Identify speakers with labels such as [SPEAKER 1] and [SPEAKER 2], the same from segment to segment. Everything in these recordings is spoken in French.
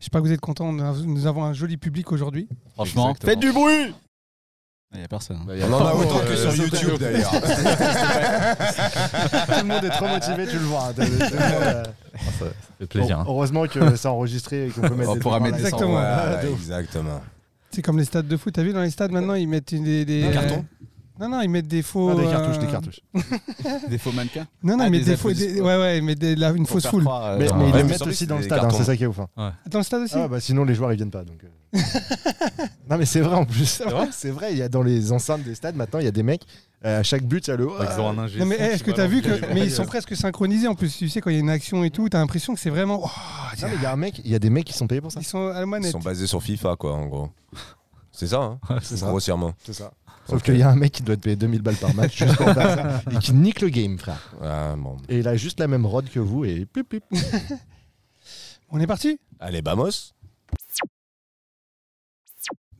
[SPEAKER 1] J'espère que vous êtes contents. Nous av- Nous avons un joli public aujourd'hui.
[SPEAKER 2] Franchement,
[SPEAKER 3] Exactement.
[SPEAKER 2] du bruit Il n'y Ah, a personne. hein.
[SPEAKER 3] Bah, il y en
[SPEAKER 4] On en a autant
[SPEAKER 3] euh,
[SPEAKER 4] que sur YouTube d'ailleurs.
[SPEAKER 5] Tout le monde est trop motivé, tu le vois. hein. Tout le monde, euh,
[SPEAKER 3] Ça fait plaisir. hein.
[SPEAKER 5] Heureusement que c'est enregistré et qu'on peut mettre
[SPEAKER 2] On
[SPEAKER 5] des
[SPEAKER 2] pourra
[SPEAKER 5] trucs en
[SPEAKER 2] mettre
[SPEAKER 5] live.
[SPEAKER 2] des
[SPEAKER 1] Exactement.
[SPEAKER 4] Voilà, exactement.
[SPEAKER 1] C'est comme les stades de foot. T'as vu dans les stades maintenant, ils mettent une- des, des-
[SPEAKER 4] Des cartons
[SPEAKER 1] Non, non, ils mettent des faux.
[SPEAKER 5] Ah, des
[SPEAKER 1] euh,
[SPEAKER 5] cartouches, des cartouches.
[SPEAKER 2] Des faux mannequins
[SPEAKER 1] Non, non,
[SPEAKER 2] Ah,
[SPEAKER 1] ils mettent
[SPEAKER 2] des
[SPEAKER 1] des, faux.
[SPEAKER 2] applaudissements.
[SPEAKER 1] des- Ouais, ouais, ils mettent des- la- une
[SPEAKER 2] Pour
[SPEAKER 1] fausse
[SPEAKER 2] faire
[SPEAKER 1] foule.
[SPEAKER 2] croire, euh,
[SPEAKER 5] Mais,
[SPEAKER 2] dans-
[SPEAKER 5] mais ils
[SPEAKER 3] ouais,
[SPEAKER 5] les
[SPEAKER 4] mais
[SPEAKER 5] mettent
[SPEAKER 4] sur-
[SPEAKER 5] aussi dans
[SPEAKER 4] c'est
[SPEAKER 5] le
[SPEAKER 4] des
[SPEAKER 5] stade, hein,
[SPEAKER 4] cartons.
[SPEAKER 5] c'est ça qui est ouf. hein.
[SPEAKER 1] Dans le stade aussi.
[SPEAKER 5] Ah bah sinon les joueurs ils viennent pas donc. euh. non mais c'est vrai en plus. C'est vrai, c'est vrai, il y a dans les enceintes des stades maintenant il y a des mecs euh, à chaque but il y a le.
[SPEAKER 3] Ils ont un ingé
[SPEAKER 1] Non mais
[SPEAKER 3] son
[SPEAKER 1] hey,
[SPEAKER 3] qui
[SPEAKER 1] est-ce que t'as
[SPEAKER 3] balance
[SPEAKER 1] vu
[SPEAKER 3] des
[SPEAKER 1] que mais ils sont presque synchronisés en plus tu sais quand il y a une action et tout t'as l'impression que c'est vraiment oh,
[SPEAKER 5] Ah, Non, mais il y a un mec, il y a des mecs qui sont payés pour ça.
[SPEAKER 1] ils sont à la
[SPEAKER 4] Ils
[SPEAKER 1] manette
[SPEAKER 4] sont basés sur FIFA quoi en gros. C'est ça, hein
[SPEAKER 5] C'est ça.
[SPEAKER 4] grossièrement.
[SPEAKER 5] C'est ça. Sauf qu'il y a un mec qui doit te payer 2000 balles par match juste pour faire ça et qui nique le game frère.
[SPEAKER 4] Ah, bon.
[SPEAKER 5] Et il a juste la même rod que vous et pip pip.
[SPEAKER 1] on est parti
[SPEAKER 4] Allez, vamos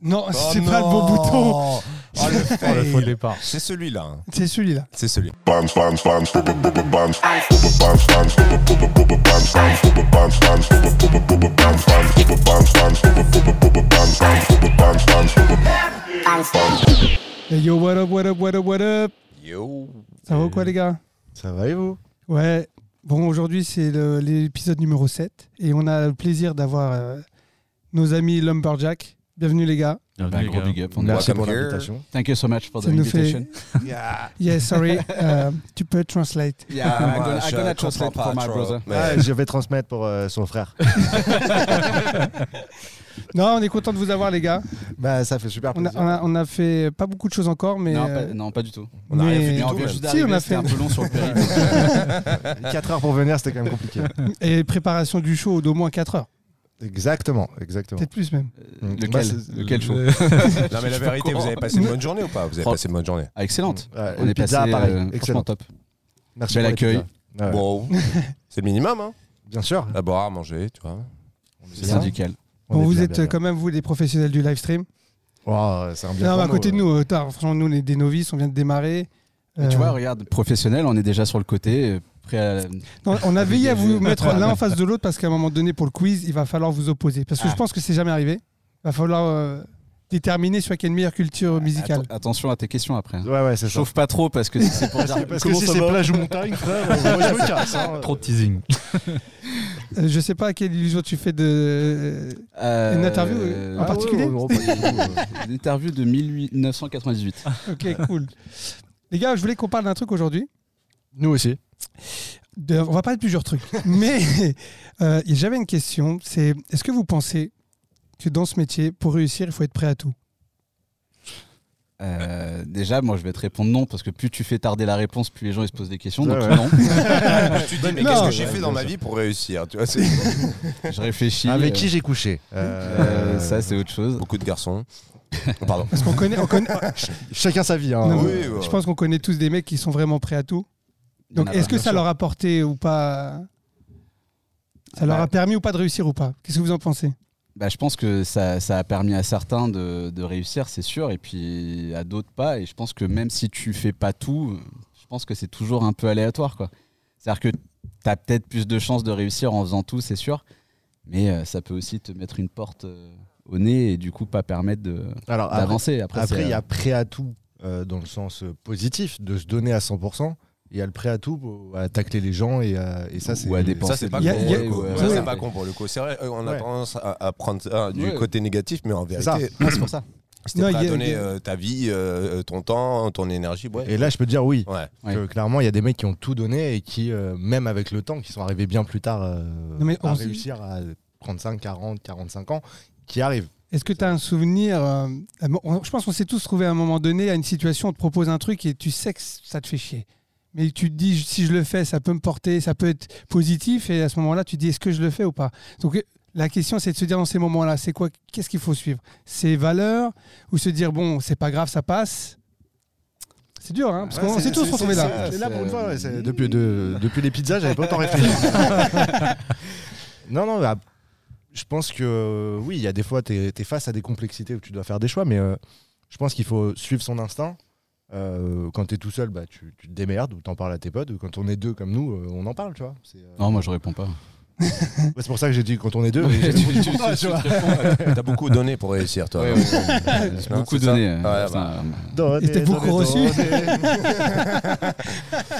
[SPEAKER 1] non
[SPEAKER 4] Oh
[SPEAKER 1] c'est pas le bon
[SPEAKER 4] non
[SPEAKER 1] bouton
[SPEAKER 4] Oh, le
[SPEAKER 3] Oh, le
[SPEAKER 4] fail.
[SPEAKER 3] faux départ.
[SPEAKER 4] C'est celui-là. hein.
[SPEAKER 1] c'est celui-là
[SPEAKER 4] C'est celui.
[SPEAKER 1] Hey, yo what up what up what up what up
[SPEAKER 4] Yo.
[SPEAKER 1] ça va ou quoi les gars
[SPEAKER 5] Ça va et vous
[SPEAKER 1] ouais bon aujourd'hui c'est le- l'épisode numéro 7 et on a le plaisir d'avoir euh, nos amis Lumberjack bienvenue les gars
[SPEAKER 6] Ah,
[SPEAKER 2] Bah, gros big up, on est là.
[SPEAKER 5] Merci
[SPEAKER 4] welcome
[SPEAKER 5] pour
[SPEAKER 4] here.
[SPEAKER 5] l'invitation.
[SPEAKER 2] Thank you so much for the
[SPEAKER 1] ça nous
[SPEAKER 2] invitation.
[SPEAKER 1] fait
[SPEAKER 2] Ah.
[SPEAKER 1] yeah sorry euh, tu peux translate
[SPEAKER 2] Yeah, I'm gonna,
[SPEAKER 4] Moi,
[SPEAKER 2] I'm
[SPEAKER 4] je
[SPEAKER 2] gonna
[SPEAKER 4] comprends
[SPEAKER 2] translate
[SPEAKER 4] pas
[SPEAKER 2] for my
[SPEAKER 4] trop,
[SPEAKER 2] brother.
[SPEAKER 4] mais-
[SPEAKER 5] Ah, je vais transmettre pour euh, son frère.
[SPEAKER 1] non on est content de vous avoir les gars
[SPEAKER 5] bah ça fait super
[SPEAKER 1] on a,
[SPEAKER 5] plaisir.
[SPEAKER 1] on a- on a fait pas beaucoup de choses encore mais
[SPEAKER 2] Non,
[SPEAKER 1] euh,
[SPEAKER 2] pas, non, pas du tout.
[SPEAKER 4] On a
[SPEAKER 1] mais-
[SPEAKER 4] rien fait
[SPEAKER 2] Mais
[SPEAKER 4] du
[SPEAKER 2] on
[SPEAKER 4] tout.
[SPEAKER 2] vient
[SPEAKER 4] même.
[SPEAKER 2] juste
[SPEAKER 1] Si, on
[SPEAKER 2] d'arriver,
[SPEAKER 1] a
[SPEAKER 2] c'était
[SPEAKER 1] fait-
[SPEAKER 2] un peu long sur le périph'.
[SPEAKER 5] 4 heures pour venir c'était quand même compliqué.
[SPEAKER 1] Et préparation du show d'au moins 4 heures,
[SPEAKER 5] exactement, exactement.
[SPEAKER 1] peut-être plus même.
[SPEAKER 5] Mm.
[SPEAKER 2] Euh, Lequel,
[SPEAKER 5] Bah, c'est-
[SPEAKER 2] lequel show
[SPEAKER 4] Non mais la vérité, vous avez passé une bonne journée ou pas Vous avez
[SPEAKER 2] Oh.
[SPEAKER 4] passé une bonne journée.
[SPEAKER 2] Ah, Excellente.
[SPEAKER 5] Ouais,
[SPEAKER 2] on est
[SPEAKER 5] pizza,
[SPEAKER 2] passé
[SPEAKER 5] pareil,
[SPEAKER 2] euh, franchement
[SPEAKER 5] excellent.
[SPEAKER 2] top.
[SPEAKER 5] Merci
[SPEAKER 2] Bel
[SPEAKER 5] pour les
[SPEAKER 2] accueil.
[SPEAKER 5] pizzas. Ouais,
[SPEAKER 4] Bon, c'est le minimum, hein
[SPEAKER 5] Bien sûr.
[SPEAKER 4] À boire, à manger, tu vois.
[SPEAKER 2] C'est
[SPEAKER 5] Bien.
[SPEAKER 2] syndical.
[SPEAKER 1] Bon,
[SPEAKER 5] On est
[SPEAKER 1] vous
[SPEAKER 5] bien,
[SPEAKER 1] êtes
[SPEAKER 5] bien,
[SPEAKER 1] euh,
[SPEAKER 5] bien.
[SPEAKER 1] quand même, vous, les professionnels du live stream.
[SPEAKER 5] Wow, c'est un bien
[SPEAKER 1] non, mais à
[SPEAKER 5] grand
[SPEAKER 1] côté de
[SPEAKER 5] mot.
[SPEAKER 1] nous, euh, tard, franchement, nous, on est des novices, on vient de démarrer.
[SPEAKER 2] Mais Tu
[SPEAKER 1] Euh,
[SPEAKER 2] vois, regarde, professionnel, on est déjà sur le côté, euh, prêt à.
[SPEAKER 1] non, on a veillé à vous
[SPEAKER 2] Obligé.
[SPEAKER 1] mettre l'un en face de l'autre parce qu'à un moment donné, pour le quiz, il va falloir vous opposer. Parce que
[SPEAKER 2] Ah.
[SPEAKER 1] je pense que c'est jamais arrivé. Il va falloir euh, déterminer sur qui a une meilleure culture musicale.
[SPEAKER 2] Atten- attention à tes questions après. hein.
[SPEAKER 5] Ouais, ouais, c'est ça.
[SPEAKER 2] Chauffe pas trop parce que si c'est pour dire.
[SPEAKER 5] Parce que
[SPEAKER 2] comment
[SPEAKER 5] si
[SPEAKER 2] ça
[SPEAKER 5] c'est
[SPEAKER 2] va
[SPEAKER 5] plage ou montagne, frère, moi je me casse. hein.
[SPEAKER 3] Trop de teasing.
[SPEAKER 1] Euh, je sais pas quelle illusion tu fais de.
[SPEAKER 2] Euh,
[SPEAKER 1] Une interview, oui.
[SPEAKER 2] euh,
[SPEAKER 1] En
[SPEAKER 5] Ah ouais,
[SPEAKER 1] particulier
[SPEAKER 5] ouais, ouais, ouais.
[SPEAKER 2] Une interview de 1998.
[SPEAKER 1] Ok, cool. Les gars, je voulais qu'on parle d'un truc aujourd'hui.
[SPEAKER 5] Nous aussi.
[SPEAKER 1] De- on va parler de plusieurs trucs. Mais euh, j'avais une question, c'est est-ce que vous pensez que dans ce métier, pour réussir, il faut être prêt à tout
[SPEAKER 2] Euh, déjà, moi, je vais te répondre non parce que plus tu fais tarder la réponse, plus les gens ils se posent des questions. Donc
[SPEAKER 5] Ouais, ouais.
[SPEAKER 2] non,
[SPEAKER 4] Tu te dis, mais
[SPEAKER 1] Non.
[SPEAKER 4] qu'est-ce que j'ai
[SPEAKER 5] Ouais,
[SPEAKER 4] fait
[SPEAKER 5] bien
[SPEAKER 4] dans ma
[SPEAKER 5] sûr.
[SPEAKER 4] vie pour réussir Tu vois, c'est
[SPEAKER 2] je réfléchis.
[SPEAKER 5] Avec
[SPEAKER 2] euh,
[SPEAKER 5] Ah, qui j'ai couché
[SPEAKER 2] euh, Ça, c'est autre chose.
[SPEAKER 4] beaucoup de garçons. Oh, Pardon.
[SPEAKER 1] Parce qu'on connaît, on connaît-
[SPEAKER 5] Chacun sa vie. hein.
[SPEAKER 1] Non,
[SPEAKER 4] oui, ouais.
[SPEAKER 1] je pense qu'on connaît tous des mecs qui sont vraiment prêts à tout.
[SPEAKER 2] Il y en
[SPEAKER 1] Donc
[SPEAKER 2] a
[SPEAKER 1] est-ce
[SPEAKER 2] pas.
[SPEAKER 1] que ça leur a apporté ou pas Ça
[SPEAKER 2] Ah
[SPEAKER 1] leur
[SPEAKER 2] bah.
[SPEAKER 1] a permis ou pas de réussir ou pas Qu'est-ce que vous en pensez
[SPEAKER 2] Bah, je pense que ça, ça a permis à certains de, de réussir, c'est sûr, et puis à d'autres pas. Et je pense que même si tu fais pas tout, je pense que c'est toujours un peu aléatoire. quoi. C'est-à-dire que tu as peut-être plus de chances de réussir en faisant tout, c'est sûr, mais euh, ça peut aussi te mettre une porte euh, au nez et du coup pas permettre de-
[SPEAKER 5] Alors, après,
[SPEAKER 2] d'avancer. Après,
[SPEAKER 5] après,
[SPEAKER 2] c'est,
[SPEAKER 5] il y
[SPEAKER 2] euh,
[SPEAKER 5] a prêt à tout euh, dans le sens euh, positif, de se donner à 100%. Il y a le prêt à tout pour- à tacler les gens et, à- et ça, c'est.
[SPEAKER 2] Ou à dépenser.
[SPEAKER 4] Ça c'est pas
[SPEAKER 1] Il y a-
[SPEAKER 4] con
[SPEAKER 1] il y
[SPEAKER 4] pour
[SPEAKER 1] a-
[SPEAKER 4] le coup.
[SPEAKER 2] ouais,
[SPEAKER 4] Ça
[SPEAKER 1] ouais.
[SPEAKER 4] c'est pas con pour le coup. C'est vrai, euh, on a
[SPEAKER 5] Ouais.
[SPEAKER 4] tendance à, à prendre ça euh, du
[SPEAKER 2] Ouais.
[SPEAKER 4] côté négatif, mais en
[SPEAKER 5] C'est ça.
[SPEAKER 4] vérité,
[SPEAKER 2] c'est pour ça.
[SPEAKER 4] si t'es
[SPEAKER 1] Non,
[SPEAKER 4] prêt
[SPEAKER 1] il
[SPEAKER 4] à
[SPEAKER 1] y a- il
[SPEAKER 4] donner
[SPEAKER 1] y a-
[SPEAKER 4] euh, ta vie, euh, ton temps, ton énergie, ouais.
[SPEAKER 5] Et là, je peux te dire oui.
[SPEAKER 4] Ouais.
[SPEAKER 2] Ouais.
[SPEAKER 5] Que clairement, il y a des mecs qui ont tout donné et qui, euh, même avec le temps, qui sont arrivés bien plus tard euh,
[SPEAKER 1] mais
[SPEAKER 5] à
[SPEAKER 1] on-
[SPEAKER 5] réussir à 35, 40, 45 ans, qui arrivent.
[SPEAKER 1] Est-ce que tu as un souvenir euh, à mo- on- Je pense qu'on s'est tous trouvé à un moment donné à une situation, on te propose un truc et tu sais que c- ça te fait chier. Mais tu te dis, j- si je le fais, ça peut me porter, ça peut être positif. Et à ce moment-là, tu te dis, est-ce que je le fais ou pas Donc euh, la question, c'est de se dire dans ces moments-là, c'est quoi Qu'est-ce qu'il faut suivre Ses valeurs ou se dire, bon, c'est pas grave, ça passe C'est dur, hein Parce
[SPEAKER 5] Ouais,
[SPEAKER 1] qu'on
[SPEAKER 5] Ah, c'est-
[SPEAKER 1] s'est tous
[SPEAKER 5] c'est-
[SPEAKER 1] retrouvés
[SPEAKER 5] c'est-
[SPEAKER 1] là.
[SPEAKER 5] c'est-
[SPEAKER 2] C'est-
[SPEAKER 5] Là,
[SPEAKER 4] Ah,
[SPEAKER 5] pour une fois, ouais, c'est- depuis, de- depuis les pizzas, j'avais pas autant réfléchi. non, non, bah, je pense que euh, oui, il y a des fois, tu es, face à des complexités où tu dois faire des choix, mais euh, je pense qu'il faut suivre son instinct. Euh, quand tu es tout seul, bah, tu, tu te démerdes ou t'en parles à tes potes. Ou quand on est deux comme nous, euh, on en parle, tu vois. C'est, euh,
[SPEAKER 2] Non, moi je réponds pas.
[SPEAKER 5] Bah, c'est pour ça que j'ai dit quand on est deux. j'ai dit-
[SPEAKER 2] Tu- tu- tu-
[SPEAKER 5] Non,
[SPEAKER 2] tu-
[SPEAKER 5] tu vois.
[SPEAKER 2] tu réponds, euh,
[SPEAKER 4] T'as beaucoup donné pour réussir, toi.
[SPEAKER 2] ouais, ouais, ouais. J'ai
[SPEAKER 4] Non,
[SPEAKER 2] beaucoup
[SPEAKER 4] c'est ça
[SPEAKER 2] donné. euh,
[SPEAKER 4] Ouais, bah.
[SPEAKER 2] putain,
[SPEAKER 5] Donnez,
[SPEAKER 1] Et t'es beaucoup
[SPEAKER 5] donnez,
[SPEAKER 1] reçu
[SPEAKER 5] donnez.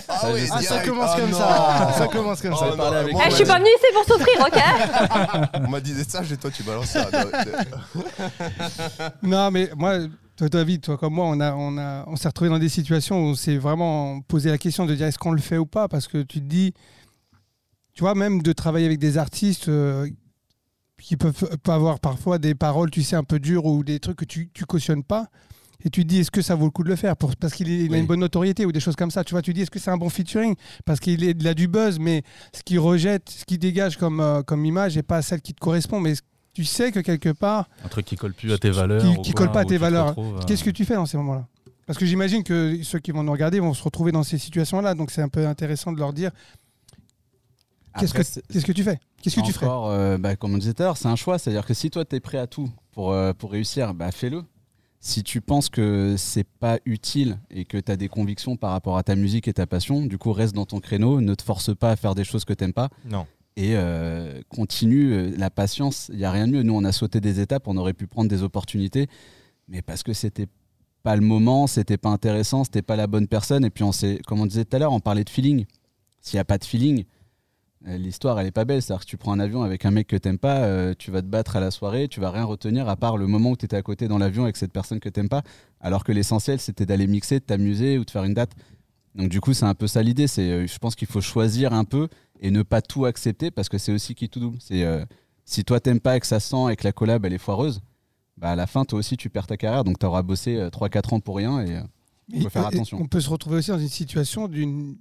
[SPEAKER 4] Ah,
[SPEAKER 2] oui,
[SPEAKER 5] Ah, ça
[SPEAKER 4] direct.
[SPEAKER 5] commence
[SPEAKER 4] Ah,
[SPEAKER 5] comme
[SPEAKER 4] non.
[SPEAKER 5] ça. Ça commence comme
[SPEAKER 4] Oh,
[SPEAKER 5] ça.
[SPEAKER 4] non,
[SPEAKER 2] parler avec
[SPEAKER 4] moi,
[SPEAKER 2] toi.
[SPEAKER 3] Eh, je suis pas venue ici pour souffrir, ok
[SPEAKER 4] On m'a dit ça, j'ai toi, tu balances ça.
[SPEAKER 1] Non, mais moi, toi, David, toi comme moi, on, a, on, a, on s'est retrouvé dans des situations où on s'est vraiment posé la question de dire est-ce qu'on le fait ou pas Parce que tu te dis, tu vois, même de travailler avec des artistes euh, qui peuvent pas avoir parfois des paroles, tu sais, un peu dures ou des trucs que tu, tu cautionnes pas. Et tu te dis, est-ce que ça vaut le coup de le faire pour, Parce qu'il est- il a
[SPEAKER 2] Oui.
[SPEAKER 1] une bonne notoriété ou des choses comme ça. Tu vois, tu dis, est-ce que c'est un bon featuring Parce qu'il est- il a du buzz, mais ce qu'il rejette, ce qu'il dégage comme, euh, comme image n'est pas celle qui te correspond. Mais tu sais que quelque part,
[SPEAKER 6] Un truc qui colle plus à tes valeurs.
[SPEAKER 1] qui
[SPEAKER 6] ou
[SPEAKER 1] colle
[SPEAKER 6] quoi,
[SPEAKER 1] pas à
[SPEAKER 6] où
[SPEAKER 1] tes
[SPEAKER 6] tu te
[SPEAKER 1] valeurs.
[SPEAKER 6] retrouves, euh,
[SPEAKER 1] Qu'est-ce que tu fais dans ces moments-là Parce que j'imagine que ceux qui vont nous regarder vont se retrouver dans ces situations-là, donc c'est un peu intéressant de leur dire qu'est-ce
[SPEAKER 2] après,
[SPEAKER 1] que
[SPEAKER 2] c'est-
[SPEAKER 1] qu'est-ce que tu fais Qu'est-ce que tu ferais
[SPEAKER 2] encore, euh, bah, Comme on disait tout à l'heure, c'est un choix. C'est-à-dire que si toi, tu es prêt à tout pour, euh, pour réussir, bah, fais-le. Si tu penses que c'est pas utile et que tu as des convictions par rapport à ta musique et ta passion, du coup, reste dans ton créneau, ne te force pas à faire des choses que t'aimes pas
[SPEAKER 5] Non.
[SPEAKER 2] et euh, continue euh, la patience. Il n'y a rien de mieux. Nous, on a sauté des étapes, on aurait pu prendre des opportunités, mais parce que c'était pas le moment, c'était pas intéressant, c'était pas la bonne personne. Et puis, on s'est- comme on disait tout à l'heure, on parlait de feeling. S'il n'y a pas de feeling, euh, l'histoire, elle est pas belle. C'est-à-dire que tu prends un avion avec un mec que t'aimes pas, euh, tu vas te battre à la soirée, tu vas rien retenir à part le moment où tu étais à côté dans l'avion avec cette personne que t'aimes pas, alors que l'essentiel, c'était d'aller mixer, de t'amuser ou de faire une date. Donc, du coup, c'est un peu ça l'idée. C'est, euh, Je pense qu'il faut choisir un peu et ne pas tout accepter parce que c'est aussi qui tout double. C'est euh, si toi t'aimes pas et que ça sent et que la collab elle est foireuse, bah à la fin toi aussi tu perds ta carrière donc t'auras bossé euh, 3-4 ans pour rien et euh,
[SPEAKER 1] Mais,
[SPEAKER 2] faut faire
[SPEAKER 1] euh,
[SPEAKER 2] attention.
[SPEAKER 1] On peut se retrouver aussi dans une situation d'une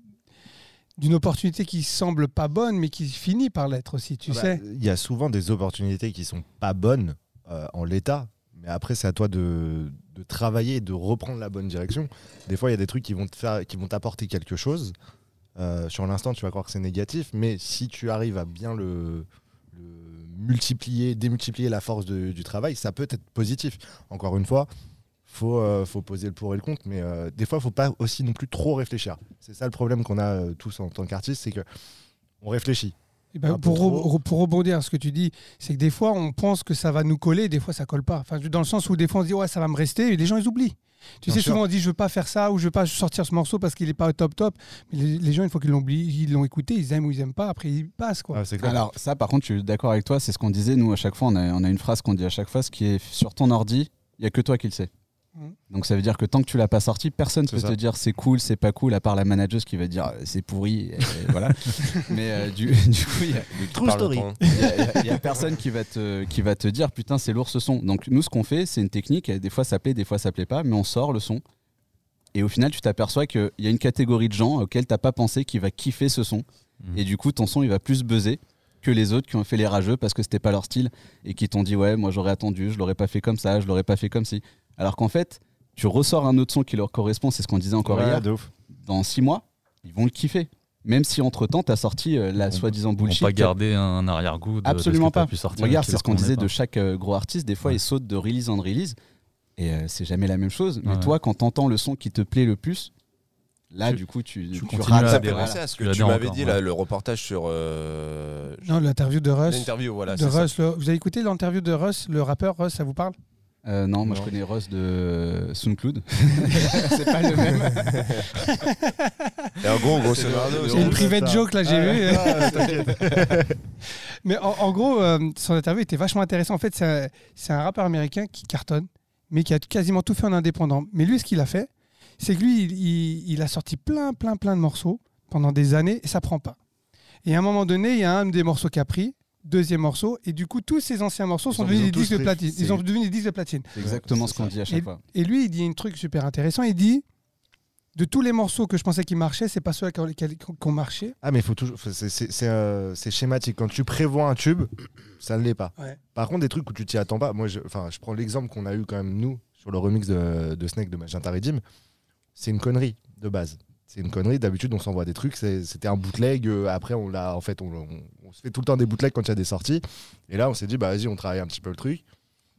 [SPEAKER 1] d'une opportunité qui semble pas bonne, mais qui finit par l'être aussi, tu
[SPEAKER 5] Ah bah,
[SPEAKER 1] sais.
[SPEAKER 5] Il y a souvent des opportunités qui sont pas bonnes euh, en l'état, mais après, c'est à toi de, de travailler et de reprendre la bonne direction. Des fois, il y a des trucs qui vont te faire- qui vont t'apporter quelque chose. Euh, sur l'instant, tu vas croire que c'est négatif, mais si tu arrives à bien le, le multiplier, démultiplier la force de- du travail, ça peut être positif. Encore une fois, faut, euh, faut poser le pour et le contre, mais euh, des fois, faut pas aussi non plus trop réfléchir. C'est ça le problème qu'on a euh, tous en tant qu'artistes, c'est que on réfléchit.
[SPEAKER 1] Et ben,
[SPEAKER 5] un peu
[SPEAKER 1] pour, re-
[SPEAKER 5] trop.
[SPEAKER 1] re- pour rebondir à ce que tu dis, c'est que des fois on pense que ça va nous coller, des fois ça colle pas. Enfin, dans le sens où des fois on se dit ouais ça va me rester, et les gens ils oublient. Tu
[SPEAKER 5] Bien
[SPEAKER 1] sais
[SPEAKER 5] sûr.
[SPEAKER 1] souvent on dit je veux pas faire ça ou je veux pas sortir ce morceau parce qu'il est pas au top top. Mais les, les gens une fois qu'ils l'ont oublié- ils l'ont écouté, ils aiment ou ils aiment pas, après ils passent quoi.
[SPEAKER 5] Ah, c'est clair.
[SPEAKER 2] Alors ça, par contre, je suis d'accord avec toi. C'est ce qu'on disait. Nous, à chaque fois, on a, on a une phrase qu'on dit à chaque fois, ce qui est sur ton ordi, il y a que toi qui le sais.
[SPEAKER 1] Mhm.
[SPEAKER 2] Donc ça veut dire que tant que tu l'as pas sorti, personne
[SPEAKER 5] C'est
[SPEAKER 2] peut
[SPEAKER 5] ça.
[SPEAKER 2] te dire c'est cool, c'est pas cool, à part la manageuse qui va dire euh, c'est pourri, et- et voilà. Mais euh, du, du coup, il y a-
[SPEAKER 5] True story.
[SPEAKER 2] il n'y a, personne qui va, te, qui va te dire putain c'est lourd ce son. Donc nous ce qu'on fait c'est une technique, des fois ça plaît, des fois ça plaît pas, mais on sort le son. Et au final tu t'aperçois qu'il y a une catégorie de gens auxquels t'as pas pensé qui va kiffer ce son.
[SPEAKER 6] Mhm.
[SPEAKER 2] Et du coup ton son il va plus buzzer que les autres qui ont fait les rageux parce que c'était pas leur style et qui t'ont dit ouais moi j'aurais attendu, je l'aurais pas fait comme ça, je l'aurais pas fait comme si. Alors qu'en fait tu ressors un autre son qui leur correspond, c'est ce qu'on disait encore hier,
[SPEAKER 5] de ouf.
[SPEAKER 2] dans six mois ils vont le kiffer. Même si entre temps t'as sorti euh, la
[SPEAKER 6] Ils vont-
[SPEAKER 2] soi-disant
[SPEAKER 6] Pour
[SPEAKER 2] bullshit.
[SPEAKER 6] pas garder un arrière-goût de, de
[SPEAKER 2] Absolument
[SPEAKER 6] ce que t'as
[SPEAKER 2] pas.
[SPEAKER 6] pu sortir.
[SPEAKER 2] Regarde,
[SPEAKER 6] qui
[SPEAKER 2] c'est ce
[SPEAKER 6] leur
[SPEAKER 2] qu'on
[SPEAKER 6] convenait
[SPEAKER 2] disait
[SPEAKER 6] pas.
[SPEAKER 2] de chaque euh, gros artiste. Des fois,
[SPEAKER 6] Ouais.
[SPEAKER 2] ils sautent de release en release. Et euh, c'est jamais la même chose. Mais
[SPEAKER 6] Ouais.
[SPEAKER 2] toi, quand t'entends le son qui te plaît le plus, là,
[SPEAKER 6] Tu-
[SPEAKER 2] du coup, tu,
[SPEAKER 6] tu
[SPEAKER 2] tu
[SPEAKER 6] continues
[SPEAKER 2] rates
[SPEAKER 4] Ah,
[SPEAKER 6] à
[SPEAKER 2] ça.
[SPEAKER 4] Ça fait
[SPEAKER 6] adhérer.
[SPEAKER 2] Voilà.
[SPEAKER 4] penser à ce
[SPEAKER 6] Tu
[SPEAKER 4] que
[SPEAKER 6] l'as
[SPEAKER 4] tu
[SPEAKER 6] dit
[SPEAKER 4] m'avais
[SPEAKER 6] encore,
[SPEAKER 4] dit,
[SPEAKER 6] ouais.
[SPEAKER 4] là, le reportage sur. euh,
[SPEAKER 1] Non, l'interview de Russ.
[SPEAKER 4] L'interview,
[SPEAKER 5] ah,
[SPEAKER 4] voilà.
[SPEAKER 1] de
[SPEAKER 4] c'est ça.
[SPEAKER 1] Russ, le- Vous avez écouté l'interview de Russ, le rappeur Russ, ça vous parle
[SPEAKER 2] Euh, non, moi, je
[SPEAKER 5] Non.
[SPEAKER 2] connais Ross de euh, SoundCloud. c'est pas le même.
[SPEAKER 4] Et en gros, grosso
[SPEAKER 2] C'est le-
[SPEAKER 4] modo,
[SPEAKER 2] le-
[SPEAKER 1] C'est une
[SPEAKER 2] Russ,
[SPEAKER 1] private
[SPEAKER 5] ça.
[SPEAKER 1] joke là, j'ai
[SPEAKER 5] Ah,
[SPEAKER 1] vu.
[SPEAKER 5] ah, t'inquiète.
[SPEAKER 1] Mais en, en gros, euh, son interview était vachement intéressant. En fait, c'est un- c'est un rappeur américain qui cartonne, mais qui a quasiment tout fait en indépendant. Mais lui, ce qu'il a fait, c'est que lui, il, il- il a sorti plein, plein, plein de morceaux pendant des années et ça prend pas. Et à un moment donné, il y a un des morceaux qui a pris, deuxième morceau, et du coup, tous ces anciens morceaux
[SPEAKER 5] Ils
[SPEAKER 1] sont
[SPEAKER 5] ont-
[SPEAKER 1] devenus
[SPEAKER 5] ils ont
[SPEAKER 1] des
[SPEAKER 5] tous
[SPEAKER 1] disques de
[SPEAKER 5] pris-
[SPEAKER 1] platine. Ils
[SPEAKER 5] c'est-
[SPEAKER 1] ont devenu des disques de platine.
[SPEAKER 2] C'est exactement ce qu'on dit à chaque fois.
[SPEAKER 1] Et lui, il dit un truc super intéressant. Il dit de tous les morceaux que je pensais qu'ils marchaient, c'est pas ceux qui ont- qui ont qui ont marché.
[SPEAKER 5] Ah, mais faut toujours. faut- c'est- C'est c'est, euh, c'est schématique. Quand tu prévois un tube, ça ne l'est pas.
[SPEAKER 1] Ouais.
[SPEAKER 5] Par contre, des trucs où tu t'y attends pas. Moi, je, enfin, je prends l'exemple qu'on a eu quand même, nous, sur le remix de, de Snake de Magenta Redim. C'est une connerie de base. C'est une connerie. D'habitude, on s'envoie des trucs. c'est- C'était un bootleg. euh, Après, on l'a. En fait, on, on- on se fait tout le temps des bootlegs quand il y a des sorties. Et là, on s'est dit, bah vas-y, on travaille un petit peu le truc.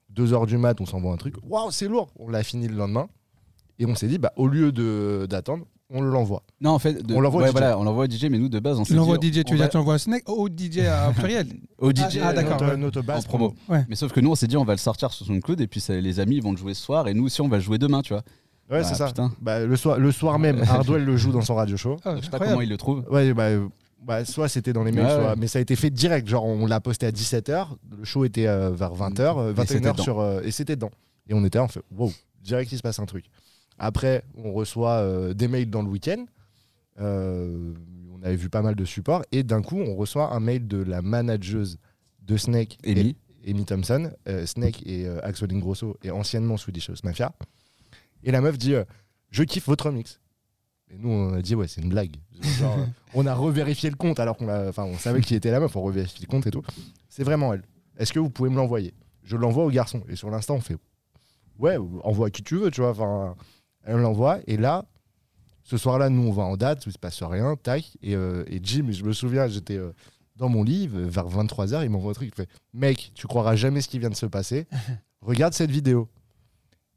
[SPEAKER 5] Deux heures du mat, on s'envoie un truc. Waouh, c'est lourd. On l'a fini le lendemain. Et on s'est dit, bah, au lieu de- d'attendre, on l'envoie.
[SPEAKER 2] Non, en fait, de-
[SPEAKER 5] On l'envoie au
[SPEAKER 2] ouais,
[SPEAKER 5] DJ.
[SPEAKER 2] voilà, on l'envoie au DJ, mais nous, de base, on s'est
[SPEAKER 1] L'envoi
[SPEAKER 2] dit,
[SPEAKER 1] DJ, tu
[SPEAKER 2] on
[SPEAKER 1] veux
[SPEAKER 2] va-
[SPEAKER 1] dire tu envoies un snack au DJ à pluriel
[SPEAKER 2] au DJ
[SPEAKER 1] Ah, d'accord.
[SPEAKER 5] Notre, notre
[SPEAKER 2] en
[SPEAKER 5] base
[SPEAKER 2] promo.
[SPEAKER 1] Ouais.
[SPEAKER 2] Mais sauf que nous, on s'est dit, on va le sortir sur SoundCloud et puis ça- les amis ils vont le jouer ce soir et nous aussi, on va le jouer demain, tu vois.
[SPEAKER 5] Ouais,
[SPEAKER 2] Bah,
[SPEAKER 5] c'est ça.
[SPEAKER 2] putain.
[SPEAKER 5] Bah, le, soir, le soir même, Hardwell le joue dans son radio show.
[SPEAKER 1] Ah,
[SPEAKER 2] Donc, je sais pas
[SPEAKER 1] incroyable.
[SPEAKER 2] comment ils le trouvent.
[SPEAKER 5] Ouais, bah, euh, bah, soit c'était dans les mails,
[SPEAKER 2] Ouais,
[SPEAKER 5] soit-
[SPEAKER 2] Ah ouais.
[SPEAKER 5] mais ça a été fait direct. Genre, on l'a posté à 17h, le show était euh, vers 20h, euh,
[SPEAKER 2] Et
[SPEAKER 5] 21h
[SPEAKER 2] c'était
[SPEAKER 5] sur. euh, et c'était dedans. Et on était là, on fait wow, direct, il se passe un truc. Après, on reçoit euh, des mails dans le week-end. Euh, on avait vu pas mal de supports. Et d'un coup, on reçoit un mail de la manageuse de Snake
[SPEAKER 2] Amy.
[SPEAKER 5] Amy Thompson, euh, Snake et euh, Axel Ingrosso, et anciennement Swedish House Mafia. Et la meuf dit euh, Je kiffe votre mix. Et nous, on a dit Ouais, c'est une blague. Genre, euh, on a revérifié le compte alors qu'on l'a- enfin, on savait qui était la meuf, on revérifie le compte et tout. C'est vraiment elle. Est-ce que vous pouvez me l'envoyer Je l'envoie au garçon. Et sur l'instant, on fait Ouais, envoie à qui tu veux, tu vois. Enfin, elle me l'envoie. Et là, ce soir-là, nous, on va en date, il se passe rien, tac. Et, euh, et Jim, je me souviens, j'étais euh, dans mon lit, euh, vers 23h, il m'envoie un truc. Il fait Mec, tu croiras jamais ce qui vient de se passer. Regarde cette vidéo.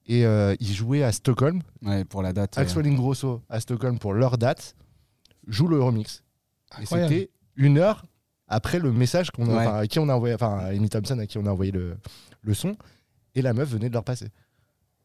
[SPEAKER 5] Et euh, il jouait à Stockholm.
[SPEAKER 2] Ouais, pour la date. euh,
[SPEAKER 5] Axel Ingrosso à Stockholm pour leur date joue le remix. Et
[SPEAKER 1] Incroyable.
[SPEAKER 5] c'était une heure après le message qu'on a,
[SPEAKER 2] Ouais.
[SPEAKER 5] enfin, à qui on a envoyé, enfin à Amy Thompson à qui on a envoyé le, le son, et la meuf venait de leur passer.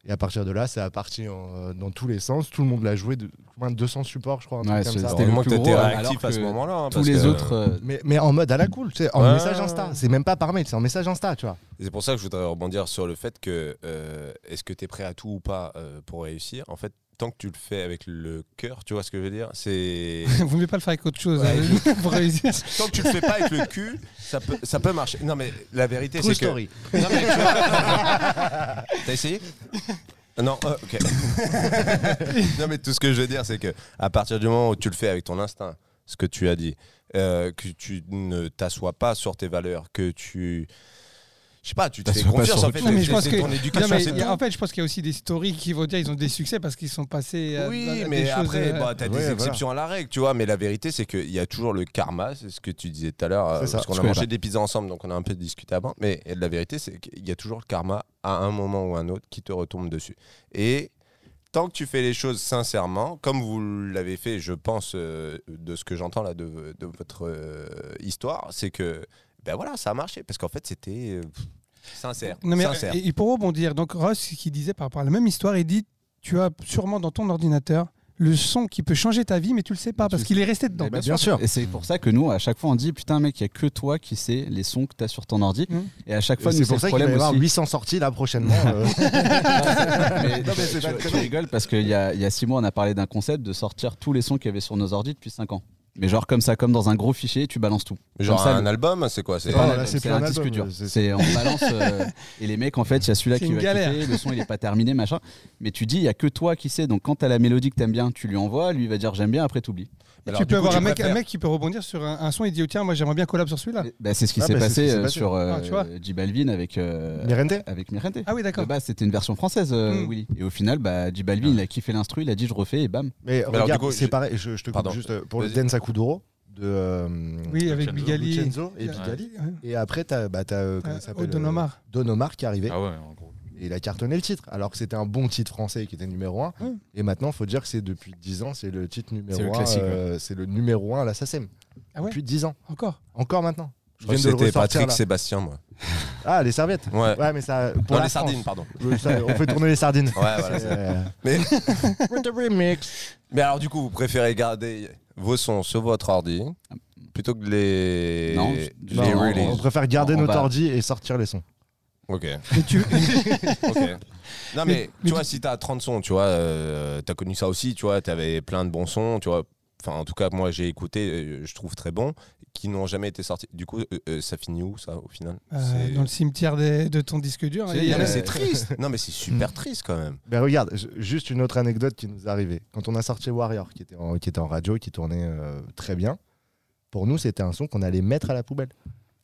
[SPEAKER 5] Et à partir de là, ça a parti en, euh, dans tous les sens. Tout le monde l'a joué, de, moins de 200 supports, je crois. un truc
[SPEAKER 2] Ouais,
[SPEAKER 5] comme
[SPEAKER 2] c'est-
[SPEAKER 5] ça.
[SPEAKER 2] c'était le
[SPEAKER 4] Heureusement que
[SPEAKER 2] plus
[SPEAKER 4] t'étais
[SPEAKER 2] gros,
[SPEAKER 4] réactif
[SPEAKER 2] alors
[SPEAKER 4] à ce
[SPEAKER 2] que
[SPEAKER 4] moment-là. hein,
[SPEAKER 2] tous
[SPEAKER 4] parce
[SPEAKER 2] les
[SPEAKER 4] que-
[SPEAKER 2] autres. euh,
[SPEAKER 5] Mais, mais en mode à la cool, tu sais, en
[SPEAKER 4] Ouais.
[SPEAKER 5] message Insta. C'est même pas par mail, c'est en message Insta, tu vois.
[SPEAKER 4] Et C'est pour ça que je voudrais rebondir sur le fait que euh, est-ce que tu es prêt à tout ou pas euh, pour réussir En fait, tant que tu le fais avec le cœur, tu vois ce que je veux dire C'est
[SPEAKER 1] Vous ne mieux pas le faire avec autre chose
[SPEAKER 4] Ouais,
[SPEAKER 1] hein, pour réussir.
[SPEAKER 4] tant que tu le fais pas avec le cul, ça peut ça peut marcher. Non mais la vérité
[SPEAKER 5] True
[SPEAKER 4] c'est que
[SPEAKER 5] story.
[SPEAKER 4] Non, mais tu vois- T'as essayé Non, euh, ok. non, mais tout ce que je veux dire, c'est que à partir du moment où tu le fais avec ton instinct, ce que tu as dit, euh, que tu ne t'assois pas sur tes valeurs, que tu. Je sais pas, tu te fais
[SPEAKER 2] T'assois pas
[SPEAKER 4] confiance
[SPEAKER 2] sur
[SPEAKER 4] en fait.
[SPEAKER 1] Non, mais
[SPEAKER 4] c'est-
[SPEAKER 1] je pense
[SPEAKER 4] c'est
[SPEAKER 1] que-
[SPEAKER 4] ton
[SPEAKER 1] Non,
[SPEAKER 4] éducation,
[SPEAKER 1] mais
[SPEAKER 4] c'est
[SPEAKER 1] il y a-
[SPEAKER 4] tout.
[SPEAKER 1] en fait, je pense qu'il y a aussi des stories qui vont dire ils ont des succès parce qu'ils sont passés à- à- à
[SPEAKER 4] Oui,
[SPEAKER 1] des
[SPEAKER 4] mais
[SPEAKER 1] choses,
[SPEAKER 4] après,
[SPEAKER 1] euh,
[SPEAKER 4] bah, t'as
[SPEAKER 5] Ouais,
[SPEAKER 4] des
[SPEAKER 5] voilà.
[SPEAKER 4] exceptions à la règle, tu vois. Mais la vérité, c'est qu'il y a toujours le karma, c'est ce que tu disais tout à l'heure, euh,
[SPEAKER 5] C'est ça.
[SPEAKER 4] parce qu'on
[SPEAKER 2] Je
[SPEAKER 4] a
[SPEAKER 2] connais
[SPEAKER 4] mangé
[SPEAKER 2] pas.
[SPEAKER 4] des pizzas ensemble, donc on a un peu discuté avant. Mais la vérité, c'est qu'il y a toujours le karma à un moment ou un autre qui te retombe dessus. Et tant que tu fais les choses sincèrement, comme vous l'avez fait, je pense, euh, de ce que j'entends là de, de votre euh, histoire, c'est que, ben voilà, ça a marché, parce qu'en fait, c'était euh, pff, sincère.
[SPEAKER 1] Non, mais, euh,
[SPEAKER 4] sincère.
[SPEAKER 1] et, et pour rebondir, donc Ross qui disait par rapport à la même histoire, il dit tu as sûrement dans ton ordinateur le son qui peut changer ta vie, mais tu le sais pas
[SPEAKER 2] Mais tu
[SPEAKER 1] parce
[SPEAKER 2] le
[SPEAKER 1] qu'il est resté dedans.
[SPEAKER 5] Eh ben, bien sûr.
[SPEAKER 2] Et c'est pour ça que nous, à chaque fois, on dit Putain, mec, il n'y a que toi qui sais les sons que tu as sur ton ordi.
[SPEAKER 1] Mhm.
[SPEAKER 2] Et à chaque fois, nous,
[SPEAKER 5] C'est
[SPEAKER 2] c'est
[SPEAKER 5] pour
[SPEAKER 2] le
[SPEAKER 5] ça qu'il va y
[SPEAKER 2] problème
[SPEAKER 5] avoir
[SPEAKER 2] aussi.
[SPEAKER 5] 800 sorties là prochainement. euh.
[SPEAKER 2] Mais
[SPEAKER 4] Non, mais c'est
[SPEAKER 2] tu-
[SPEAKER 4] pas de
[SPEAKER 2] tu
[SPEAKER 4] conneries.
[SPEAKER 2] rigoles parce qu'il y a, il y a six mois, on a parlé d'un concept de sortir tous les sons qu'il y avait sur nos ordi depuis cinq ans. Mais genre comme ça, comme dans un gros fichier, tu balances tout.
[SPEAKER 4] Genre
[SPEAKER 2] Comme ça,
[SPEAKER 4] un album, c'est quoi c'est-
[SPEAKER 2] un
[SPEAKER 5] pas Oh, là,
[SPEAKER 2] album,
[SPEAKER 5] c'est
[SPEAKER 2] c'est
[SPEAKER 5] plus
[SPEAKER 2] un
[SPEAKER 5] un
[SPEAKER 2] disque
[SPEAKER 5] album,
[SPEAKER 2] dur.
[SPEAKER 5] c'est-
[SPEAKER 2] C'est on balance euh, et les mecs en fait, il y a celui-là
[SPEAKER 1] C'est
[SPEAKER 2] qui
[SPEAKER 1] une
[SPEAKER 2] va
[SPEAKER 1] galère.
[SPEAKER 2] kiffer, le son il est pas terminé machin. Mais tu dis il y a que toi qui sais. Donc quand t'as la mélodie que t'aimes bien, tu lui envoies, lui il va dire j'aime bien, après t'oublies.
[SPEAKER 4] Alors,
[SPEAKER 1] tu
[SPEAKER 4] du
[SPEAKER 1] peux
[SPEAKER 4] coup,
[SPEAKER 1] avoir
[SPEAKER 4] tu
[SPEAKER 1] un mec, un
[SPEAKER 4] préfères-
[SPEAKER 1] mec qui peut rebondir sur un, un son et dire tiens, moi j'aimerais bien collab sur celui-là.
[SPEAKER 2] Et- Bah, c'est ce qui
[SPEAKER 5] Ah,
[SPEAKER 2] s'est
[SPEAKER 5] bah, c'est ce qui
[SPEAKER 2] passé
[SPEAKER 5] s'est
[SPEAKER 2] euh,
[SPEAKER 5] passé.
[SPEAKER 2] sur euh,
[SPEAKER 1] Ah, tu vois.
[SPEAKER 2] J Balvin avec euh,
[SPEAKER 5] Mirente
[SPEAKER 2] avec Mirente.
[SPEAKER 1] Ah oui,
[SPEAKER 2] De
[SPEAKER 1] d'accord.
[SPEAKER 2] base, c'était une version française, euh,
[SPEAKER 1] Mm.
[SPEAKER 2] Willy. Et au final, bah, J
[SPEAKER 4] Ah.
[SPEAKER 2] Balvin, il a kiffé l'instru, il a dit je refais et bam.
[SPEAKER 5] Mais
[SPEAKER 4] alors,
[SPEAKER 5] regarde,
[SPEAKER 4] du coup,
[SPEAKER 5] c'est
[SPEAKER 4] je-
[SPEAKER 5] pareil, je, je te coupe
[SPEAKER 4] Pardon.
[SPEAKER 5] juste euh, pour le
[SPEAKER 4] Vas-y.
[SPEAKER 5] Dance à Kuduro de euh,
[SPEAKER 1] Oui, avec euh,
[SPEAKER 6] Luciano
[SPEAKER 1] Bigali.
[SPEAKER 5] Lucenzo et
[SPEAKER 1] Ouais.
[SPEAKER 5] Bigali.
[SPEAKER 1] Ouais.
[SPEAKER 5] Et après, t'as bah, t'as, euh, comment
[SPEAKER 1] Euh,
[SPEAKER 5] il s'appelle,
[SPEAKER 1] Don
[SPEAKER 5] euh,
[SPEAKER 1] Omar.
[SPEAKER 5] Don Omar qui est arrivé
[SPEAKER 6] Ah ouais, en gros.
[SPEAKER 5] et il a cartonné le titre. Alors que c'était un bon titre français qui était numéro 1.
[SPEAKER 1] Ouais.
[SPEAKER 5] Et maintenant, faut dire que c'est depuis 10 ans, c'est le titre
[SPEAKER 2] C'est le
[SPEAKER 5] numéro 1.
[SPEAKER 2] classique,
[SPEAKER 5] C'est le numéro 1 à la SACEM.
[SPEAKER 1] Ah ouais
[SPEAKER 5] Depuis 10 ans.
[SPEAKER 1] Encore.
[SPEAKER 5] Encore maintenant.
[SPEAKER 4] Je crois que
[SPEAKER 5] viens de le
[SPEAKER 4] c'était
[SPEAKER 5] ressortir,
[SPEAKER 4] Patrick
[SPEAKER 5] là.
[SPEAKER 4] Sébastien, moi.
[SPEAKER 5] Ah, les serviettes.
[SPEAKER 4] Ouais.
[SPEAKER 5] Ouais, mais ça. Pour
[SPEAKER 4] Non,
[SPEAKER 5] la
[SPEAKER 4] les
[SPEAKER 5] France.
[SPEAKER 4] sardines, pardon.
[SPEAKER 5] Le- ça, on fait tourner les sardines.
[SPEAKER 4] Ouais, voilà.
[SPEAKER 5] Euh,
[SPEAKER 4] Mais,
[SPEAKER 5] with the remix.
[SPEAKER 4] mais alors, du coup, vous préférez garder vos sons sur votre ordi plutôt que de les.
[SPEAKER 2] Non,
[SPEAKER 4] les
[SPEAKER 2] je- non, on-
[SPEAKER 4] release.
[SPEAKER 5] On préfère garder
[SPEAKER 2] On
[SPEAKER 5] notre
[SPEAKER 2] va-
[SPEAKER 5] ordi et sortir les sons.
[SPEAKER 4] Ok.
[SPEAKER 1] Mais tu-
[SPEAKER 4] ok. Non, mais,
[SPEAKER 1] Mais-
[SPEAKER 4] tu
[SPEAKER 1] mais
[SPEAKER 4] vois,
[SPEAKER 1] tu-
[SPEAKER 4] si t'as 30 sons, tu vois, euh, t'as connu ça aussi, tu vois, t'avais plein de bons sons, tu vois. Enfin, en tout cas, moi, j'ai écouté, euh, je trouve très bons, qui n'ont jamais été sortis. Du coup, euh, euh, ça finit où, ça, au final
[SPEAKER 1] Euh,
[SPEAKER 4] C'est-
[SPEAKER 1] dans le cimetière des- de ton disque dur.
[SPEAKER 2] C'est-
[SPEAKER 1] il y
[SPEAKER 4] Non,
[SPEAKER 1] a-
[SPEAKER 4] mais c'est triste. Non, mais c'est super triste quand même.
[SPEAKER 5] Ben regarde, ju- juste une autre anecdote qui nous est arrivée. Quand on a sorti Warrior, qui était en, qui était en radio, qui tournait euh, très bien, pour nous, c'était un son qu'on allait mettre à la poubelle.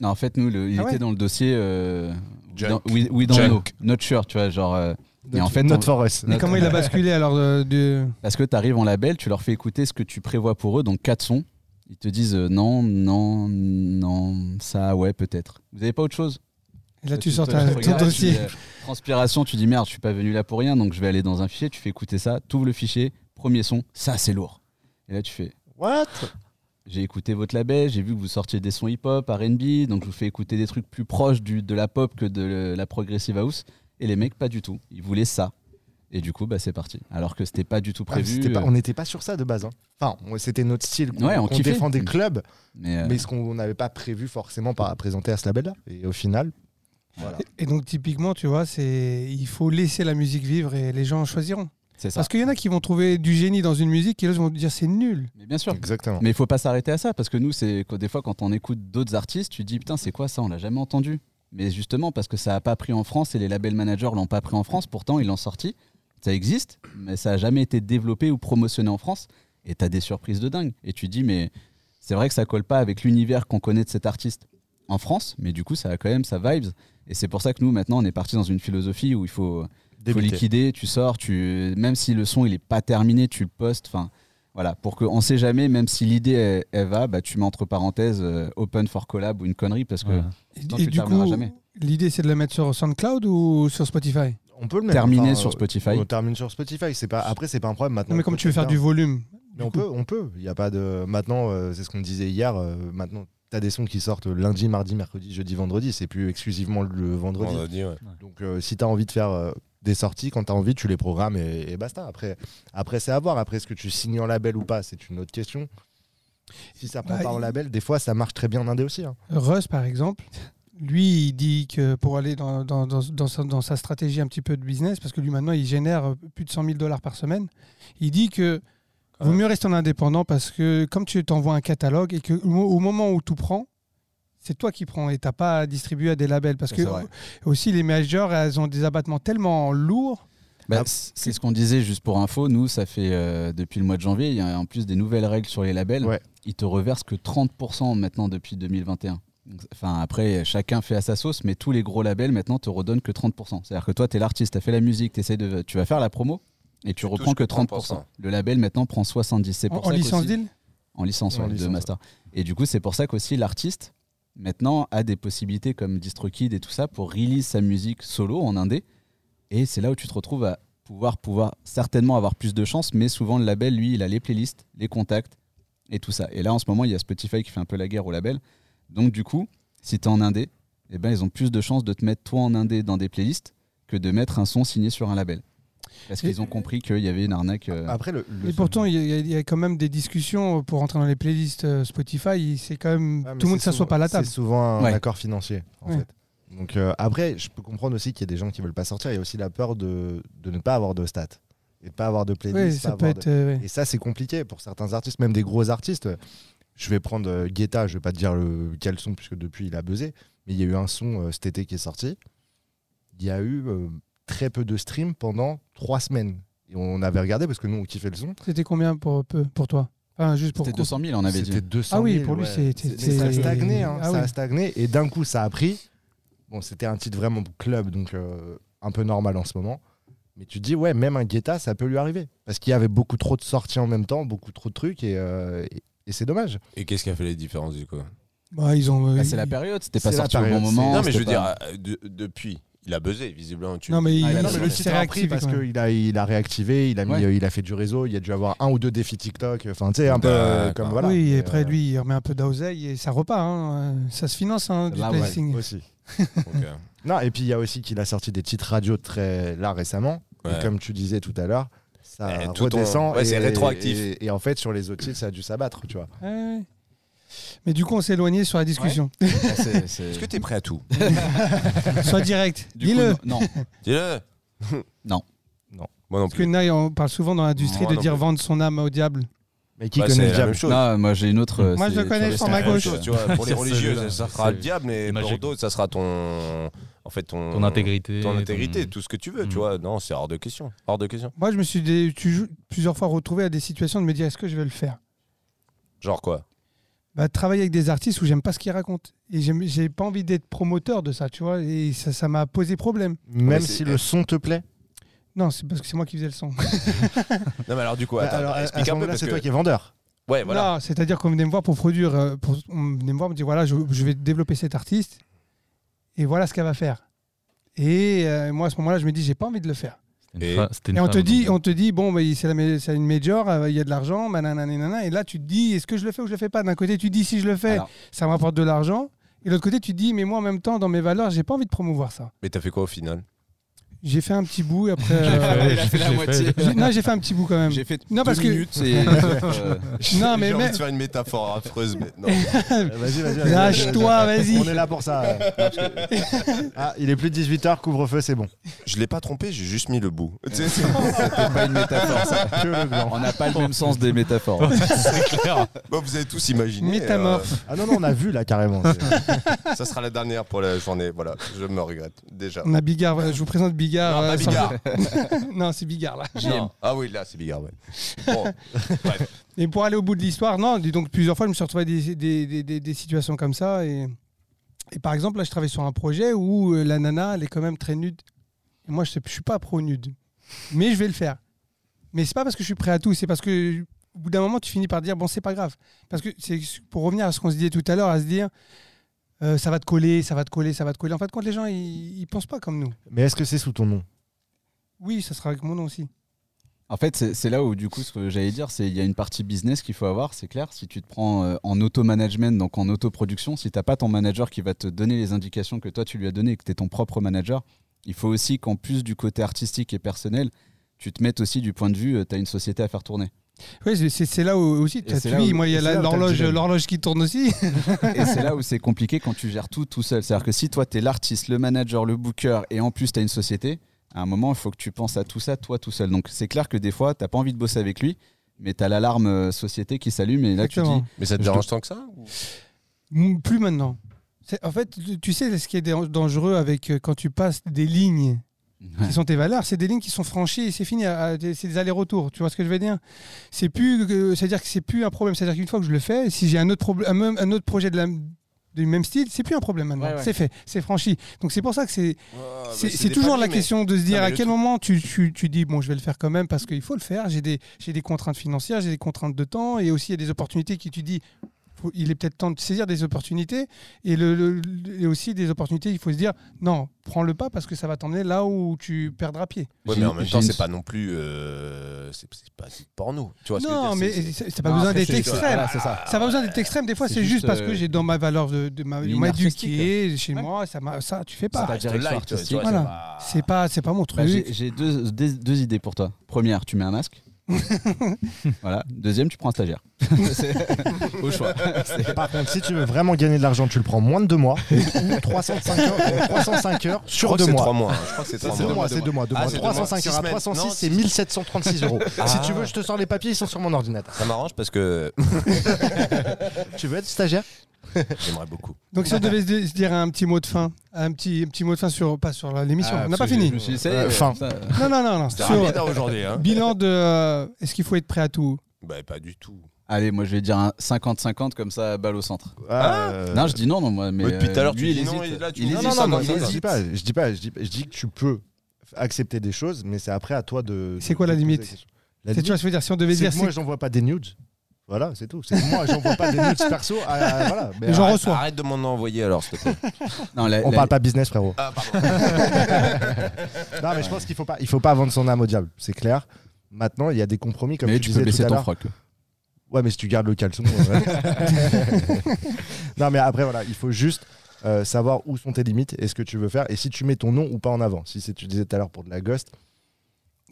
[SPEAKER 2] Non, en fait, nous, le- il
[SPEAKER 1] Ah
[SPEAKER 2] était
[SPEAKER 1] ouais
[SPEAKER 2] dans le dossier. Euh,
[SPEAKER 4] Junk.
[SPEAKER 2] dans- we, we don't
[SPEAKER 4] Junk.
[SPEAKER 2] know, not sure, tu vois, genre. euh,
[SPEAKER 5] Not,
[SPEAKER 2] Et en fait,
[SPEAKER 5] not
[SPEAKER 2] on-
[SPEAKER 5] for us.
[SPEAKER 1] Mais comment il a basculé alors euh, de...
[SPEAKER 2] parce que t'arrives en label, tu leur fais écouter ce que tu prévois pour eux, donc quatre sons. Ils te disent euh, non, non, non, ça, ouais, peut-être. Vous avez pas autre chose
[SPEAKER 1] Et Là, tu
[SPEAKER 2] te-
[SPEAKER 1] sors
[SPEAKER 2] te-
[SPEAKER 1] ta-
[SPEAKER 2] te
[SPEAKER 1] ton
[SPEAKER 2] regardes, tu
[SPEAKER 1] dossier.
[SPEAKER 2] dis, euh, transpiration, tu dis merde, je suis pas venu là pour rien, donc je vais aller dans un fichier, tu fais écouter ça, t'ouvres le fichier, premier son, ça c'est lourd. Et là tu fais,
[SPEAKER 5] What
[SPEAKER 2] j'ai écouté votre label, j'ai vu que vous sortiez des sons hip-hop, RB, donc je vous fais écouter des trucs plus proches du, de la pop que de le- la progressive house. Et les mecs, pas du tout. Ils voulaient ça. Et du coup, bah, c'est parti. Alors que c'était pas du tout
[SPEAKER 5] Ah,
[SPEAKER 2] prévu.
[SPEAKER 5] c'était pas-
[SPEAKER 2] euh,
[SPEAKER 5] on n'était pas sur ça de base. hein. Enfin, on- c'était notre style. qu'on-
[SPEAKER 2] Ouais, on
[SPEAKER 5] on
[SPEAKER 2] kiffait.
[SPEAKER 5] défendait
[SPEAKER 2] Mm.
[SPEAKER 5] le club,
[SPEAKER 2] mais, euh,
[SPEAKER 5] mais ce qu'on n'avait pas prévu forcément par à présenter à ce label-là. Et au final, voilà.
[SPEAKER 1] Et donc typiquement, tu vois, c'est il faut laisser la musique vivre et les gens choisiront.
[SPEAKER 2] c'est ça.
[SPEAKER 1] Parce qu'il y en a qui vont trouver du génie dans une musique et d'autres vont dire c'est nul.
[SPEAKER 2] Mais bien sûr.
[SPEAKER 5] Exactement.
[SPEAKER 2] Mais il faut pas s'arrêter à ça parce que nous, c'est que des fois quand on écoute d'autres artistes, tu te dis putain, c'est quoi ça On l'a jamais entendu. Mais justement parce que ça a pas pris en France et les labels managers l'ont pas pris en France. Pourtant, ils l'ont sorti. Ça existe, mais ça a jamais été développé ou promotionné en France. Et t'as des surprises de dingue. Et tu te dis mais c'est vrai que ça colle pas avec l'univers qu'on connaît de cet artiste en France. Mais du coup, ça a quand même sa vibes. Et c'est pour ça que nous maintenant, on est parti dans une philosophie où il faut faut
[SPEAKER 5] Débuter.
[SPEAKER 2] liquider, tu sors, tu même si le son il est pas terminé, tu le postes. Enfin, voilà, pour que on sait jamais, même si l'idée elle, elle va, bah tu mets entre parenthèses euh, open for collab ou une connerie parce que
[SPEAKER 6] Ouais.
[SPEAKER 1] Et,
[SPEAKER 2] Tant
[SPEAKER 1] et
[SPEAKER 2] que tu
[SPEAKER 1] du
[SPEAKER 2] termineras
[SPEAKER 1] coup,
[SPEAKER 2] jamais.
[SPEAKER 1] l'idée c'est de le mettre sur SoundCloud ou sur Spotify
[SPEAKER 5] On peut le mettre.
[SPEAKER 2] terminer
[SPEAKER 5] Enfin,
[SPEAKER 2] sur
[SPEAKER 5] euh,
[SPEAKER 2] Spotify.
[SPEAKER 5] On termine sur Spotify. C'est pas après, c'est pas un problème maintenant.
[SPEAKER 1] Non mais comme tu veux faire du volume.
[SPEAKER 5] Mais on peut, on peut. Il y a pas de. Maintenant, euh, c'est ce qu'on disait hier. euh, maintenant, t'as des sons qui sortent lundi, mardi, mercredi, jeudi, vendredi. C'est plus exclusivement le vendredi.
[SPEAKER 4] Vendredi, ouais.
[SPEAKER 5] Donc, euh, si t'as envie de faire euh, des sorties, quand t'as envie, tu les programmes et, et basta. Après, après c'est à voir. Après, est-ce que tu signes en label ou pas C'est une autre question. Si ça prend
[SPEAKER 1] Bah,
[SPEAKER 5] pas en
[SPEAKER 1] il-
[SPEAKER 5] label, des fois, ça marche très bien en indé aussi. hein.
[SPEAKER 1] Russ, par exemple, lui, il dit que pour aller dans, dans- dans- dans sa, dans sa stratégie un petit peu de business, parce que lui, maintenant, il génère euh, plus de 100 000 dollars par semaine, il dit que
[SPEAKER 4] Quand
[SPEAKER 1] vaut
[SPEAKER 4] même.
[SPEAKER 1] mieux rester en indépendant parce que comme tu t'envoies un catalogue et que au mo- au moment où tout prend, c'est toi qui prends et t'as pas à distribuer à des labels. Parce
[SPEAKER 2] Ça,
[SPEAKER 1] que
[SPEAKER 2] c'est vrai.
[SPEAKER 1] euh, aussi, les majors, elles ont des abattements tellement lourds.
[SPEAKER 2] Bah, c- c'est ce qu'on disait juste pour info. Nous, ça fait euh, depuis le mois de janvier, il y a en plus des nouvelles règles sur les labels.
[SPEAKER 5] Ouais.
[SPEAKER 2] Ils te reversent que 30% maintenant depuis 2021. Donc, c'est- Enfin, après, chacun fait à sa sauce, mais tous les gros labels maintenant te redonnent que 30%. C'est-à-dire que toi, tu es l'artiste, tu as fait la musique, t'essayes de, tu vas faire la promo et tu,
[SPEAKER 4] Tu
[SPEAKER 2] reprends
[SPEAKER 4] touches
[SPEAKER 2] que
[SPEAKER 4] que
[SPEAKER 2] 30%.
[SPEAKER 4] 30%.
[SPEAKER 2] Le label maintenant prend 70%. C'est
[SPEAKER 1] En,
[SPEAKER 2] pour
[SPEAKER 1] en
[SPEAKER 2] ça
[SPEAKER 1] licence
[SPEAKER 2] qu'aussi-
[SPEAKER 1] deal
[SPEAKER 2] en licence,
[SPEAKER 5] En
[SPEAKER 2] ouais, de
[SPEAKER 5] licence,
[SPEAKER 2] master. Et du coup, c'est pour ça qu'aussi l'artiste, maintenant, a des possibilités comme DistroKid et tout ça pour release sa musique solo en indé. Et c'est là où tu te retrouves à pouvoir, pouvoir certainement avoir plus de chance, mais souvent le label, lui, il a les playlists, les contacts et tout ça. Et là, en ce moment, il y a Spotify qui fait un peu la guerre au label. Donc, du coup, si tu es en indé, eh ben, ils ont plus de chances de te mettre toi en indé dans des playlists que de mettre un son signé sur un label. Parce
[SPEAKER 1] Et-
[SPEAKER 2] qu'ils ont compris qu'il y avait une arnaque. euh,
[SPEAKER 5] Après, le, le-
[SPEAKER 1] Et pourtant, il y, a- il y a quand même des discussions pour entrer dans les playlists euh, Spotify. C'est quand même
[SPEAKER 5] Ah, mais
[SPEAKER 1] tout le monde
[SPEAKER 5] c'est
[SPEAKER 1] s'assoit
[SPEAKER 5] souvent-
[SPEAKER 1] pas à la table.
[SPEAKER 5] C'est souvent un
[SPEAKER 2] Ouais.
[SPEAKER 5] accord financier, en
[SPEAKER 1] Ouais.
[SPEAKER 5] fait. Donc euh, après, je peux comprendre aussi qu'il y a des gens qui veulent pas sortir. Il y a aussi la peur de, de ne pas avoir de stats et de pas avoir de playlist.
[SPEAKER 1] Oui,
[SPEAKER 5] pas
[SPEAKER 1] ça peut
[SPEAKER 5] avoir de-
[SPEAKER 1] être. euh, ouais.
[SPEAKER 5] Et ça, c'est compliqué pour certains artistes, même des gros artistes. Je vais prendre euh, Guetta, je vais pas te dire le, quel son, puisque depuis il a buzzé, mais il y a eu un son euh, cet été qui est sorti. Il y a eu euh, très peu de streams pendant trois semaines. Et on avait regardé, parce que nous on kiffait le son.
[SPEAKER 1] C'était combien pour, peu- pour toi Enfin, juste pour
[SPEAKER 2] C'était 200 000, on avait dit.
[SPEAKER 5] C'était 200
[SPEAKER 1] Ah oui,
[SPEAKER 5] 000,
[SPEAKER 1] pour lui,
[SPEAKER 5] ouais.
[SPEAKER 1] c'est- c'est-
[SPEAKER 5] Mais Ça a
[SPEAKER 1] c'est-
[SPEAKER 5] stagné, hein,
[SPEAKER 1] Ah
[SPEAKER 5] ça a
[SPEAKER 1] oui.
[SPEAKER 5] stagné. Et d'un coup, ça a pris. Bon, c'était un titre vraiment club, donc euh, un peu normal en ce moment. Mais tu te dis, ouais, même un Guetta, ça peut lui arriver. Parce qu'il y avait beaucoup trop de sorties en même temps, beaucoup trop de trucs, et, euh, et- et c'est dommage.
[SPEAKER 2] Ah,
[SPEAKER 4] Et qu'est-ce qui a fait les différences du coup
[SPEAKER 1] Bah, ils ont. euh,
[SPEAKER 2] Bah, c'est la
[SPEAKER 1] ils-
[SPEAKER 2] période, c'était pas
[SPEAKER 5] C'est la
[SPEAKER 2] sorti au bon
[SPEAKER 5] période, c'est-
[SPEAKER 2] moment.
[SPEAKER 5] Non,
[SPEAKER 4] Non, mais je veux
[SPEAKER 2] c'était pas-
[SPEAKER 4] dire, euh, de- depuis, il a buzzé, visiblement. Tu
[SPEAKER 1] Non, mais
[SPEAKER 2] Ah,
[SPEAKER 1] ils
[SPEAKER 2] il a-
[SPEAKER 5] non,
[SPEAKER 2] ils
[SPEAKER 5] mais
[SPEAKER 2] sont
[SPEAKER 5] le titre
[SPEAKER 1] c'est
[SPEAKER 5] a pris
[SPEAKER 1] réactivé
[SPEAKER 5] parce
[SPEAKER 1] quand même.
[SPEAKER 5] qu'il a, il a réactivé, il a, mis,
[SPEAKER 2] Ouais. Bah,
[SPEAKER 5] euh, il a fait du réseau, il y a dû avoir un ou deux défis TikTok, enfin, tu sais, un peu euh,
[SPEAKER 4] D'accord.
[SPEAKER 5] comme voilà.
[SPEAKER 1] oui,
[SPEAKER 5] Mais,
[SPEAKER 1] et après,
[SPEAKER 5] euh,
[SPEAKER 1] lui, il remet un peu d'oseille et ça repart. hein. Euh, Ça se finance, hein, du
[SPEAKER 2] Là, ouais.
[SPEAKER 1] placing.
[SPEAKER 5] aussi.
[SPEAKER 4] Ok.
[SPEAKER 5] Non, et puis il y a aussi qu'il a sorti des titres radio très là récemment.
[SPEAKER 4] Ouais.
[SPEAKER 5] Et comme tu disais tout à l'heure, ça
[SPEAKER 4] Eh, tout
[SPEAKER 5] redescend.
[SPEAKER 4] en- ouais,
[SPEAKER 5] et-
[SPEAKER 4] c'est rétroactif.
[SPEAKER 5] Et, et en fait, sur les autres titres, ça a dû s'abattre, tu vois.
[SPEAKER 1] Ouais, ouais. Mais du coup, on s'est éloigné sur la discussion.
[SPEAKER 4] euh,
[SPEAKER 2] Ah, c'est- c'est-
[SPEAKER 4] Est-ce que t'es prêt à tout
[SPEAKER 1] Sois direct.
[SPEAKER 2] Du coup,
[SPEAKER 1] Dis-le.
[SPEAKER 2] non, non.
[SPEAKER 4] Dis-le
[SPEAKER 2] Non.
[SPEAKER 5] Non.
[SPEAKER 4] Moi non
[SPEAKER 1] Parce que
[SPEAKER 4] plus.
[SPEAKER 1] là, on parle souvent dans l'industrie
[SPEAKER 4] Moi
[SPEAKER 1] de
[SPEAKER 4] non
[SPEAKER 1] dire
[SPEAKER 4] plus.
[SPEAKER 1] vendre son âme au diable.
[SPEAKER 5] Mais qui
[SPEAKER 4] Bah,
[SPEAKER 5] connaît
[SPEAKER 4] c'est
[SPEAKER 5] le
[SPEAKER 4] la même
[SPEAKER 5] diable
[SPEAKER 4] chose.
[SPEAKER 2] Non, moi j'ai une autre. euh,
[SPEAKER 1] Moi, je
[SPEAKER 2] c'est
[SPEAKER 1] le connais
[SPEAKER 2] sur
[SPEAKER 1] sur
[SPEAKER 2] les
[SPEAKER 1] ma
[SPEAKER 2] stats,
[SPEAKER 1] gauche.
[SPEAKER 2] euh,
[SPEAKER 4] Tu vois, pour les
[SPEAKER 6] C'est
[SPEAKER 4] religieux,
[SPEAKER 6] celle-là,
[SPEAKER 4] ça
[SPEAKER 6] c'est-
[SPEAKER 4] sera le diable, mais pour
[SPEAKER 6] magique.
[SPEAKER 4] d'autres, ça sera ton. En fait, ton.
[SPEAKER 6] Ton intégrité.
[SPEAKER 4] Ton intégrité, tout ce que tu veux, tu
[SPEAKER 6] Mm.
[SPEAKER 4] vois. Non, c'est hors de question. Hors de question.
[SPEAKER 1] Moi, je me suis dé- tu- plusieurs fois retrouvé à des situations de me dire est-ce que je vais le faire
[SPEAKER 4] Genre quoi
[SPEAKER 1] bah, travailler avec des artistes où j'aime pas ce qu'ils racontent. Et j'aime- j'ai pas envie d'être promoteur de ça, tu vois. Et ça ça m'a posé problème.
[SPEAKER 5] Même
[SPEAKER 4] Mais c'est-
[SPEAKER 5] si le son te plaît.
[SPEAKER 1] Non, c'est parce que c'est moi qui faisais le son.
[SPEAKER 4] Non, mais alors, du coup,
[SPEAKER 5] Bah,
[SPEAKER 4] attends,
[SPEAKER 5] alors, à- à
[SPEAKER 4] explique
[SPEAKER 5] ce
[SPEAKER 4] un peu
[SPEAKER 5] moment-là,
[SPEAKER 4] parce
[SPEAKER 5] c'est
[SPEAKER 4] que.
[SPEAKER 5] toi qui es vendeur.
[SPEAKER 4] Ouais, voilà.
[SPEAKER 1] Non, c'est-à-dire qu'on venait me voir pour produire, euh, pour- on venait me voir, on me dit voilà, je, je vais développer cet artiste et voilà ce qu'elle va faire. Et euh, moi à ce moment-là, je me dis j'ai pas envie de le faire.
[SPEAKER 6] C'était une
[SPEAKER 4] Et-
[SPEAKER 6] fa- c'était une
[SPEAKER 1] Et on
[SPEAKER 6] femme,
[SPEAKER 1] te dit,
[SPEAKER 6] donc,
[SPEAKER 1] on te dit bon, bah, c'est la ma- c'est une major, euh, il y a de l'argent, manana, nanana. et là tu te dis, est-ce que je le fais ou je le fais pas D'un côté, tu dis si je le fais,
[SPEAKER 2] Alors.
[SPEAKER 1] ça me rapporte de l'argent, et de l'autre côté, tu te dis, mais moi en même temps, dans mes valeurs, j'ai pas envie de promouvoir ça.
[SPEAKER 4] Mais t'as fait quoi au final
[SPEAKER 1] J'ai fait un petit bout et après.
[SPEAKER 6] J'ai
[SPEAKER 1] euh,
[SPEAKER 6] fait- j'ai fait-
[SPEAKER 1] j'ai- non, j'ai fait un petit bout quand même.
[SPEAKER 2] J'ai fait
[SPEAKER 1] Non,
[SPEAKER 2] deux
[SPEAKER 1] parce que-
[SPEAKER 2] minutes et. euh,
[SPEAKER 1] Non, mais
[SPEAKER 4] J'ai envie
[SPEAKER 1] mais-
[SPEAKER 4] de faire une métaphore affreuse maintenant.
[SPEAKER 5] Euh, Vas-y, vas-y. vas-y,
[SPEAKER 1] lâche-toi, vas-y.
[SPEAKER 5] On est là pour ça. Ah, il est plus de 18h, couvre-feu, c'est bon.
[SPEAKER 4] Je l'ai pas trompé, j'ai juste mis le bout. Tu sais, c'est-
[SPEAKER 2] C'était pas une métaphore, ça.
[SPEAKER 5] Que le blanc.
[SPEAKER 2] On n'a pas le même sens des métaphores.
[SPEAKER 6] C'est clair.
[SPEAKER 4] Bon, vous avez tous imaginé.
[SPEAKER 1] Métamorphe.
[SPEAKER 5] Ah non, non, on a vu là carrément.
[SPEAKER 4] euh, ça sera la dernière pour la journée. Voilà, je me regrette déjà.
[SPEAKER 1] On a Bigard. euh, Je vous présente Bigard.
[SPEAKER 4] Ah,
[SPEAKER 1] euh, sans-
[SPEAKER 4] Bigard.
[SPEAKER 1] non, c'est Bigard là.
[SPEAKER 4] Non. Ah oui, là, c'est Bigard, ouais. Bon,
[SPEAKER 1] Et pour aller au bout de l'histoire, non, dis donc plusieurs fois, je me suis retrouvé à des, des, des- des- des situations comme ça. Et, et par exemple, là, je travaille sur un projet où euh, la nana, elle est quand même très nude. Et moi, je ne suis pas pro-nude. Mais je vais le faire. Mais c'est pas parce que je suis prêt à tout, c'est parce que au bout d'un moment, tu finis par dire, bon, c'est pas grave. Parce que c'est pour revenir à ce qu'on se disait tout à l'heure, à se dire, euh, ça va te coller, ça va te coller, ça va te coller. En fait, quand les gens, ils, ils pensent pas comme nous.
[SPEAKER 5] Mais est-ce que c'est sous ton nom
[SPEAKER 1] Oui, ça sera avec mon nom aussi.
[SPEAKER 2] En fait, c'est c'est là où, du coup, ce que j'allais dire, c'est il y a une partie business qu'il faut avoir, c'est clair. Si tu te prends euh, en auto-management, donc en auto-production, si t'as pas ton manager qui va te donner les indications que toi tu lui as données et que tu es ton propre manager, il faut aussi qu'en plus du côté artistique et personnel, tu te mettes aussi du point de vue, tu as une société à faire tourner.
[SPEAKER 1] Oui, c'est- c'est c'est là où, aussi, tu as
[SPEAKER 2] c'est
[SPEAKER 1] tu
[SPEAKER 2] là
[SPEAKER 1] dis,
[SPEAKER 2] où-
[SPEAKER 1] moi, il y a
[SPEAKER 5] et c'est là
[SPEAKER 1] la-
[SPEAKER 5] où t'as le
[SPEAKER 1] l'horloge
[SPEAKER 5] dilemme.
[SPEAKER 1] l'horloge qui tourne aussi.
[SPEAKER 2] Et c'est là où c'est compliqué quand tu gères tout tout seul. C'est-à-dire que si toi, tu es l'artiste, le manager, le booker, et en plus, tu as une société, à un moment, il faut que tu penses à tout ça, toi, tout seul. Donc, c'est clair que des fois, tu pas envie de bosser avec lui, mais tu as l'alarme euh, société qui s'allume, et là,
[SPEAKER 1] Exactement.
[SPEAKER 2] tu dis...
[SPEAKER 4] mais ça te
[SPEAKER 2] Je
[SPEAKER 4] dérange tant que ça
[SPEAKER 1] Mm, Plus maintenant. C'est- En fait, tu- tu sais ce qui est dé- dangereux avec euh, quand tu passes des lignes qui sont tes valeurs, c'est des lignes qui sont franchies et c'est fini, à- à- c'est des allers-retours. Tu vois ce que je veux dire C'est plus, que- c'est-à-dire que c'est plus un problème. C'est-à-dire qu'une fois que je le fais, si j'ai un autre problème, un, même- un autre projet de la du même style, c'est plus un problème maintenant.
[SPEAKER 2] Ouais, ouais.
[SPEAKER 1] C'est fait, c'est franchi. Donc c'est pour ça que c'est
[SPEAKER 4] Ah, bah,
[SPEAKER 1] c'est
[SPEAKER 4] des
[SPEAKER 1] c'est toujours la
[SPEAKER 4] familles, mais-
[SPEAKER 1] question de se dire
[SPEAKER 4] mais
[SPEAKER 1] à
[SPEAKER 4] le
[SPEAKER 1] quel
[SPEAKER 4] truc-
[SPEAKER 1] moment tu, tu, tu dis bon je vais le faire quand même parce qu'il faut le faire, j'ai des, j'ai des contraintes financières, j'ai des contraintes de temps et aussi il y a des opportunités qui tu dis faut- il est peut-être temps de saisir des opportunités et, le, le- le- et aussi des opportunités il faut se dire non prends-le pas parce que ça va t'emmener là où tu perdras pied.
[SPEAKER 4] Ouais,
[SPEAKER 2] J'ai-
[SPEAKER 4] mais en même
[SPEAKER 2] j'ai
[SPEAKER 4] temps,
[SPEAKER 2] une-
[SPEAKER 4] c'est pas non plus. euh, c'est c'est pas du porno. Tu vois ce que je veux
[SPEAKER 1] non
[SPEAKER 4] dire,
[SPEAKER 1] mais
[SPEAKER 4] c'est- c'est-
[SPEAKER 1] c'est- c'est pas
[SPEAKER 2] Non,
[SPEAKER 1] besoin
[SPEAKER 2] après,
[SPEAKER 1] d'être
[SPEAKER 2] c'est-
[SPEAKER 1] extrême.
[SPEAKER 2] voilà, c'est ça.
[SPEAKER 1] Ça n'a pas besoin d'être extrême. Des fois,
[SPEAKER 2] C'est
[SPEAKER 1] c'est juste
[SPEAKER 2] juste,
[SPEAKER 1] parce
[SPEAKER 2] euh,
[SPEAKER 1] que j'ai dans ma valeur de, de ma-
[SPEAKER 2] ligne
[SPEAKER 1] m'éduquer chez
[SPEAKER 2] Ouais.
[SPEAKER 1] moi. Ça m'a- ça, tu fais
[SPEAKER 2] C'est
[SPEAKER 1] pas.
[SPEAKER 2] ta direction
[SPEAKER 4] light, tu vois,
[SPEAKER 2] artistique.
[SPEAKER 4] ça
[SPEAKER 1] Voilà.
[SPEAKER 4] va-
[SPEAKER 1] C'est pas, c'est pas mon truc.
[SPEAKER 2] Bah, j'ai- J'ai deux, des- deux idées pour toi. Première, tu mets un masque. voilà. Deuxième, tu prends un stagiaire. C'est- Au choix. C'est-
[SPEAKER 5] Par contre, si tu veux vraiment gagner de l'argent, tu le prends moins de deux mois. Ou 305 heures, 305 heures
[SPEAKER 4] Je crois
[SPEAKER 5] sur
[SPEAKER 4] que
[SPEAKER 5] deux
[SPEAKER 4] c'est
[SPEAKER 5] mois.
[SPEAKER 4] trois mois. hein. Je crois que c'est
[SPEAKER 5] C'est
[SPEAKER 4] trois
[SPEAKER 5] deux mois, c'est deux mois. deux
[SPEAKER 4] Ah,
[SPEAKER 5] mois.
[SPEAKER 4] c'est deux mois.
[SPEAKER 5] 305
[SPEAKER 4] Six
[SPEAKER 5] heures à
[SPEAKER 4] semaines.
[SPEAKER 5] 306,
[SPEAKER 4] Non,
[SPEAKER 5] c'est
[SPEAKER 4] six-
[SPEAKER 5] 1736 euros. Si
[SPEAKER 4] Ah.
[SPEAKER 5] tu veux, je te sors les papiers, ils sont sur mon ordinateur.
[SPEAKER 4] Ça m'arrange parce que
[SPEAKER 5] Tu veux être stagiaire
[SPEAKER 4] j'aimerais beaucoup.
[SPEAKER 1] Donc si on devait se di- se dire un petit mot de fin, un petit, un petit mot de fin sur pas sur la- l'émission,
[SPEAKER 2] Ah,
[SPEAKER 1] on n'a pas
[SPEAKER 2] parce que
[SPEAKER 1] fini.
[SPEAKER 2] je me suis dit, ça y est,
[SPEAKER 5] Euh,
[SPEAKER 2] ouais,
[SPEAKER 5] fin.
[SPEAKER 2] ça-
[SPEAKER 1] Non non non non.
[SPEAKER 4] C'était
[SPEAKER 1] Sur-
[SPEAKER 4] rapide hein, aujourd'hui. Hein.
[SPEAKER 1] bilan de euh, est-ce qu'il faut être prêt à tout
[SPEAKER 4] Bah, pas du tout.
[SPEAKER 2] Allez, moi je vais dire un 50-50 comme ça, balle au centre.
[SPEAKER 4] Hein
[SPEAKER 5] Euh,
[SPEAKER 2] Non, je dis non, non, moi. Mais
[SPEAKER 4] Mais Bah, depuis tout à l'heure,
[SPEAKER 2] euh,
[SPEAKER 4] tu
[SPEAKER 2] lui,
[SPEAKER 4] dis
[SPEAKER 2] il
[SPEAKER 4] non,
[SPEAKER 2] hésite.
[SPEAKER 4] et là, tu
[SPEAKER 2] Il
[SPEAKER 4] dis
[SPEAKER 5] Non,
[SPEAKER 2] hésite,
[SPEAKER 5] non, non,
[SPEAKER 2] cinquante,
[SPEAKER 5] mais je
[SPEAKER 2] cinquante.
[SPEAKER 5] dis pas, je dis pas, je dis, je dis que tu peux accepter des choses, mais c'est après à toi de.
[SPEAKER 1] C'est quoi la
[SPEAKER 5] de poser
[SPEAKER 1] limite
[SPEAKER 5] la question. La
[SPEAKER 1] C'est tu vois
[SPEAKER 5] limite,
[SPEAKER 1] ce que je veux dire si on devait
[SPEAKER 5] c'est
[SPEAKER 1] dire
[SPEAKER 5] que moi,
[SPEAKER 1] c'est-
[SPEAKER 5] j'en vois pas des nudes. Voilà, c'est tout. C'est que moi, j'en vois pas des nudes perso. ah, ah, voilà. Mais
[SPEAKER 1] Mais j'en
[SPEAKER 5] arrête,
[SPEAKER 1] reçois.
[SPEAKER 4] Arrête de m'en envoyer alors, s'il te plaît.
[SPEAKER 2] Non, la-
[SPEAKER 5] On
[SPEAKER 2] la-
[SPEAKER 5] parle pas business, frérot.
[SPEAKER 4] Ah, pardon.
[SPEAKER 5] Non, mais je pense qu'il faut pas, il faut pas vendre son âme au diable. C'est clair. Maintenant, il y a des compromis comme
[SPEAKER 2] Mais
[SPEAKER 5] tu,
[SPEAKER 2] tu peux
[SPEAKER 5] disais tout
[SPEAKER 2] blesser
[SPEAKER 5] à
[SPEAKER 2] ton
[SPEAKER 5] l'heure.
[SPEAKER 2] froc.
[SPEAKER 5] Ouais, mais si tu gardes le caleçon. euh, ouais. non, mais après, voilà, il faut juste euh, savoir où sont tes limites et ce que tu veux faire et si tu mets ton nom ou pas en avant. Si c'est, tu disais tout à l'heure pour de la ghost.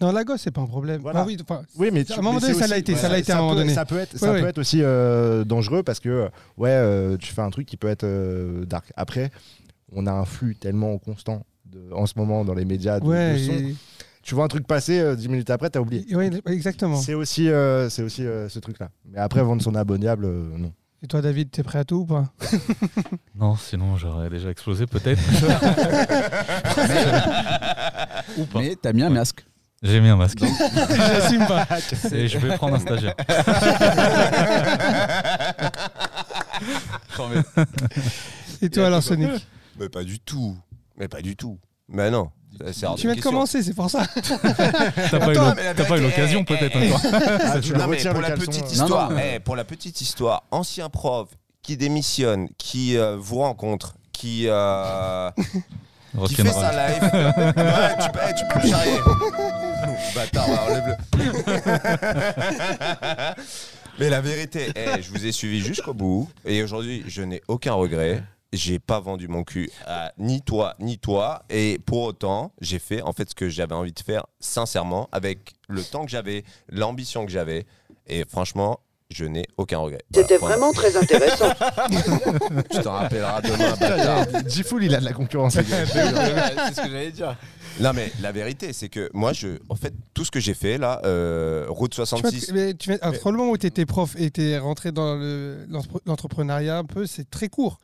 [SPEAKER 1] Non la gosse c'est pas un problème.
[SPEAKER 5] Voilà.
[SPEAKER 1] Ah oui, enfin,
[SPEAKER 5] Oui, mais
[SPEAKER 1] À un moment
[SPEAKER 5] mais
[SPEAKER 1] donné,
[SPEAKER 5] c'est
[SPEAKER 1] ça l'a été, ça l'a été à un
[SPEAKER 5] peut-
[SPEAKER 1] moment donné.
[SPEAKER 5] Ça peut être,
[SPEAKER 1] Oui,
[SPEAKER 5] ça
[SPEAKER 1] oui.
[SPEAKER 5] peut être aussi euh, dangereux parce que euh, ouais, euh, tu fais un truc qui peut être euh, dark. Après, on a un flux tellement constant de- en ce moment dans les médias de,
[SPEAKER 1] ouais,
[SPEAKER 5] de son. Tu vois un truc passer euh, 10 minutes après, t'as oublié.
[SPEAKER 1] et- ouais, exactement.
[SPEAKER 5] C'est aussi, euh, c'est aussi euh, ce truc-là. Mais après, vendre son abonnable, euh, non.
[SPEAKER 1] Et toi David, t'es prêt à tout ou pas
[SPEAKER 6] euh, Non, sinon j'aurais déjà explosé peut-être. Ou pas.
[SPEAKER 2] Mais t'as mis un masque.
[SPEAKER 6] J'ai mis un masque.
[SPEAKER 1] J'assume pas.
[SPEAKER 6] Et je vais prendre un stagiaire.
[SPEAKER 1] Et toi alors Sonic
[SPEAKER 4] Mais pas du tout. Mais pas du tout. Mais non. ça sert à
[SPEAKER 1] Tu
[SPEAKER 4] des
[SPEAKER 1] viens de
[SPEAKER 4] questions.
[SPEAKER 1] commencer, c'est pour ça.
[SPEAKER 6] T'as pas eu
[SPEAKER 4] Attends,
[SPEAKER 6] l'oc-
[SPEAKER 4] mais la
[SPEAKER 6] t'as pas eu
[SPEAKER 4] vérité,
[SPEAKER 6] l'occasion
[SPEAKER 4] eh,
[SPEAKER 6] peut-être
[SPEAKER 4] eh,
[SPEAKER 6] encore.
[SPEAKER 5] Ah, tu le
[SPEAKER 4] Non, mais
[SPEAKER 5] retires
[SPEAKER 4] pour
[SPEAKER 5] le
[SPEAKER 4] la
[SPEAKER 5] caleçon,
[SPEAKER 4] petite
[SPEAKER 5] euh.
[SPEAKER 2] Non,
[SPEAKER 4] histoire,
[SPEAKER 2] non.
[SPEAKER 4] eh, pour la petite histoire, ancien prof qui démissionne, qui euh, vous rencontre, qui, euh, qui fait
[SPEAKER 6] Rock'n'roll.
[SPEAKER 4] eh, sa live. Ouais, tu peux, eh, tu peux le charrier. Bâtard, bah, enlève-le. Mais la vérité, eh, je vous ai suivi jusqu'au bout. Et aujourd'hui, je n'ai aucun regret. J'ai pas vendu mon cul à ni toi, ni toi. Et pour autant, j'ai fait en fait ce que j'avais envie de faire sincèrement, avec le temps que j'avais, l'ambition que j'avais. Et franchement, je n'ai aucun regret.
[SPEAKER 3] C'était
[SPEAKER 4] Voilà, point.
[SPEAKER 3] vraiment très intéressant.
[SPEAKER 4] Tu t'en rappelleras demain, bâtard.
[SPEAKER 5] Jifool, il a de la concurrence. les gars.
[SPEAKER 2] c'est ce que j'allais dire.
[SPEAKER 4] Non, mais la vérité, c'est que moi, je, en fait, tout ce que j'ai fait là, euh, route
[SPEAKER 1] Tu vois,
[SPEAKER 4] 66,
[SPEAKER 1] mais tu fais- entre le moment où tu étais prof et tu es rentré dans le- l'entre- l'entrepreneuriat un peu, c'est très court.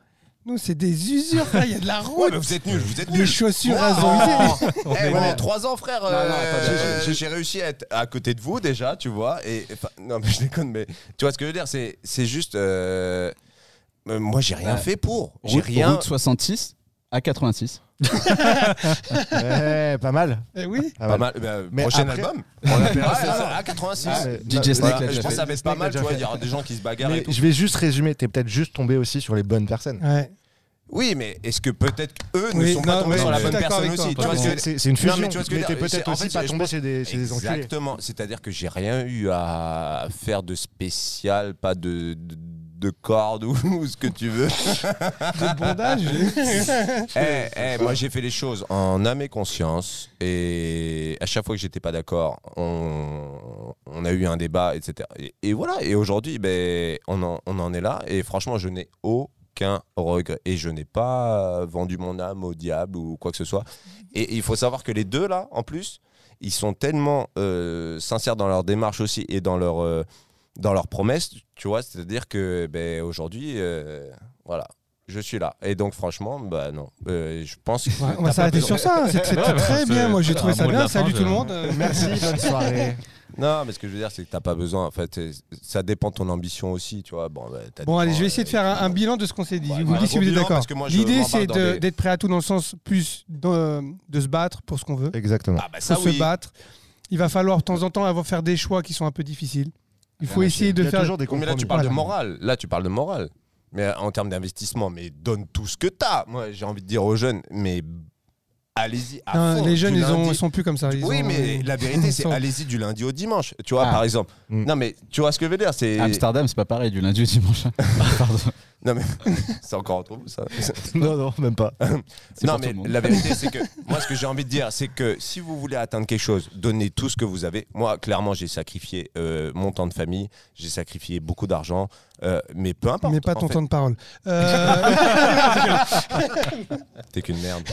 [SPEAKER 1] Nous, c'est des usures, frère, il y a de la
[SPEAKER 4] Ouais,
[SPEAKER 1] route.
[SPEAKER 4] mais vous êtes nuls, vous êtes
[SPEAKER 1] les
[SPEAKER 4] nuls.
[SPEAKER 1] chaussures
[SPEAKER 4] Oh.
[SPEAKER 1] rasorisées.
[SPEAKER 6] On
[SPEAKER 4] Eh,
[SPEAKER 6] est
[SPEAKER 4] pendant
[SPEAKER 6] bon.
[SPEAKER 4] trois ans, frère, euh,
[SPEAKER 2] Non, non, attendez,
[SPEAKER 4] euh,
[SPEAKER 2] je- je-
[SPEAKER 4] j'ai réussi à être à côté de vous déjà, tu vois. Et enfin, non, mais je déconne, mais tu vois ce que je veux dire, c'est c'est juste, euh, euh, moi, j'ai rien
[SPEAKER 2] Ouais.
[SPEAKER 4] fait pour, j'ai
[SPEAKER 2] Route,
[SPEAKER 4] rien.
[SPEAKER 2] route 66 à 86.
[SPEAKER 5] Ouais, pas mal.
[SPEAKER 1] Eh oui.
[SPEAKER 5] Pas
[SPEAKER 4] Pas
[SPEAKER 5] mal.
[SPEAKER 4] mal. eh ben,
[SPEAKER 5] Mais
[SPEAKER 4] prochain
[SPEAKER 5] après-
[SPEAKER 4] album. On l'appellera à- à 86.
[SPEAKER 5] Ah, mais-
[SPEAKER 2] DJ
[SPEAKER 5] bah,
[SPEAKER 2] Snake
[SPEAKER 4] Voilà,
[SPEAKER 2] l'a déjà
[SPEAKER 4] je pense que
[SPEAKER 2] fait.
[SPEAKER 4] ça va être pas
[SPEAKER 5] Snake
[SPEAKER 4] mal,
[SPEAKER 5] l'a
[SPEAKER 4] tu vois.
[SPEAKER 5] déjà
[SPEAKER 4] Il y aura des gens qui se bagarrent
[SPEAKER 5] Mais
[SPEAKER 4] et tout.
[SPEAKER 5] je vais juste résumer, t'es peut-être juste tombé aussi sur les bonnes personnes.
[SPEAKER 1] Ah, Ouais.
[SPEAKER 4] Oui, mais est-ce que peut-être eux ne
[SPEAKER 1] Oui,
[SPEAKER 4] sont pas
[SPEAKER 1] non,
[SPEAKER 4] tombés
[SPEAKER 1] mais
[SPEAKER 4] sur la
[SPEAKER 1] je suis
[SPEAKER 4] bonne
[SPEAKER 1] d'accord
[SPEAKER 4] personne
[SPEAKER 1] avec toi,
[SPEAKER 4] aussi tu
[SPEAKER 6] par
[SPEAKER 4] vois ce que-
[SPEAKER 5] C'est c'est une
[SPEAKER 4] Non, mais
[SPEAKER 5] fusion,
[SPEAKER 4] tu vois ce que
[SPEAKER 5] mais
[SPEAKER 4] je veux
[SPEAKER 5] t'es
[SPEAKER 4] dire,
[SPEAKER 5] peut-être
[SPEAKER 4] c'est- en
[SPEAKER 5] aussi
[SPEAKER 4] fait,
[SPEAKER 5] pas
[SPEAKER 4] je-
[SPEAKER 5] tombé
[SPEAKER 4] je-
[SPEAKER 5] chez des, chez des enculés.
[SPEAKER 4] Exactement. C'est-à-dire que j'ai rien eu à faire de spécial, pas de, de, de corde ou, ou ce que tu veux.
[SPEAKER 1] De bondage.
[SPEAKER 4] Eh, eh, moi, j'ai fait les choses en âme et conscience. Et à chaque fois que j'étais pas d'accord, on, on a eu un débat, etc. Et, et voilà. Et aujourd'hui, ben, on, en, on en est là. Et franchement, je n'ai aucun regret. Et je n'ai pas euh, vendu mon âme au diable ou quoi que ce soit. Et il faut savoir que les deux, là, en plus, ils sont tellement euh, sincères dans leur démarche aussi et dans leur. euh, dans leurs promesses, tu vois, c'est-à-dire que ben, aujourd'hui, euh, voilà, je suis là. Et donc, franchement, bah non. Euh, je pense que.
[SPEAKER 1] On va s'arrêter sur ça. hein. C'est- C'était
[SPEAKER 4] bah,
[SPEAKER 6] Ouais, ouais,
[SPEAKER 1] très
[SPEAKER 6] c'est-
[SPEAKER 1] bien. Moi, j'ai trouvé
[SPEAKER 6] un
[SPEAKER 1] ça
[SPEAKER 6] mot de
[SPEAKER 1] bien.
[SPEAKER 6] la fin,
[SPEAKER 1] Salut
[SPEAKER 6] je-
[SPEAKER 1] tout le monde. Euh,
[SPEAKER 5] Merci, bonne soirée.
[SPEAKER 4] Non, mais ce que je veux dire, c'est que t'as pas besoin. En fait, c'est- ça dépend de ton ambition aussi, tu vois. Bon, bah, t'as
[SPEAKER 1] Bon,
[SPEAKER 4] des
[SPEAKER 1] allez,
[SPEAKER 4] gens,
[SPEAKER 1] je vais essayer de
[SPEAKER 4] euh,
[SPEAKER 1] faire
[SPEAKER 4] qui-
[SPEAKER 1] un, un bilan de ce qu'on s'est dit.
[SPEAKER 4] Ouais,
[SPEAKER 1] je vous
[SPEAKER 4] voilà,
[SPEAKER 1] dis
[SPEAKER 4] un
[SPEAKER 1] si
[SPEAKER 4] gros
[SPEAKER 1] vous êtes
[SPEAKER 4] bilan,
[SPEAKER 1] d'accord.
[SPEAKER 4] parce que moi, je
[SPEAKER 1] L'idée,
[SPEAKER 4] m'embarque
[SPEAKER 1] c'est
[SPEAKER 4] dans
[SPEAKER 1] de-
[SPEAKER 4] des-
[SPEAKER 1] d'être prêt à tout dans le sens plus de, de se battre pour ce qu'on veut.
[SPEAKER 5] Exactement.
[SPEAKER 4] Ah, bah
[SPEAKER 1] Faut
[SPEAKER 4] ça,
[SPEAKER 1] se
[SPEAKER 4] oui.
[SPEAKER 1] battre. Il va falloir de temps en temps avoir faire des choix qui sont un peu difficiles. Il faut essayer de
[SPEAKER 5] Il y a
[SPEAKER 1] faire
[SPEAKER 5] toujours des
[SPEAKER 4] Oui, Ah, Mais
[SPEAKER 5] compromis.
[SPEAKER 4] là, tu parles de
[SPEAKER 1] Voilà.
[SPEAKER 4] morale. Là, tu parles de morale. Mais euh, en termes d'investissement, mais donne tout ce que t'as. Moi, j'ai envie de dire aux jeunes, mais allez-y à
[SPEAKER 1] Hein,
[SPEAKER 4] fond,
[SPEAKER 1] les jeunes,
[SPEAKER 4] du
[SPEAKER 1] ils ont-
[SPEAKER 4] lundi.
[SPEAKER 1] ils sont plus comme ça. ils
[SPEAKER 4] Oui,
[SPEAKER 1] ont-
[SPEAKER 4] mais la vérité,
[SPEAKER 1] ils
[SPEAKER 4] c'est
[SPEAKER 1] sont-
[SPEAKER 4] allez-y du lundi au dimanche. Tu vois,
[SPEAKER 2] Ah.
[SPEAKER 4] par exemple.
[SPEAKER 5] Mm.
[SPEAKER 4] Non, mais tu vois ce que je veux dire
[SPEAKER 1] Ah,
[SPEAKER 4] c'est...
[SPEAKER 2] Amsterdam, c'est pas pareil du lundi au dimanche. Pardon.
[SPEAKER 4] Non, mais c'est encore entre vous, ça.
[SPEAKER 5] Non, non, même pas.
[SPEAKER 2] C'est
[SPEAKER 4] Non,
[SPEAKER 2] pour tout
[SPEAKER 4] mais
[SPEAKER 2] le monde.
[SPEAKER 4] la vérité, c'est que moi, ce que j'ai envie de dire, c'est que si vous voulez atteindre quelque chose, donnez tout ce que vous avez. Moi, clairement, j'ai sacrifié euh, mon temps de famille, j'ai sacrifié beaucoup d'argent, euh, mais peu importe.
[SPEAKER 1] Mais pas
[SPEAKER 4] en
[SPEAKER 1] ton
[SPEAKER 4] fait.
[SPEAKER 1] temps de parole. Euh,
[SPEAKER 4] T'es qu'une merde.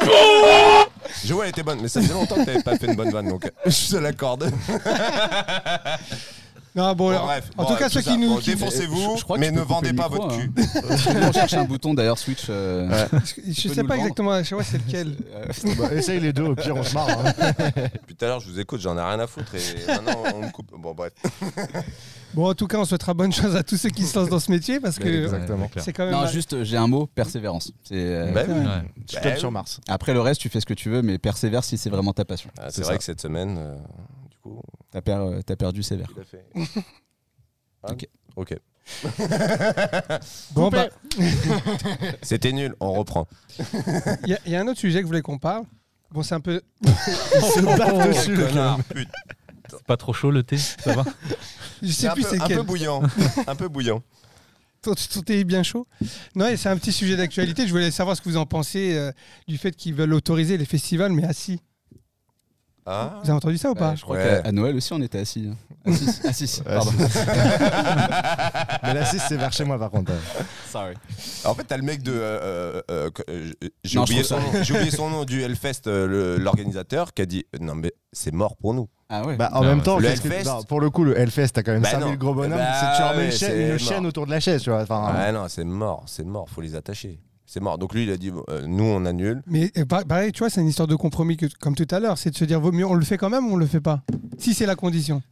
[SPEAKER 4] Je vois, elle était bonne, mais ça faisait longtemps que t'avais pas fait une bonne vanne, donc je te l'accorde.
[SPEAKER 1] non, bon,
[SPEAKER 4] Bon,
[SPEAKER 1] alors,
[SPEAKER 4] bref,
[SPEAKER 1] en
[SPEAKER 4] bon,
[SPEAKER 1] tout cas,
[SPEAKER 4] tout
[SPEAKER 1] ceux
[SPEAKER 4] ça.
[SPEAKER 1] qui nous.
[SPEAKER 4] Bon,
[SPEAKER 1] qui-
[SPEAKER 4] défense-
[SPEAKER 2] Je- je crois que
[SPEAKER 4] mais
[SPEAKER 2] tu
[SPEAKER 4] ne
[SPEAKER 2] peux couper
[SPEAKER 4] vendez pas
[SPEAKER 2] le micro,
[SPEAKER 4] votre
[SPEAKER 2] hein. On cherche un bouton d'ailleurs Switch. euh,
[SPEAKER 1] je
[SPEAKER 2] peux
[SPEAKER 1] sais
[SPEAKER 2] nous
[SPEAKER 1] pas
[SPEAKER 2] le
[SPEAKER 1] exactement, je sais pas c'est lequel.
[SPEAKER 2] euh,
[SPEAKER 5] Bah, essaye les deux, au pire, on se marre. hein.
[SPEAKER 4] Depuis tout à l'heure, je vous écoute, j'en ai rien à foutre et maintenant on me coupe. Bon, bref.
[SPEAKER 1] Bon, en tout cas, on souhaitera bonne chance à tous ceux qui se lancent dans ce métier parce que
[SPEAKER 5] Exactement.
[SPEAKER 1] c'est quand même.
[SPEAKER 2] Non, juste euh, j'ai un mot, persévérance. C'est, euh,
[SPEAKER 5] Bah
[SPEAKER 4] Ben oui.
[SPEAKER 6] Ouais.
[SPEAKER 5] Je suis sur Mars.
[SPEAKER 2] Après le reste, tu fais ce que tu veux, mais persévère si c'est vraiment ta passion.
[SPEAKER 4] Ah,
[SPEAKER 5] C'est
[SPEAKER 4] c'est vrai
[SPEAKER 5] ça.
[SPEAKER 4] que cette semaine, euh, du coup,
[SPEAKER 2] T'as, per- euh, t'as perdu sévère.
[SPEAKER 4] il a fait.
[SPEAKER 2] Ok.
[SPEAKER 4] Ok.
[SPEAKER 1] Bon, bah,
[SPEAKER 4] C'était nul, on reprend.
[SPEAKER 1] il y, a- il y a un autre sujet que vous voulez qu'on parle. Bon, c'est un peu.
[SPEAKER 4] Quel connard, putain.
[SPEAKER 6] C'est pas trop chaud le thé, ça va
[SPEAKER 1] Je
[SPEAKER 4] C'est
[SPEAKER 1] sais
[SPEAKER 4] un,
[SPEAKER 1] plus
[SPEAKER 4] peu-
[SPEAKER 1] c'est
[SPEAKER 4] un peu
[SPEAKER 1] quel.
[SPEAKER 4] bouillant. un peu bouillant.
[SPEAKER 1] Ton- ton thé est bien chaud. Non, et c'est un petit sujet d'actualité. Je voulais savoir ce que vous en pensez euh, du fait qu'ils veulent autoriser les festivals, mais assis.
[SPEAKER 4] Ah.
[SPEAKER 1] Vous avez entendu
[SPEAKER 4] Bah,
[SPEAKER 1] ça ou pas
[SPEAKER 2] Ouais, je crois qu'à
[SPEAKER 4] Ouais.
[SPEAKER 2] à Noël aussi, on était assis. hein. Assis, assis, pardon.
[SPEAKER 5] Mais la 6, c'est vers chez moi, par contre.
[SPEAKER 2] Sorry.
[SPEAKER 4] En fait, t'as le mec de. euh, euh, euh, que- euh, J'ai
[SPEAKER 2] Non, je
[SPEAKER 4] oublié,
[SPEAKER 2] trouve
[SPEAKER 4] son
[SPEAKER 2] ça.
[SPEAKER 4] nom- j'ai oublié son nom du Hellfest, euh, le- l'organisateur, qui a dit euh, Non, mais c'est mort pour nous.
[SPEAKER 2] Ah ouais.
[SPEAKER 5] Bah, en
[SPEAKER 6] Non,
[SPEAKER 5] même
[SPEAKER 6] mais-
[SPEAKER 5] temps,
[SPEAKER 4] Le
[SPEAKER 5] qu'est-ce que-
[SPEAKER 4] Hellfest-
[SPEAKER 5] non, pour le coup, le Hellfest, t'as quand même
[SPEAKER 4] Bah
[SPEAKER 5] 5000
[SPEAKER 4] non.
[SPEAKER 5] gros bonhommes.
[SPEAKER 4] Bah
[SPEAKER 5] c'est tu remets
[SPEAKER 4] ouais,
[SPEAKER 5] une, chaîne,
[SPEAKER 4] c'est
[SPEAKER 5] une
[SPEAKER 4] mort.
[SPEAKER 5] chaîne autour de la chaise, tu vois. Enfin,
[SPEAKER 4] Ah non, c'est mort, c'est mort, faut les attacher. C'est mort. Donc lui, il a dit Bon, euh, Nous, on annule.
[SPEAKER 1] Mais euh, pa- pareil, tu vois, c'est une histoire de compromis que- comme tout à l'heure. C'est de se dire, vaut mieux, on le fait quand même ou on le fait pas Si c'est la condition.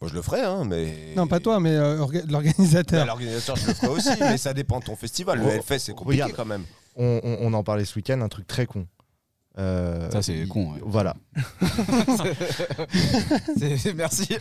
[SPEAKER 4] Moi, je le ferai, hein, mais.
[SPEAKER 1] Non, pas toi, mais euh, orga-
[SPEAKER 4] Mais à
[SPEAKER 1] l'organisateur.
[SPEAKER 4] L'organisateur, je le ferai aussi, mais ça dépend de ton festival. Le
[SPEAKER 5] Oh,
[SPEAKER 4] Hellfest, c'est compliqué
[SPEAKER 5] regarde.
[SPEAKER 4] quand même.
[SPEAKER 5] on, on- on en parlait ce week-end, un truc très con. Euh,
[SPEAKER 2] Ça, c'est
[SPEAKER 5] il-
[SPEAKER 2] con, ouais.
[SPEAKER 5] Voilà.
[SPEAKER 2] C'est- Merci.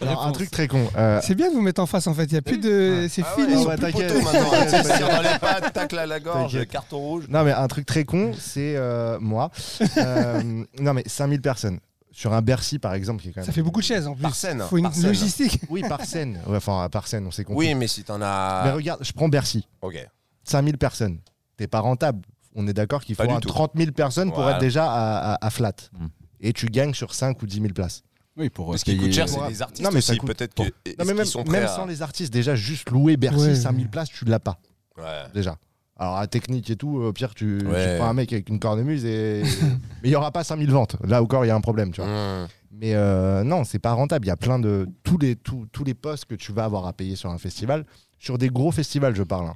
[SPEAKER 5] Alors, un
[SPEAKER 2] Réponse.
[SPEAKER 5] truc très con. euh,
[SPEAKER 1] C'est bien de vous mettre en face en fait. Il y a plus de. C'est
[SPEAKER 4] Ah ouais,
[SPEAKER 1] fini.
[SPEAKER 4] ils
[SPEAKER 5] Ah
[SPEAKER 4] sont
[SPEAKER 5] ouais,
[SPEAKER 4] plus
[SPEAKER 5] t'inquiète.
[SPEAKER 4] poteaux maintenant. hein,
[SPEAKER 5] T'inquiète.
[SPEAKER 4] Ça tire dans les pattes, tacle à la gorge,
[SPEAKER 5] T'inquiète.
[SPEAKER 4] carton rouge.
[SPEAKER 5] Non, mais un truc très con, c'est euh, moi. Euh, non, mais 5000 personnes. Sur un Bercy, par exemple, qui est quand même.
[SPEAKER 1] Ça fait beaucoup de chaises en plus.
[SPEAKER 4] Par scène,
[SPEAKER 1] Faut une
[SPEAKER 4] par scène.
[SPEAKER 1] logistique.
[SPEAKER 5] Oui, par scène. Ouais, Enfin, par scène, on s'est compris.
[SPEAKER 4] Oui, mais si t'en
[SPEAKER 5] Mais
[SPEAKER 4] as.
[SPEAKER 5] regarde, je prends Bercy.
[SPEAKER 4] Ok.
[SPEAKER 5] 5000 personnes. T'es pas rentable. On est d'accord qu'il faut
[SPEAKER 4] Pas du
[SPEAKER 5] un
[SPEAKER 4] tout.
[SPEAKER 5] 30 000 personnes pour
[SPEAKER 4] Voilà.
[SPEAKER 5] être déjà à, à- à flat.
[SPEAKER 6] Mm.
[SPEAKER 5] Et tu gagnes sur 5 ou 10 000 places.
[SPEAKER 2] Oui, pour euh,
[SPEAKER 4] Ce qui coûte cher, c'est
[SPEAKER 5] Pour-
[SPEAKER 4] les artistes.
[SPEAKER 5] Non, mais ça
[SPEAKER 4] aussi,
[SPEAKER 5] coûte-
[SPEAKER 4] peut-être que. est-ce
[SPEAKER 5] Non, mais
[SPEAKER 4] qu'ils
[SPEAKER 5] même,
[SPEAKER 4] sont prêts
[SPEAKER 5] même
[SPEAKER 4] à-
[SPEAKER 5] sans les artistes, déjà, juste louer Bercy,
[SPEAKER 1] Ouais.
[SPEAKER 5] 5000 places, tu l'as pas.
[SPEAKER 4] Ouais.
[SPEAKER 5] Déjà. Alors, à technique et tout, euh, au pire, tu, tu
[SPEAKER 4] Ouais.
[SPEAKER 5] prends un mec avec une cornemuse et. mais il y aura pas 5000 ventes. Là encore, il y a un problème, tu vois.
[SPEAKER 4] Mmh.
[SPEAKER 5] Mais euh, non, c'est pas rentable. Il y a plein de. Tous les, tous, tous les postes que tu vas avoir à payer sur un festival, sur des gros festivals, je parle, hein,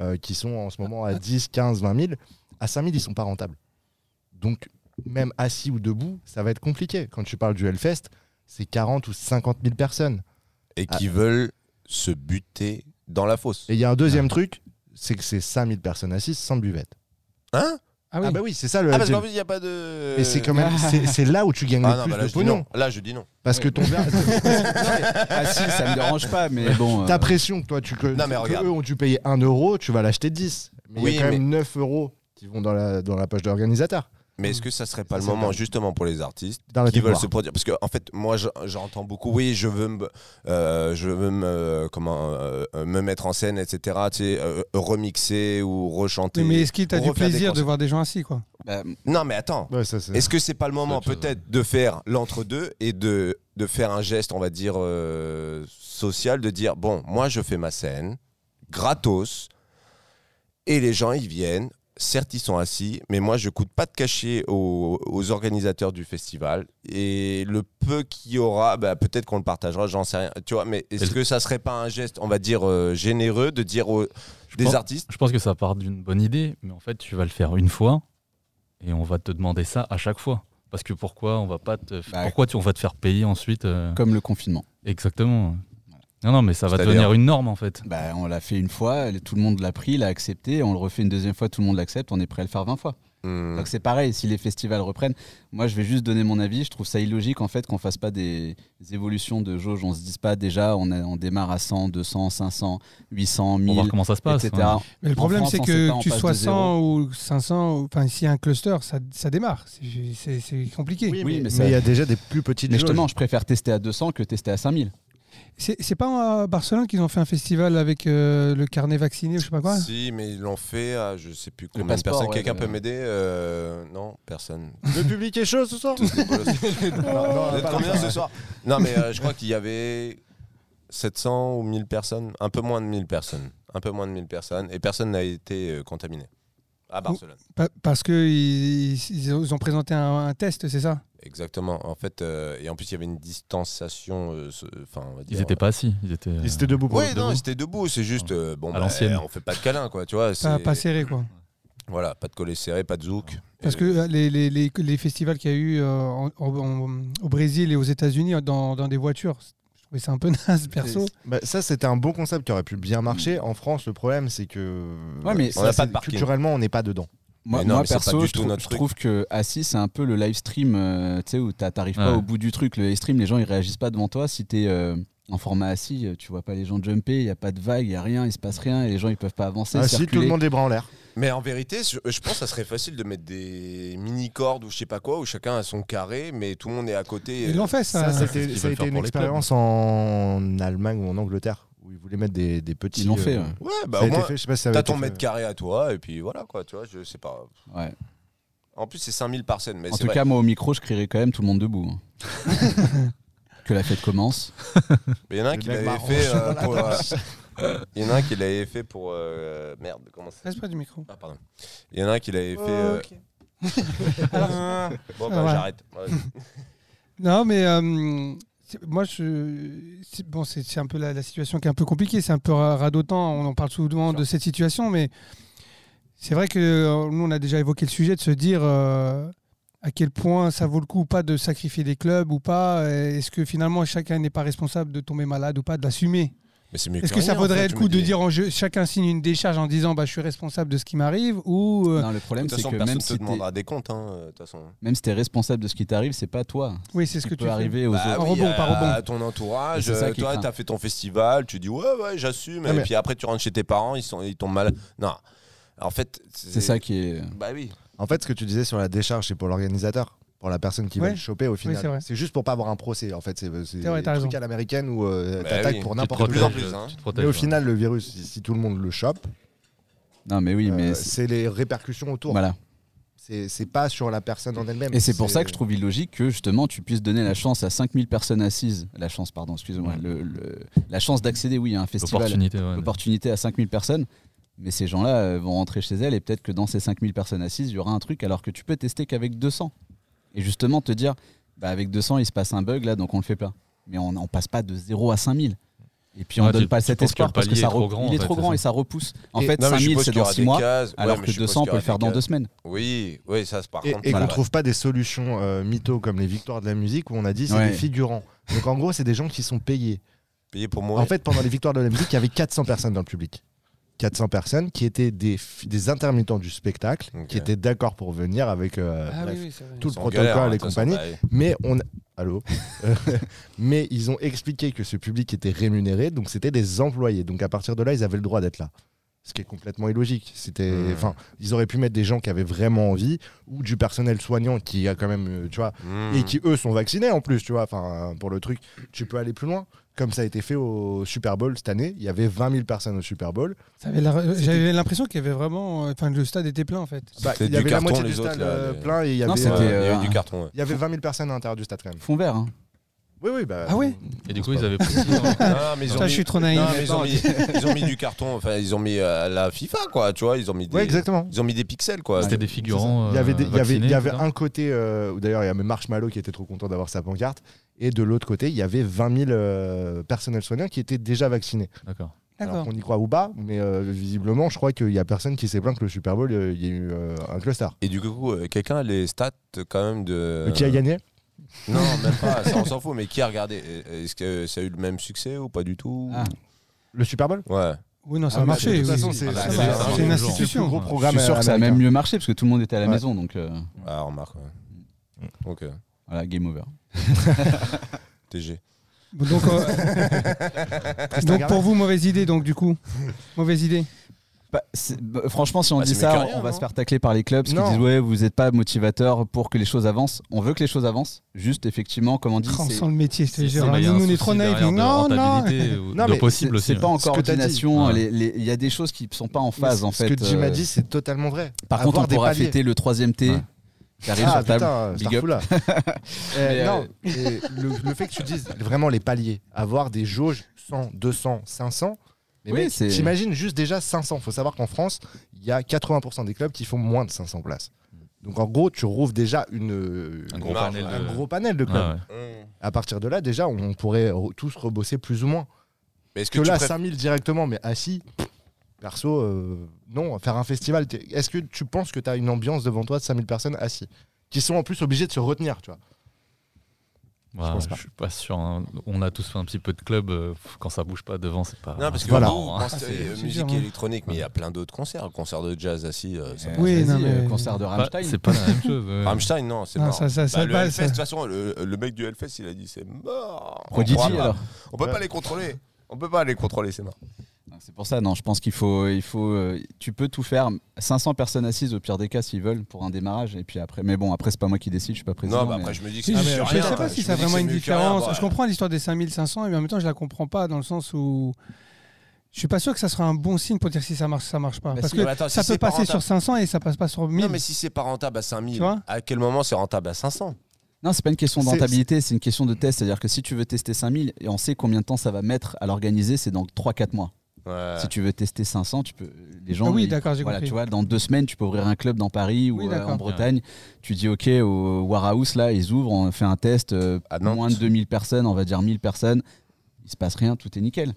[SPEAKER 5] euh, qui sont en ce moment à 10, 15, 20 000, à 5 000, ils sont pas rentables. Donc, même assis ou debout, ça va être compliqué. Quand tu parles du Hellfest, c'est 40 ou 50 000 personnes.
[SPEAKER 4] Et qui veulent se buter dans la fosse.
[SPEAKER 5] Ah. Et il y a un deuxième truc, c'est que c'est 5 000 personnes assises sans buvette.
[SPEAKER 4] Hein
[SPEAKER 1] Ah oui.
[SPEAKER 5] Ah, bah oui, c'est ça le.
[SPEAKER 4] Ah, parce
[SPEAKER 5] LG.
[SPEAKER 4] qu'en plus, il n'y a pas de.
[SPEAKER 5] Et c'est quand même. c'est- C'est là où tu gagnes
[SPEAKER 4] Ah
[SPEAKER 5] le
[SPEAKER 4] non,
[SPEAKER 5] plus
[SPEAKER 4] bah là,
[SPEAKER 5] de
[SPEAKER 4] je dis
[SPEAKER 5] pognon.
[SPEAKER 4] non. Là, je dis non.
[SPEAKER 5] Parce que ton verre.
[SPEAKER 2] Ah si, ça me dérange pas, mais bon. euh,
[SPEAKER 5] ta pression que toi tu que,
[SPEAKER 4] Non, mais
[SPEAKER 5] que
[SPEAKER 4] regarde.
[SPEAKER 5] eux ont dû payer 1 euro, tu vas l'acheter 10. Mais
[SPEAKER 4] Oui,
[SPEAKER 5] il y a quand même 9 euros qui vont dans la, dans la poche de l'organisateur.
[SPEAKER 4] Mais est-ce que ça serait pas
[SPEAKER 5] Ça,
[SPEAKER 4] le
[SPEAKER 5] c'est
[SPEAKER 4] moment
[SPEAKER 5] pas-
[SPEAKER 4] justement pour les artistes
[SPEAKER 5] D'arrêter
[SPEAKER 4] qui
[SPEAKER 5] de
[SPEAKER 4] veulent
[SPEAKER 5] boire.
[SPEAKER 4] se produire Parce que en fait, moi, je- j'entends beaucoup. Oui, je veux, me, euh, je veux me, comment, euh, me mettre en scène, etc. Tu sais, euh, remixer ou rechanter.
[SPEAKER 1] Mais est-ce qu'il t'a
[SPEAKER 4] Pour
[SPEAKER 1] du
[SPEAKER 4] refaire des
[SPEAKER 1] plaisir de
[SPEAKER 4] concerts.
[SPEAKER 1] voir des gens assis quoi
[SPEAKER 2] bah,
[SPEAKER 4] Non, mais attends.
[SPEAKER 5] Ouais, ça, c'est-
[SPEAKER 4] Est-ce que c'est pas le moment
[SPEAKER 6] autre chose,
[SPEAKER 4] peut-être de faire l'entre-deux et de, de faire un geste, on va dire, euh, social, de dire, bon, moi je fais ma scène, gratos, et les gens, ils viennent, certes, ils sont assis, mais moi je coûte pas de cachet aux, aux organisateurs du festival, et le peu qu'il y aura, bah, peut-être qu'on le partagera, j'en sais rien, tu vois, mais est-ce
[SPEAKER 6] Elle-
[SPEAKER 4] que ça serait pas un geste, on va dire, euh, généreux de dire aux
[SPEAKER 6] Je
[SPEAKER 4] des
[SPEAKER 6] pense-
[SPEAKER 4] artistes
[SPEAKER 6] Je pense que ça part d'une bonne idée, mais en fait, tu vas le faire une fois et on va te demander ça à chaque fois. Parce que pourquoi on va pas te,
[SPEAKER 2] Bah,
[SPEAKER 6] pourquoi tu, on va te faire payer ensuite euh,
[SPEAKER 2] comme le confinement.
[SPEAKER 6] Exactement. Non, non, mais ça va
[SPEAKER 4] C'est-à-dire
[SPEAKER 6] devenir une norme en fait.
[SPEAKER 2] Bah, on l'a fait une fois, elle- tout le monde l'a pris, l'a accepté, on le refait une deuxième fois, tout le monde l'accepte, on est prêt à le faire 20 fois.
[SPEAKER 4] Hmm.
[SPEAKER 2] Donc c'est pareil, si les festivals reprennent, moi je vais juste donner mon avis, je trouve ça illogique en fait qu'on fasse pas des évolutions de jauge, on se dise pas déjà on, a- on démarre à 100, 200, 500, 800,
[SPEAKER 6] Pour voir
[SPEAKER 2] 1000,
[SPEAKER 6] comment ça se passe. hein.
[SPEAKER 2] etc.
[SPEAKER 6] ouais.
[SPEAKER 5] hein.
[SPEAKER 1] Mais le
[SPEAKER 2] En
[SPEAKER 1] problème,
[SPEAKER 2] France,
[SPEAKER 1] c'est
[SPEAKER 2] on
[SPEAKER 1] que
[SPEAKER 2] sait pas, on
[SPEAKER 1] tu
[SPEAKER 2] passe
[SPEAKER 1] sois
[SPEAKER 2] de zéro.
[SPEAKER 1] 100 ou 500, ou- enfin, s'il y a un cluster, ça, ça démarre. C'est- C'est c'est compliqué.
[SPEAKER 5] Oui,
[SPEAKER 2] Oui,
[SPEAKER 5] mais
[SPEAKER 2] mais
[SPEAKER 5] mais il
[SPEAKER 2] ça-
[SPEAKER 5] y a déjà des plus petites
[SPEAKER 2] Mais
[SPEAKER 5] jauges.
[SPEAKER 2] justement, je préfère tester à 200 que tester à 5000.
[SPEAKER 1] C'est c'est pas à Barcelone qu'ils ont fait un festival avec euh, le carnet vacciné ou je sais pas Ah, quoi
[SPEAKER 4] Si, mais ils l'ont fait à je sais plus combien de
[SPEAKER 2] passeport,
[SPEAKER 4] personnes.
[SPEAKER 2] ouais,
[SPEAKER 4] Quelqu'un
[SPEAKER 2] le-
[SPEAKER 4] peut m'aider Euh, Non, personne.
[SPEAKER 5] Le public est chaud ce soir Non, non,
[SPEAKER 4] Vous êtes
[SPEAKER 5] pas
[SPEAKER 4] combien
[SPEAKER 5] là.
[SPEAKER 4] ce soir Non, mais euh, je crois qu'il y avait 700 ou 1000 personnes, un peu moins de 1000 personnes. Un peu moins de 1000 personnes et personne n'a été euh, contaminé à Barcelone.
[SPEAKER 1] Pa- Parce que ils, ils ont- ils ont présenté un, un test, c'est ça
[SPEAKER 4] Exactement. En fait, euh, et en plus, il y avait une distanciation. euh, ce- Enfin, on va dire.
[SPEAKER 6] Ils étaient pas assis. Ils étaient. euh,
[SPEAKER 5] Ils étaient debout. pour
[SPEAKER 4] Oui,
[SPEAKER 5] le-
[SPEAKER 4] non,
[SPEAKER 5] debout.
[SPEAKER 4] c'était debout. C'est juste, euh, bon,
[SPEAKER 6] À
[SPEAKER 4] bah,
[SPEAKER 6] l'ancienne.
[SPEAKER 4] on fait pas de câlin, quoi. Tu vois,
[SPEAKER 1] pas,
[SPEAKER 4] c'est- euh,
[SPEAKER 1] pas serré quoi.
[SPEAKER 4] Voilà, pas de collet serré, pas de zouk.
[SPEAKER 1] Parce
[SPEAKER 4] Et-
[SPEAKER 1] que euh, les, les, les, les festivals qu'il y a eu euh, en- en- au Brésil et aux États-Unis euh, dans, dans des voitures, je trouvais ça un peu naze perso.
[SPEAKER 5] Bah, ça, c'était un bon concept qui aurait pu bien marcher. En France, le problème, c'est que.
[SPEAKER 2] Ouais, mais
[SPEAKER 5] ça,
[SPEAKER 4] on n'a pas
[SPEAKER 5] c'est-
[SPEAKER 4] de parking.
[SPEAKER 5] Culturellement, on n'est pas dedans.
[SPEAKER 2] Moi,
[SPEAKER 4] Mais non,
[SPEAKER 2] moi,
[SPEAKER 4] mais c'est pas
[SPEAKER 2] perso,
[SPEAKER 4] du
[SPEAKER 2] je,
[SPEAKER 4] tout
[SPEAKER 2] trou-
[SPEAKER 4] notre
[SPEAKER 2] je
[SPEAKER 4] truc.
[SPEAKER 2] trouve que assis, c'est un peu le live stream, euh, tu sais, où t'a- t'arrives pas
[SPEAKER 6] Ouais.
[SPEAKER 2] au bout du truc. Le live stream, les gens ils réagissent pas devant toi. Si t'es euh, en format assis, euh, tu vois pas les gens jumper, il y a pas de vague, il y a rien, il se passe rien, et les gens ils peuvent pas avancer.
[SPEAKER 5] Ah, si,
[SPEAKER 2] circuler.
[SPEAKER 5] tout le monde les bras en l'air.
[SPEAKER 4] Mais en vérité, je, je pense que ça serait facile de mettre des mini-cordes ou je sais pas quoi, où chacun a son carré, mais tout le monde est à côté.
[SPEAKER 1] Ils l'ont fait Ah, ça.
[SPEAKER 5] Ça,
[SPEAKER 6] c'est ce
[SPEAKER 5] c'était-
[SPEAKER 6] qu'ils
[SPEAKER 5] ça a
[SPEAKER 6] veulent
[SPEAKER 5] été
[SPEAKER 6] faire
[SPEAKER 5] une
[SPEAKER 6] pour les clubs.
[SPEAKER 5] expérience en Allemagne ou en Angleterre où ils voulaient mettre des, des petits.
[SPEAKER 2] Ils l'ont fait,
[SPEAKER 5] euh,
[SPEAKER 2] ouais.
[SPEAKER 4] Ouais,
[SPEAKER 5] ça
[SPEAKER 4] bah
[SPEAKER 5] a
[SPEAKER 4] au
[SPEAKER 5] été
[SPEAKER 4] moins,
[SPEAKER 5] fait, je sais pas si ça avait
[SPEAKER 4] t'as
[SPEAKER 5] été
[SPEAKER 4] ton
[SPEAKER 5] fait.
[SPEAKER 4] mètre carré à toi, et puis voilà quoi, tu vois, je sais pas.
[SPEAKER 2] Ouais.
[SPEAKER 4] En plus, c'est 5000 personnes, mais
[SPEAKER 2] En
[SPEAKER 4] c'est
[SPEAKER 2] tout
[SPEAKER 4] vrai.
[SPEAKER 2] cas, moi au micro, je crierais quand même tout le monde debout. hein. que la fête commence.
[SPEAKER 4] Mais il y en a un
[SPEAKER 5] Le
[SPEAKER 4] qui
[SPEAKER 5] mec
[SPEAKER 4] l'avait
[SPEAKER 5] marron,
[SPEAKER 4] fait
[SPEAKER 5] je
[SPEAKER 4] euh,
[SPEAKER 5] vois la
[SPEAKER 4] pour. euh, Il y en a un qui l'avait fait pour. euh, Merde, comment ça
[SPEAKER 1] Reste près du micro.
[SPEAKER 4] Ah, pardon. Il y en a un qui l'avait fait. euh, Bon, bah
[SPEAKER 1] Ah ouais.
[SPEAKER 4] j'arrête. Ouais.
[SPEAKER 1] Non, mais euh, c'est- moi, je, c'est- bon, c'est c'est un peu la, la situation qui est un peu compliquée. C'est un peu ra- radotant. On en parle souvent de cette situation, mais c'est vrai que euh, nous, on a déjà évoqué le sujet de se dire euh, à quel point ça vaut le coup ou pas de sacrifier des clubs ou pas. euh, Est-ce que finalement, chacun n'est pas responsable de tomber malade ou pas, d'assumer
[SPEAKER 4] Mais c'est mieux
[SPEAKER 1] Est-ce que
[SPEAKER 4] rien,
[SPEAKER 1] ça
[SPEAKER 4] en
[SPEAKER 1] vaudrait
[SPEAKER 4] fait,
[SPEAKER 1] le
[SPEAKER 4] je
[SPEAKER 1] coup
[SPEAKER 4] me
[SPEAKER 1] de
[SPEAKER 4] dis.
[SPEAKER 1] dire en jeu, chacun signe une décharge en disant bah, je suis responsable de ce qui m'arrive ou euh,
[SPEAKER 2] Non, le
[SPEAKER 4] De
[SPEAKER 2] problème,
[SPEAKER 4] toute
[SPEAKER 2] c'est
[SPEAKER 4] façon,
[SPEAKER 2] que
[SPEAKER 4] personne
[SPEAKER 2] même
[SPEAKER 4] ne te
[SPEAKER 2] si, t'es,
[SPEAKER 4] demandera des comptes. hein, euh, De toute façon.
[SPEAKER 2] même si t'es responsable de ce qui t'arrive, c'est pas toi.
[SPEAKER 1] oui c'est ce que
[SPEAKER 2] tu
[SPEAKER 1] tu
[SPEAKER 2] peux
[SPEAKER 1] fais.
[SPEAKER 2] arriver aux
[SPEAKER 4] Bah
[SPEAKER 2] autres.
[SPEAKER 1] En rebond,
[SPEAKER 4] à-
[SPEAKER 1] par rebond.
[SPEAKER 4] À ton entourage,
[SPEAKER 2] Et c'est ça
[SPEAKER 4] euh,
[SPEAKER 2] qui
[SPEAKER 4] toi,
[SPEAKER 2] craint.
[SPEAKER 4] t'as fait ton festival, tu dis ouais, ouais, j'assume.
[SPEAKER 5] Ah, mais-
[SPEAKER 4] Et puis après, tu rentres chez tes parents, ils, sont, ils tombent mal. Non. En fait,
[SPEAKER 2] C'est ça qui est.
[SPEAKER 4] Bah oui.
[SPEAKER 5] En fait, ce que tu disais sur la décharge, c'est pour l'organisateur, pour la personne qui
[SPEAKER 1] Ouais.
[SPEAKER 5] va le choper au final.
[SPEAKER 1] c'est vrai.
[SPEAKER 5] c'est juste pour pas avoir un procès. En fait, c'est euh, c'est
[SPEAKER 1] C'est vrai,
[SPEAKER 5] le
[SPEAKER 1] t'as
[SPEAKER 5] truc
[SPEAKER 1] raison.
[SPEAKER 5] à l'américaine où euh,
[SPEAKER 4] Bah
[SPEAKER 5] t'attaques
[SPEAKER 4] oui.
[SPEAKER 5] pour
[SPEAKER 6] Tu te
[SPEAKER 5] n'importe
[SPEAKER 4] plus en
[SPEAKER 5] quoi.
[SPEAKER 6] protèges,
[SPEAKER 4] plus, hein.
[SPEAKER 6] tu te
[SPEAKER 5] Mais
[SPEAKER 6] protèges,
[SPEAKER 5] au
[SPEAKER 6] ouais.
[SPEAKER 5] final, le virus, si, si tout le monde le chope,
[SPEAKER 2] Non, mais oui, mais.
[SPEAKER 5] euh, c'est les répercussions autour.
[SPEAKER 2] Voilà.
[SPEAKER 5] C'est c'est pas sur la personne en elle-même.
[SPEAKER 2] Et c'est pour ça que je trouve illogique que justement tu puisses donner la chance à 5000 personnes assises, la chance, pardon, excusez-moi,
[SPEAKER 6] Ouais.
[SPEAKER 2] le- le- la chance d'accéder, oui, à un festival,
[SPEAKER 6] L'opportunité, ouais.
[SPEAKER 2] l'opportunité à 5000 personnes, mais ces gens-là euh, vont rentrer chez elles et peut-être que dans ces 5000 personnes assises, il y aura un truc alors que tu peux tester qu'avec 200. Et justement te dire, bah, avec 200, il se passe un bug là, donc on le fait pas. Mais on on passe pas de 0 à 5000. Et puis on
[SPEAKER 6] Ah,
[SPEAKER 2] donne
[SPEAKER 6] tu-
[SPEAKER 2] pas
[SPEAKER 6] tu
[SPEAKER 2] cet
[SPEAKER 6] penses que le
[SPEAKER 2] espoir parce que
[SPEAKER 6] palier
[SPEAKER 2] ça
[SPEAKER 6] est trop
[SPEAKER 2] rep-
[SPEAKER 6] grand,
[SPEAKER 2] il
[SPEAKER 6] en
[SPEAKER 2] est
[SPEAKER 6] fait,
[SPEAKER 2] trop
[SPEAKER 6] c'est
[SPEAKER 2] grand
[SPEAKER 6] ça.
[SPEAKER 2] et ça repousse. En
[SPEAKER 5] Et-
[SPEAKER 2] fait,
[SPEAKER 4] Non, mais je
[SPEAKER 2] 5000
[SPEAKER 4] suppose
[SPEAKER 2] c'est
[SPEAKER 4] qu'il y
[SPEAKER 2] dans
[SPEAKER 4] aura
[SPEAKER 2] 6
[SPEAKER 4] des
[SPEAKER 2] mois,
[SPEAKER 4] cases. Ouais,
[SPEAKER 2] alors
[SPEAKER 4] Ah mais
[SPEAKER 2] que
[SPEAKER 4] je suppose
[SPEAKER 2] 200 on
[SPEAKER 4] qu'il y
[SPEAKER 2] peut le
[SPEAKER 4] aura
[SPEAKER 2] faire
[SPEAKER 4] des
[SPEAKER 2] dans
[SPEAKER 4] cases.
[SPEAKER 2] deux semaines. hein.
[SPEAKER 4] Oui, oui, ça, c'est par
[SPEAKER 5] Et,
[SPEAKER 4] contre.
[SPEAKER 5] et
[SPEAKER 4] voilà.
[SPEAKER 5] qu'on trouve pas des solutions euh, mytho comme les victoires de la musique où on a dit c'est
[SPEAKER 2] Ouais.
[SPEAKER 5] des figurants. Donc en gros, c'est des gens qui sont payés.
[SPEAKER 4] Payer pour moi.
[SPEAKER 5] En fait, pendant les victoires de la musique, il y avait 400 personnes dans le public. 400 personnes qui étaient des, fi- des intermittents du spectacle,
[SPEAKER 4] Ok.
[SPEAKER 5] qui étaient d'accord pour venir avec euh,
[SPEAKER 1] Ah
[SPEAKER 5] la-
[SPEAKER 1] oui, oui, c'est vrai.
[SPEAKER 5] tout le protocole
[SPEAKER 4] hein,
[SPEAKER 5] et compagnie. Mais on. a- Allô Euh, Mais ils ont expliqué que ce public était rémunéré, donc c'était des employés. Donc à partir de là, ils avaient le droit d'être là. Ce qui est complètement illogique. C'était,
[SPEAKER 4] Hmm.
[SPEAKER 5] enfin, ils auraient pu mettre des gens qui avaient vraiment envie ou du personnel soignant qui a quand même, euh, tu vois,
[SPEAKER 4] Hmm. Mhm.
[SPEAKER 5] et qui eux sont vaccinés en plus, tu vois. Enfin, pour le truc, tu peux aller plus loin. Comme ça a été fait au Super Bowl cette année, il y avait 20 000 personnes au Super Bowl.
[SPEAKER 1] Ça avait la- J'avais l'impression qu'il y avait vraiment, euh, enfin le stade était plein en fait.
[SPEAKER 5] Bah,
[SPEAKER 4] C'était
[SPEAKER 5] il y
[SPEAKER 4] du
[SPEAKER 5] avait la
[SPEAKER 4] carton,
[SPEAKER 5] moitié
[SPEAKER 4] les
[SPEAKER 5] du stade
[SPEAKER 4] autres, là,
[SPEAKER 5] euh,
[SPEAKER 4] les-
[SPEAKER 5] plein et il y
[SPEAKER 2] Non,
[SPEAKER 5] avait,
[SPEAKER 2] c'était,
[SPEAKER 5] euh,
[SPEAKER 4] Il y a eu
[SPEAKER 2] euh,
[SPEAKER 4] du carton. ouais.
[SPEAKER 5] il y avait 20 000 personnes à l'intérieur du stade quand même.
[SPEAKER 2] Fond vert, hein.
[SPEAKER 5] Oui, oui, bah.
[SPEAKER 1] Ah ouais
[SPEAKER 6] Et du coup, ils avaient hein. pris-
[SPEAKER 4] Ah, mais ils ont
[SPEAKER 1] Ça, je
[SPEAKER 4] mis-
[SPEAKER 1] suis trop naïf.
[SPEAKER 4] Non, mais ils, ont mis, ils ont mis du carton, enfin ils ont mis euh, la FIFA quoi, tu vois, ils ont mis des,
[SPEAKER 5] Ouais, exactement.
[SPEAKER 4] ils ont mis des pixels quoi.
[SPEAKER 6] C'était des figurants.
[SPEAKER 5] Il y avait, des-
[SPEAKER 6] euh,
[SPEAKER 5] il y avait, il y
[SPEAKER 6] vaccinés,
[SPEAKER 5] avait
[SPEAKER 6] tout ça.
[SPEAKER 5] un côté, euh, où d'ailleurs il y avait Marshmallow qui était trop content d'avoir sa pancarte, et de l'autre côté, il y avait 20 000 euh, personnels soignants qui étaient déjà vaccinés.
[SPEAKER 6] D'accord.
[SPEAKER 5] Alors
[SPEAKER 1] D'accord.
[SPEAKER 5] qu'on y croit ou pas, mais euh, visiblement, je crois qu'il n'y a personne qui s'est plaint que le Super Bowl, euh, il y ait eu euh, un cluster.
[SPEAKER 4] Et du coup, euh, quelqu'un a les stats quand même de
[SPEAKER 5] Qui a gagné
[SPEAKER 4] Non, même pas, ça, on s'en fout, mais qui a regardé Est-ce que ça a eu le même succès ou pas du tout
[SPEAKER 2] Ah.
[SPEAKER 5] Le Super Bowl
[SPEAKER 4] Ouais.
[SPEAKER 1] Oui, non, ça
[SPEAKER 5] Ah,
[SPEAKER 1] a
[SPEAKER 5] mais
[SPEAKER 1] marché.
[SPEAKER 5] De toute
[SPEAKER 1] oui.
[SPEAKER 5] façon, c'est
[SPEAKER 1] Ah, bah,
[SPEAKER 4] c'est-
[SPEAKER 1] c'est
[SPEAKER 4] c'est
[SPEAKER 1] une
[SPEAKER 4] le
[SPEAKER 5] le plus gros
[SPEAKER 1] institution.
[SPEAKER 2] Je
[SPEAKER 5] programme.
[SPEAKER 2] suis sûr que ça a
[SPEAKER 5] américain.
[SPEAKER 2] même mieux marché parce que tout le monde était à la
[SPEAKER 5] Ouais.
[SPEAKER 2] maison, donc euh,
[SPEAKER 4] Ah, remarque. ouais.
[SPEAKER 1] Mm.
[SPEAKER 4] OK.
[SPEAKER 2] voilà, game over.
[SPEAKER 4] TG.
[SPEAKER 1] Donc, euh, donc pour vous, mauvaise idée, donc du coup. Mauvaise idée.
[SPEAKER 2] Bah, c'est- bah, franchement, si on
[SPEAKER 4] Bah,
[SPEAKER 2] dit
[SPEAKER 4] c'est
[SPEAKER 2] ça,
[SPEAKER 4] mieux que rien,
[SPEAKER 2] on va
[SPEAKER 4] non
[SPEAKER 2] se faire tacler par les clubs qui
[SPEAKER 5] Non.
[SPEAKER 2] disent ouais, vous n'êtes pas motivateur pour que les choses avancent. On veut que les choses avancent. Juste effectivement, comme on dit,
[SPEAKER 1] Oh, On
[SPEAKER 2] c'est-
[SPEAKER 1] sent le métier, je te
[SPEAKER 6] C'est-
[SPEAKER 1] jure.
[SPEAKER 6] c'est- bah, il y a
[SPEAKER 1] Nous,
[SPEAKER 6] un
[SPEAKER 1] on est
[SPEAKER 6] souci
[SPEAKER 1] trop naïfs.
[SPEAKER 6] derrière de
[SPEAKER 1] Non, non.
[SPEAKER 6] rentabilité ou
[SPEAKER 5] Non,
[SPEAKER 6] de
[SPEAKER 5] mais
[SPEAKER 6] possible
[SPEAKER 2] c'est
[SPEAKER 6] aussi. hein.
[SPEAKER 2] pas
[SPEAKER 6] ouais.
[SPEAKER 5] Ce
[SPEAKER 2] encore
[SPEAKER 5] que t'as dit.
[SPEAKER 2] coordination.
[SPEAKER 6] Ouais.
[SPEAKER 2] les- les- Il y a des choses qui ne sont pas en phase en
[SPEAKER 5] Ce
[SPEAKER 2] fait.
[SPEAKER 5] que Jim
[SPEAKER 2] euh,
[SPEAKER 5] a dit, c'est totalement vrai.
[SPEAKER 2] par contre,
[SPEAKER 5] Avoir
[SPEAKER 2] on
[SPEAKER 5] des
[SPEAKER 2] pourra
[SPEAKER 5] paliers.
[SPEAKER 2] fêter le troisième thé
[SPEAKER 6] Ouais.
[SPEAKER 2] qui arrive
[SPEAKER 5] Ah
[SPEAKER 2] sur table.
[SPEAKER 5] putain,
[SPEAKER 2] Big
[SPEAKER 5] Starfoula.
[SPEAKER 2] Mais,
[SPEAKER 5] Euh,
[SPEAKER 2] euh,
[SPEAKER 5] non, et le, le fait que tu dises vraiment les paliers, avoir des jauges 100, 200, 500. Mais
[SPEAKER 2] Oui,
[SPEAKER 5] mec,
[SPEAKER 2] c'est-
[SPEAKER 5] t'imagines juste déjà 500. Faut savoir qu'en France, il y a 80% des clubs qui font moins de 500 places. Donc en gros, tu rouvres déjà une,
[SPEAKER 6] Un
[SPEAKER 5] une-
[SPEAKER 6] gros
[SPEAKER 4] marge,
[SPEAKER 6] panel
[SPEAKER 5] un
[SPEAKER 6] de-
[SPEAKER 5] gros panel de
[SPEAKER 6] Ouais,
[SPEAKER 5] clubs.
[SPEAKER 6] Ah ouais.
[SPEAKER 1] Mm.
[SPEAKER 5] À partir de là, déjà, on pourrait re- tous rebosser plus ou moins.
[SPEAKER 4] Mais est-ce que,
[SPEAKER 5] Que,
[SPEAKER 4] tu
[SPEAKER 5] là,
[SPEAKER 4] préf-
[SPEAKER 5] 5000 directement, mais assis, perso, euh, non, faire un festival. t'es- Est-ce que tu penses que tu as une ambiance devant toi de 5000 personnes assis Qui sont en plus obligées de se retenir, tu vois.
[SPEAKER 6] Ouais,
[SPEAKER 5] pense
[SPEAKER 6] je suis pas sûr. hein. On a tous fait un petit peu de club. euh, quand ça bouge pas devant, c'est pas.
[SPEAKER 4] Non, parce que
[SPEAKER 5] Voilà.
[SPEAKER 4] vous, vous
[SPEAKER 6] Hein,
[SPEAKER 4] pensez,
[SPEAKER 1] c'est-
[SPEAKER 4] euh,
[SPEAKER 1] c'est
[SPEAKER 4] musique
[SPEAKER 1] dur, hein.
[SPEAKER 4] électronique, mais il y a plein d'autres concerts, concert de jazz assis. euh, ça-
[SPEAKER 2] Euh,
[SPEAKER 1] Oui,
[SPEAKER 2] vas-y,
[SPEAKER 1] non,
[SPEAKER 2] euh,
[SPEAKER 1] mais-
[SPEAKER 2] concert de
[SPEAKER 6] Pas-
[SPEAKER 2] Rammstein.
[SPEAKER 6] Bah, C'est pas la même chose. ouais.
[SPEAKER 4] Rammstein, non, c'est
[SPEAKER 1] Non,
[SPEAKER 4] mort.
[SPEAKER 1] ça- ça- ça
[SPEAKER 4] Bah, le
[SPEAKER 1] passe,
[SPEAKER 4] Hellfest,
[SPEAKER 1] ça.
[SPEAKER 4] de toute façon, le, le mec du Hellfest, il a dit c'est mort.
[SPEAKER 2] Prodigy
[SPEAKER 4] on pourra pas-
[SPEAKER 2] alors.
[SPEAKER 4] On peut pas les contrôler. On peut pas les contrôler, c'est mort.
[SPEAKER 2] Non, C'est pour ça, non, je pense qu'il faut, il faut, euh, tu peux tout faire. 500 personnes assises au pire des cas s'ils veulent pour un démarrage, et puis après, mais bon, après c'est pas moi qui décide, je suis pas président.
[SPEAKER 4] Non, bah
[SPEAKER 2] mais-
[SPEAKER 4] après, je me dis que
[SPEAKER 1] Si,
[SPEAKER 4] c'est
[SPEAKER 1] je
[SPEAKER 4] mieux
[SPEAKER 1] je
[SPEAKER 4] que
[SPEAKER 1] sais
[SPEAKER 4] rien, quoi.
[SPEAKER 1] pas si
[SPEAKER 4] Je
[SPEAKER 1] ça a
[SPEAKER 4] me dis que
[SPEAKER 1] vraiment
[SPEAKER 4] c'est
[SPEAKER 1] une
[SPEAKER 4] mieux que rien,
[SPEAKER 1] différence.
[SPEAKER 4] quoi.
[SPEAKER 1] je comprends l'histoire des 5500, mais en même temps, je la comprends pas dans le sens où je suis pas sûr que ça sera un bon signe pour dire si ça marche, ça marche pas.
[SPEAKER 4] Bah
[SPEAKER 1] Parce
[SPEAKER 4] si,
[SPEAKER 1] que
[SPEAKER 4] mais attends,
[SPEAKER 1] ça
[SPEAKER 4] si
[SPEAKER 1] peut
[SPEAKER 4] c'est pas
[SPEAKER 1] passer sur
[SPEAKER 4] rentable.
[SPEAKER 1] 500 et ça passe pas sur 1000.
[SPEAKER 4] Non, mais si c'est pas rentable à 5000,
[SPEAKER 1] Tu vois
[SPEAKER 4] à quel moment c'est rentable à 500
[SPEAKER 2] Non, c'est pas une question de
[SPEAKER 5] C'est-
[SPEAKER 2] rentabilité, c'est une question de test. C'est-à-dire que si tu veux tester 5000 et on sait combien de temps ça va mettre à l'organiser, c'est dans 3-4 mois.
[SPEAKER 4] Ouais.
[SPEAKER 2] Si tu veux tester 500, tu peux. Les gens.
[SPEAKER 1] Ah oui,
[SPEAKER 2] ils-
[SPEAKER 1] d'accord, j'ai
[SPEAKER 2] voilà,
[SPEAKER 1] compris.
[SPEAKER 2] tu vois, dans deux semaines, tu peux ouvrir un club dans Paris ou
[SPEAKER 1] Oui,
[SPEAKER 2] euh,
[SPEAKER 1] d'accord.
[SPEAKER 2] en Bretagne. Tu dis, OK, au Warehouse, là, ils ouvrent, on fait un test, euh,
[SPEAKER 4] À Nantes.
[SPEAKER 2] moins de 2000 personnes, on va dire 1000 personnes. Il se passe rien, tout est nickel.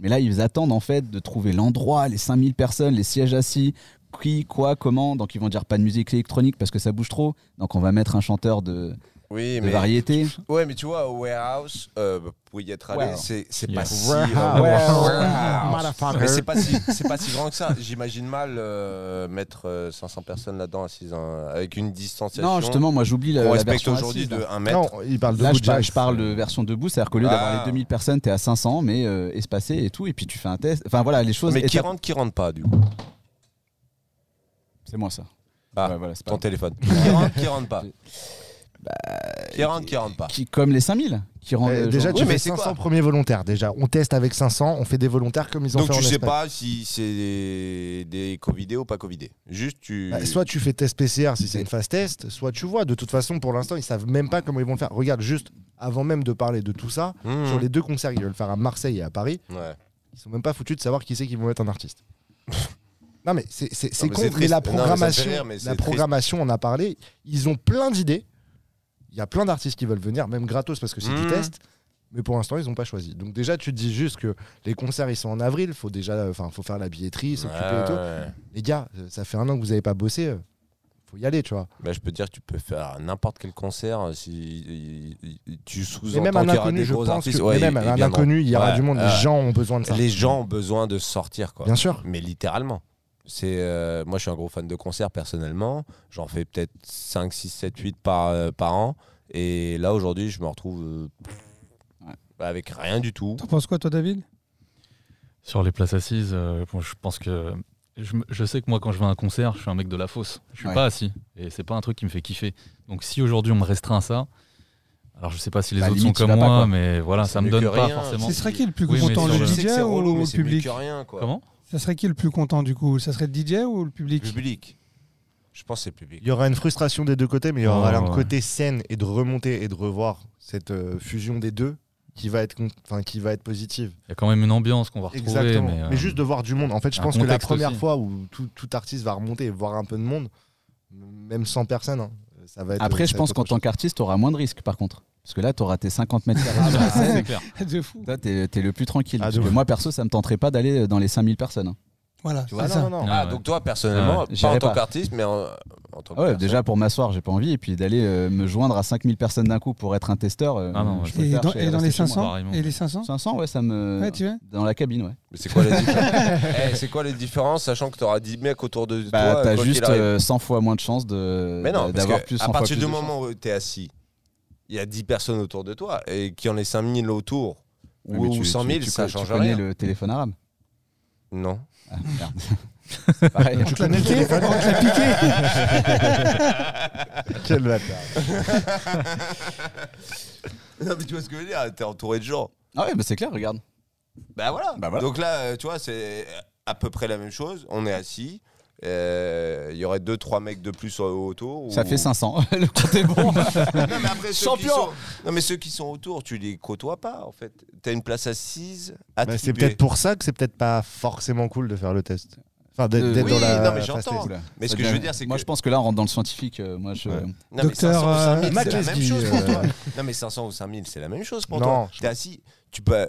[SPEAKER 2] Mais là, ils attendent, en fait, de trouver l'endroit, les 5000 personnes, les sièges assis, qui, quoi, comment. Donc, ils vont dire pas de musique électronique parce que ça bouge trop. Donc, on va mettre un chanteur de.
[SPEAKER 4] Oui,
[SPEAKER 2] de
[SPEAKER 4] mais.
[SPEAKER 2] variété.
[SPEAKER 4] Ouais, mais tu vois, au warehouse, euh, pour y être allé,
[SPEAKER 2] Wow.
[SPEAKER 4] c'est c'est
[SPEAKER 6] Yeah.
[SPEAKER 4] pas si. euh,
[SPEAKER 5] Warehouse.
[SPEAKER 4] warehouse. Mais c'est pas, si, c'est pas si grand que ça. J'imagine mal euh, mettre euh, 500 personnes là-dedans assises hein, avec une distanciation.
[SPEAKER 2] Non, justement, moi j'oublie la,
[SPEAKER 4] On
[SPEAKER 2] la
[SPEAKER 4] respecte
[SPEAKER 2] version
[SPEAKER 4] aujourd'hui
[SPEAKER 2] assise,
[SPEAKER 4] de
[SPEAKER 2] là.
[SPEAKER 4] 1 mètre.
[SPEAKER 5] Non, il parle de
[SPEAKER 2] Là, je
[SPEAKER 5] Bojack.
[SPEAKER 2] parle, bah, je parle de version debout, c'est-à-dire qu'au lieu
[SPEAKER 4] Ah.
[SPEAKER 2] d'avoir les 2000 personnes, t'es à 500, mais euh, espacé et tout, et puis tu fais un test. Enfin voilà, les choses.
[SPEAKER 4] mais qui
[SPEAKER 2] étapes-
[SPEAKER 4] rentre, qui rentre pas, du coup
[SPEAKER 2] C'est moi ça.
[SPEAKER 4] Ah,
[SPEAKER 2] Ouais, voilà, c'est
[SPEAKER 4] Ton
[SPEAKER 2] pas-
[SPEAKER 4] téléphone. qui rentre, qui rentre pas Qui
[SPEAKER 2] euh,
[SPEAKER 4] rentre, qui rentre pas
[SPEAKER 2] qui, comme les 5000 qui rendent.
[SPEAKER 5] Eh,
[SPEAKER 2] euh,
[SPEAKER 5] déjà,
[SPEAKER 2] genre-
[SPEAKER 5] tu
[SPEAKER 4] Oui, mais
[SPEAKER 5] fais
[SPEAKER 4] c'est
[SPEAKER 5] 500
[SPEAKER 4] quoi
[SPEAKER 5] premiers volontaires. Déjà, on teste avec 500, on fait des volontaires comme ils ont
[SPEAKER 4] Donc
[SPEAKER 5] fait
[SPEAKER 4] tu
[SPEAKER 5] en
[SPEAKER 4] sais
[SPEAKER 5] Espagne.
[SPEAKER 4] pas si c'est des, des covidés ou pas covidés. Juste tu.
[SPEAKER 5] Bah, soit tu fais test PCR si c'est une phase test, soit tu vois. De toute façon, pour l'instant, ils savent même pas comment ils vont le faire. Regarde, juste avant même de parler de tout ça,
[SPEAKER 4] Mmh.
[SPEAKER 5] sur les deux concerts qu'ils veulent faire à Marseille et à Paris,
[SPEAKER 4] Ouais.
[SPEAKER 5] ils sont même pas foutus de savoir qui c'est qu'ils vont mettre en artiste. non mais c'est c'est- c'est
[SPEAKER 4] Non, mais
[SPEAKER 5] con,
[SPEAKER 4] c'est
[SPEAKER 5] mais
[SPEAKER 4] triste.
[SPEAKER 5] la
[SPEAKER 4] Non, mais ça me fait
[SPEAKER 5] programmation,
[SPEAKER 4] rire, mais c'est
[SPEAKER 5] la
[SPEAKER 4] triste.
[SPEAKER 5] programmation, on a parlé. Ils ont plein d'idées. Il y a plein d'artistes qui veulent venir, même gratos parce que c'est
[SPEAKER 4] Mhm.
[SPEAKER 5] du test. Mais pour l'instant, ils n'ont pas choisi. Donc déjà, tu te dis juste que les concerts, ils sont en avril. Faut déjà, enfin, faut faire la billetterie, s'occuper et tout.
[SPEAKER 4] Ouais.
[SPEAKER 5] Les gars, euh, ça fait un an que vous n'avez pas bossé. euh, Faut y aller, tu vois.
[SPEAKER 4] Bah, je peux te dire que tu peux faire n'importe quel concert euh, si il- il- tu
[SPEAKER 5] Mais même
[SPEAKER 4] sous-entends
[SPEAKER 5] un
[SPEAKER 4] qu'il y aura
[SPEAKER 5] inconnu,
[SPEAKER 4] des
[SPEAKER 5] je
[SPEAKER 4] gros
[SPEAKER 5] pense
[SPEAKER 4] artistes.
[SPEAKER 5] que
[SPEAKER 4] Ouais,
[SPEAKER 5] mais même
[SPEAKER 4] et- et
[SPEAKER 5] un
[SPEAKER 4] bien
[SPEAKER 5] inconnu, il y aura
[SPEAKER 4] Ouais,
[SPEAKER 5] du monde.
[SPEAKER 4] ouais.
[SPEAKER 5] Les gens ont besoin de ça.
[SPEAKER 4] non. Les gens ont besoin de sortir quoi.
[SPEAKER 5] Bien sûr.
[SPEAKER 4] Mais littéralement. C'est euh, moi je suis un gros fan de concerts personnellement, j'en fais peut-être 5 6 7 8 par euh, par an et là aujourd'hui, je me retrouve euh,
[SPEAKER 2] Ouais.
[SPEAKER 4] bah, avec rien du tout.
[SPEAKER 1] T'en penses quoi, toi, David
[SPEAKER 6] Sur les places assises, euh, bon, je pense que. Je, me- je sais que moi, quand je vais à un concert, je suis un mec de la fosse. Je suis
[SPEAKER 2] Ouais.
[SPEAKER 6] pas assis. Et c'est pas un truc qui me fait kiffer. Donc si aujourd'hui on me restreint à ça, alors je sais pas si les
[SPEAKER 2] Bah,
[SPEAKER 6] autres
[SPEAKER 2] limite,
[SPEAKER 6] sont
[SPEAKER 2] tu
[SPEAKER 6] comme
[SPEAKER 2] vas pas,
[SPEAKER 6] moi,
[SPEAKER 2] quoi.
[SPEAKER 6] mais voilà,
[SPEAKER 4] C'est
[SPEAKER 6] ça me
[SPEAKER 4] mieux
[SPEAKER 6] donne
[SPEAKER 4] que
[SPEAKER 6] pas
[SPEAKER 4] rien.
[SPEAKER 6] forcément.
[SPEAKER 4] Bon.
[SPEAKER 1] Ce serait qui le plus
[SPEAKER 6] Oui, mais
[SPEAKER 1] content,
[SPEAKER 6] sur
[SPEAKER 1] le
[SPEAKER 6] le-
[SPEAKER 4] Je sais que
[SPEAKER 1] DJ
[SPEAKER 4] c'est relou,
[SPEAKER 1] ou
[SPEAKER 4] mais
[SPEAKER 1] le
[SPEAKER 4] c'est mieux
[SPEAKER 1] public
[SPEAKER 4] que rien quoi.
[SPEAKER 6] Comment
[SPEAKER 1] Ça serait qui le plus content, du coup Ça serait le DJ ou le public
[SPEAKER 4] Public. Je pense que c'est public.
[SPEAKER 5] Il y aura une frustration des deux côtés, mais il y aura
[SPEAKER 6] Oh,
[SPEAKER 5] un
[SPEAKER 6] ouais.
[SPEAKER 5] côté saine et de remonter et de revoir cette euh, fusion des deux qui va être, con- enfin, qui va être positive.
[SPEAKER 6] Il y a quand même une ambiance qu'on va retrouver. Mais, euh,
[SPEAKER 5] juste de voir du monde. En fait, je
[SPEAKER 6] un
[SPEAKER 5] pense que la
[SPEAKER 6] contexte
[SPEAKER 5] première
[SPEAKER 6] aussi.
[SPEAKER 5] fois où tout, tout artiste va remonter et voir un peu de monde, même sans personne, hein, ça va être.
[SPEAKER 2] Après, je
[SPEAKER 5] ça va
[SPEAKER 2] pense
[SPEAKER 5] être
[SPEAKER 2] qu'en
[SPEAKER 5] autre
[SPEAKER 2] tant qu'artiste, t'auras moins de risques par contre. Parce que là, t'auras tes 50 mètres carrés.
[SPEAKER 6] ah
[SPEAKER 2] sur
[SPEAKER 6] bah,
[SPEAKER 2] la
[SPEAKER 6] ça,
[SPEAKER 2] scène.
[SPEAKER 6] c'est clair.
[SPEAKER 1] De
[SPEAKER 5] Bah,
[SPEAKER 1] fou.
[SPEAKER 2] Toi, t'es t'es le plus tranquille.
[SPEAKER 5] Ah, de
[SPEAKER 2] Parce que
[SPEAKER 5] ouf.
[SPEAKER 2] moi, perso, ça me tenterait pas d'aller euh, dans les 5000 personnes. hein.
[SPEAKER 1] Voilà,
[SPEAKER 5] chose.
[SPEAKER 1] c'est
[SPEAKER 5] Ah
[SPEAKER 1] ça.
[SPEAKER 5] non, non, non.
[SPEAKER 4] Ah,
[SPEAKER 6] Ouais,
[SPEAKER 4] donc toi, personnellement,
[SPEAKER 2] Ouais,
[SPEAKER 4] pas en
[SPEAKER 2] j'irai
[SPEAKER 4] tant
[SPEAKER 2] pas.
[SPEAKER 4] qu'artiste, mais en, en tant que.
[SPEAKER 2] Ah ouais,
[SPEAKER 4] personne.
[SPEAKER 2] déjà pour m'asseoir, j'ai pas envie. Et puis d'aller euh, me joindre à 5000 personnes d'un coup pour être un testeur. euh,
[SPEAKER 6] Ah non, ouais.
[SPEAKER 2] je
[SPEAKER 1] Et
[SPEAKER 2] préfère
[SPEAKER 1] dans,
[SPEAKER 2] chez-
[SPEAKER 1] et dans
[SPEAKER 2] rester
[SPEAKER 1] les
[SPEAKER 2] chez moi.
[SPEAKER 1] 500
[SPEAKER 6] pareil, moi.
[SPEAKER 1] Et les 500
[SPEAKER 2] 500, ouais, ça
[SPEAKER 5] euh,
[SPEAKER 2] me.
[SPEAKER 1] Ouais, tu vois
[SPEAKER 2] Dans la cabine, ouais.
[SPEAKER 4] Mais c'est quoi la différence Eh, C'est quoi les différences, sachant que tu auras 10 mecs autour de
[SPEAKER 2] Bah,
[SPEAKER 4] toi
[SPEAKER 2] t'as
[SPEAKER 4] quoi
[SPEAKER 2] juste
[SPEAKER 4] qu'il arrive
[SPEAKER 2] euh, 100 fois moins de chances de-
[SPEAKER 4] Mais non, parce
[SPEAKER 2] d'avoir
[SPEAKER 4] que
[SPEAKER 2] plus 100
[SPEAKER 4] à
[SPEAKER 2] fois
[SPEAKER 4] partir
[SPEAKER 2] plus
[SPEAKER 4] du
[SPEAKER 2] de
[SPEAKER 4] moment où tu es assis, il y a 10 personnes autour de toi et qu'il y en ait 5000 autour
[SPEAKER 2] chances.
[SPEAKER 4] ou,
[SPEAKER 2] Ouais, mais
[SPEAKER 4] ou
[SPEAKER 2] tu-
[SPEAKER 4] 100 000,
[SPEAKER 2] tu- tu
[SPEAKER 4] ça
[SPEAKER 2] co-
[SPEAKER 4] change
[SPEAKER 2] Tu connais
[SPEAKER 4] rien.
[SPEAKER 2] le téléphone arabe
[SPEAKER 4] Non.
[SPEAKER 2] Ah, merde. C'est pareil.
[SPEAKER 4] hein.
[SPEAKER 1] On te l'a piqué On te l'a piqué
[SPEAKER 5] Quel bâtard.
[SPEAKER 4] non, mais tu vois ce que je veux dire T'es entouré de gens.
[SPEAKER 2] Ah ouais, bah c'est clair, regarde.
[SPEAKER 4] Bah voilà.
[SPEAKER 2] Bah voilà.
[SPEAKER 4] Donc là, euh, tu vois, c'est à peu près la même chose. On est assis. euh, Il y aurait 2-3 mecs de plus euh, autour.
[SPEAKER 2] Ça
[SPEAKER 4] ou-
[SPEAKER 2] fait 500. le compte est bon.
[SPEAKER 4] Non mais après ceux qui
[SPEAKER 2] Champion
[SPEAKER 4] sont... Non mais ceux qui sont autour, tu les côtoies pas en fait. T'as une place assise
[SPEAKER 5] Bah,
[SPEAKER 4] attribuée.
[SPEAKER 5] c'est peut-être pour ça que c'est peut-être pas forcément cool de faire le test. Enfin, d'être
[SPEAKER 2] Euh,
[SPEAKER 5] d'être
[SPEAKER 2] oui,
[SPEAKER 5] dans la.
[SPEAKER 4] non, mais
[SPEAKER 5] phase
[SPEAKER 4] j'entends.
[SPEAKER 5] test.
[SPEAKER 4] Mais ce que je veux dire c'est que
[SPEAKER 2] Moi, je pense que là, on rentre dans le scientifique. euh, Moi, je.
[SPEAKER 5] Ouais.
[SPEAKER 4] non, mais
[SPEAKER 1] Docteur,
[SPEAKER 4] 500 ou
[SPEAKER 1] euh,
[SPEAKER 4] 5000,
[SPEAKER 5] Matt
[SPEAKER 4] c'est la même
[SPEAKER 5] Lesguy,
[SPEAKER 4] chose pour
[SPEAKER 5] euh,
[SPEAKER 4] toi. Non mais 500 ou 5000, c'est la même chose pour
[SPEAKER 5] Non,
[SPEAKER 4] toi.
[SPEAKER 5] je
[SPEAKER 4] T'es assis, tu peux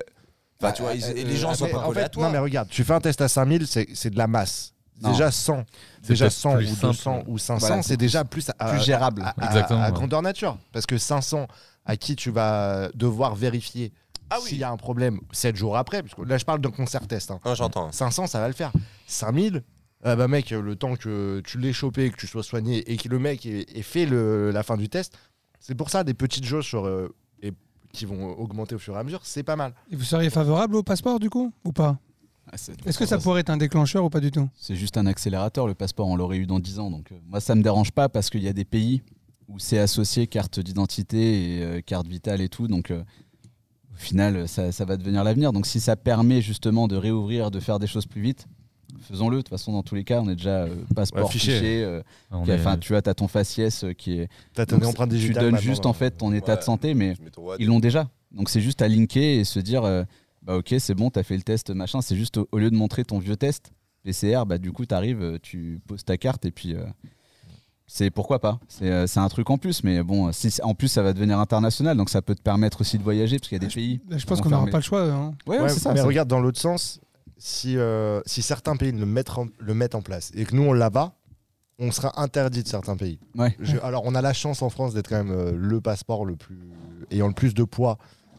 [SPEAKER 4] Enfin, tu vois, ils-
[SPEAKER 5] Euh,
[SPEAKER 4] les gens
[SPEAKER 5] euh,
[SPEAKER 4] sont
[SPEAKER 5] mais
[SPEAKER 4] pas
[SPEAKER 5] en
[SPEAKER 4] collés
[SPEAKER 5] fait,
[SPEAKER 4] à toi.
[SPEAKER 5] Non, mais regarde, tu fais un test à 5000, c'est c'est de la masse.
[SPEAKER 2] Non.
[SPEAKER 5] Déjà 100,
[SPEAKER 6] C'est
[SPEAKER 5] déjà
[SPEAKER 6] peut-être
[SPEAKER 5] 100 ou
[SPEAKER 6] plus
[SPEAKER 5] 200
[SPEAKER 6] simple.
[SPEAKER 5] ou 500,
[SPEAKER 2] Voilà,
[SPEAKER 5] c'est déjà plus, à,
[SPEAKER 4] Ah,
[SPEAKER 2] Plus gérable.
[SPEAKER 5] à- à-
[SPEAKER 6] Exactement,
[SPEAKER 5] à
[SPEAKER 6] ouais.
[SPEAKER 5] grandeur nature. Parce que 500 à qui tu vas devoir vérifier
[SPEAKER 4] Ah oui.
[SPEAKER 5] s'il y a un problème 7 jours après, parce que là je parle d'un concert test. hein.
[SPEAKER 4] Non, j'entends.
[SPEAKER 5] 500, ça va le faire. 5000, ah bah mec, le temps que tu l'aies chopé, que tu sois soigné et que le mec ait, ait fait le- la fin du test, c'est pour ça des petites jauges sur, euh, et, qui vont augmenter au fur et à mesure, c'est pas mal.
[SPEAKER 1] Et vous seriez favorable au passeport, du coup Ou pas
[SPEAKER 2] Ah, c'est-
[SPEAKER 1] Est-ce que ça pourrait être un déclencheur ou pas du tout
[SPEAKER 2] C'est juste un accélérateur. Le passeport, on l'aurait eu dans 10 ans. Donc, euh, moi, ça me dérange pas parce qu'il y a des pays où c'est associé carte d'identité et euh, carte vitale et tout. Donc, euh, au final, ça, ça va devenir l'avenir. Donc, si ça permet justement de réouvrir, de faire des choses plus vite, faisons-le. De toute façon, dans tous les cas, on est déjà euh, passeport
[SPEAKER 5] Ouais, fiché.
[SPEAKER 2] fiché. euh,
[SPEAKER 6] On
[SPEAKER 2] qui-
[SPEAKER 6] est-
[SPEAKER 2] enfin, tu vois, t'as ton faciès euh, qui est.
[SPEAKER 5] T'as ton
[SPEAKER 2] Donc,
[SPEAKER 5] empreinte
[SPEAKER 2] tu
[SPEAKER 5] digitale.
[SPEAKER 2] donnes
[SPEAKER 5] maintenant,
[SPEAKER 2] juste
[SPEAKER 5] dans-
[SPEAKER 2] en fait ton état
[SPEAKER 4] Ouais.
[SPEAKER 2] de santé, mais
[SPEAKER 4] Je mets ton doigt
[SPEAKER 2] ils l'ont déjà. Donc c'est juste à linker et se dire euh, bah ok c'est bon t'as fait le test machin c'est juste au, au lieu de montrer ton vieux test PCR bah du coup t'arrives euh, tu poses ta carte et puis euh, c'est pourquoi pas c'est euh, c'est un truc en plus mais bon si, en plus ça va devenir international donc ça peut te permettre aussi de voyager parce qu'il y a des pays
[SPEAKER 1] Là, Bah, Je pense
[SPEAKER 2] Ils
[SPEAKER 1] qu'on
[SPEAKER 2] vont
[SPEAKER 1] n'aura
[SPEAKER 2] fermer.
[SPEAKER 1] pas le choix. hein.
[SPEAKER 2] ouais, ouais,
[SPEAKER 5] Ouais,
[SPEAKER 2] c'est ça
[SPEAKER 5] mais
[SPEAKER 2] ça.
[SPEAKER 5] regarde dans l'autre sens, si, euh, si certains pays le mettent, en, le mettent en place et que nous on l'a pas, on sera interdit de certains pays.
[SPEAKER 2] Ouais.
[SPEAKER 5] Je- alors, on a la chance en France d'être quand même euh, le passeport le plus ayant le plus de poids.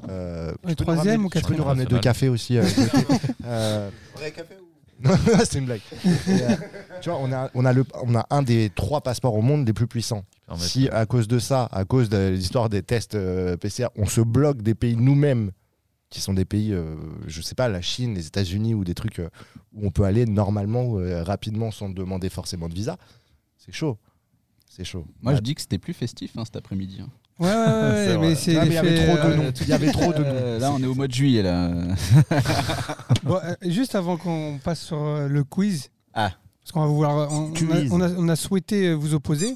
[SPEAKER 5] Euh,
[SPEAKER 1] Ouais,
[SPEAKER 5] tu peux nous
[SPEAKER 1] troisième
[SPEAKER 5] ramener-
[SPEAKER 1] ou
[SPEAKER 5] tu peux
[SPEAKER 1] quatrième
[SPEAKER 5] nous ramener deux
[SPEAKER 6] national.
[SPEAKER 5] cafés aussi. euh, de côté Euh,
[SPEAKER 4] Vrai café ou
[SPEAKER 5] non, c'est une blague. Et, euh, tu vois, on a, on, a le, on a un des trois passeports au monde les plus puissants.
[SPEAKER 6] permet-
[SPEAKER 5] Si à cause de ça, à cause de l'histoire des tests euh, PCR, on se bloque des pays nous-mêmes, qui sont des pays, euh, je sais pas, la Chine, les États-Unis ou des trucs euh, où on peut aller normalement, euh, rapidement, sans demander forcément de visa, c'est chaud. C'est chaud.
[SPEAKER 2] Moi,
[SPEAKER 5] Ouais.
[SPEAKER 2] je dis que c'était plus festif hein, cet après-midi. hein.
[SPEAKER 1] Ouais, ouais, ouais,
[SPEAKER 6] C'est
[SPEAKER 1] mais
[SPEAKER 6] vrai.
[SPEAKER 1] c'est.
[SPEAKER 5] Non, Ah, mais il y avait
[SPEAKER 1] l'effet,
[SPEAKER 5] trop de
[SPEAKER 1] euh,
[SPEAKER 5] noms. Il y avait trop de noms.
[SPEAKER 2] Euh, là, on est au mois de juillet. Là.
[SPEAKER 1] Bon, euh, juste avant qu'on passe sur euh, le quiz,
[SPEAKER 2] Ah.
[SPEAKER 1] parce qu'on va vouloir, on, on a,
[SPEAKER 5] Quiz.
[SPEAKER 1] on a- on a souhaité euh, vous opposer.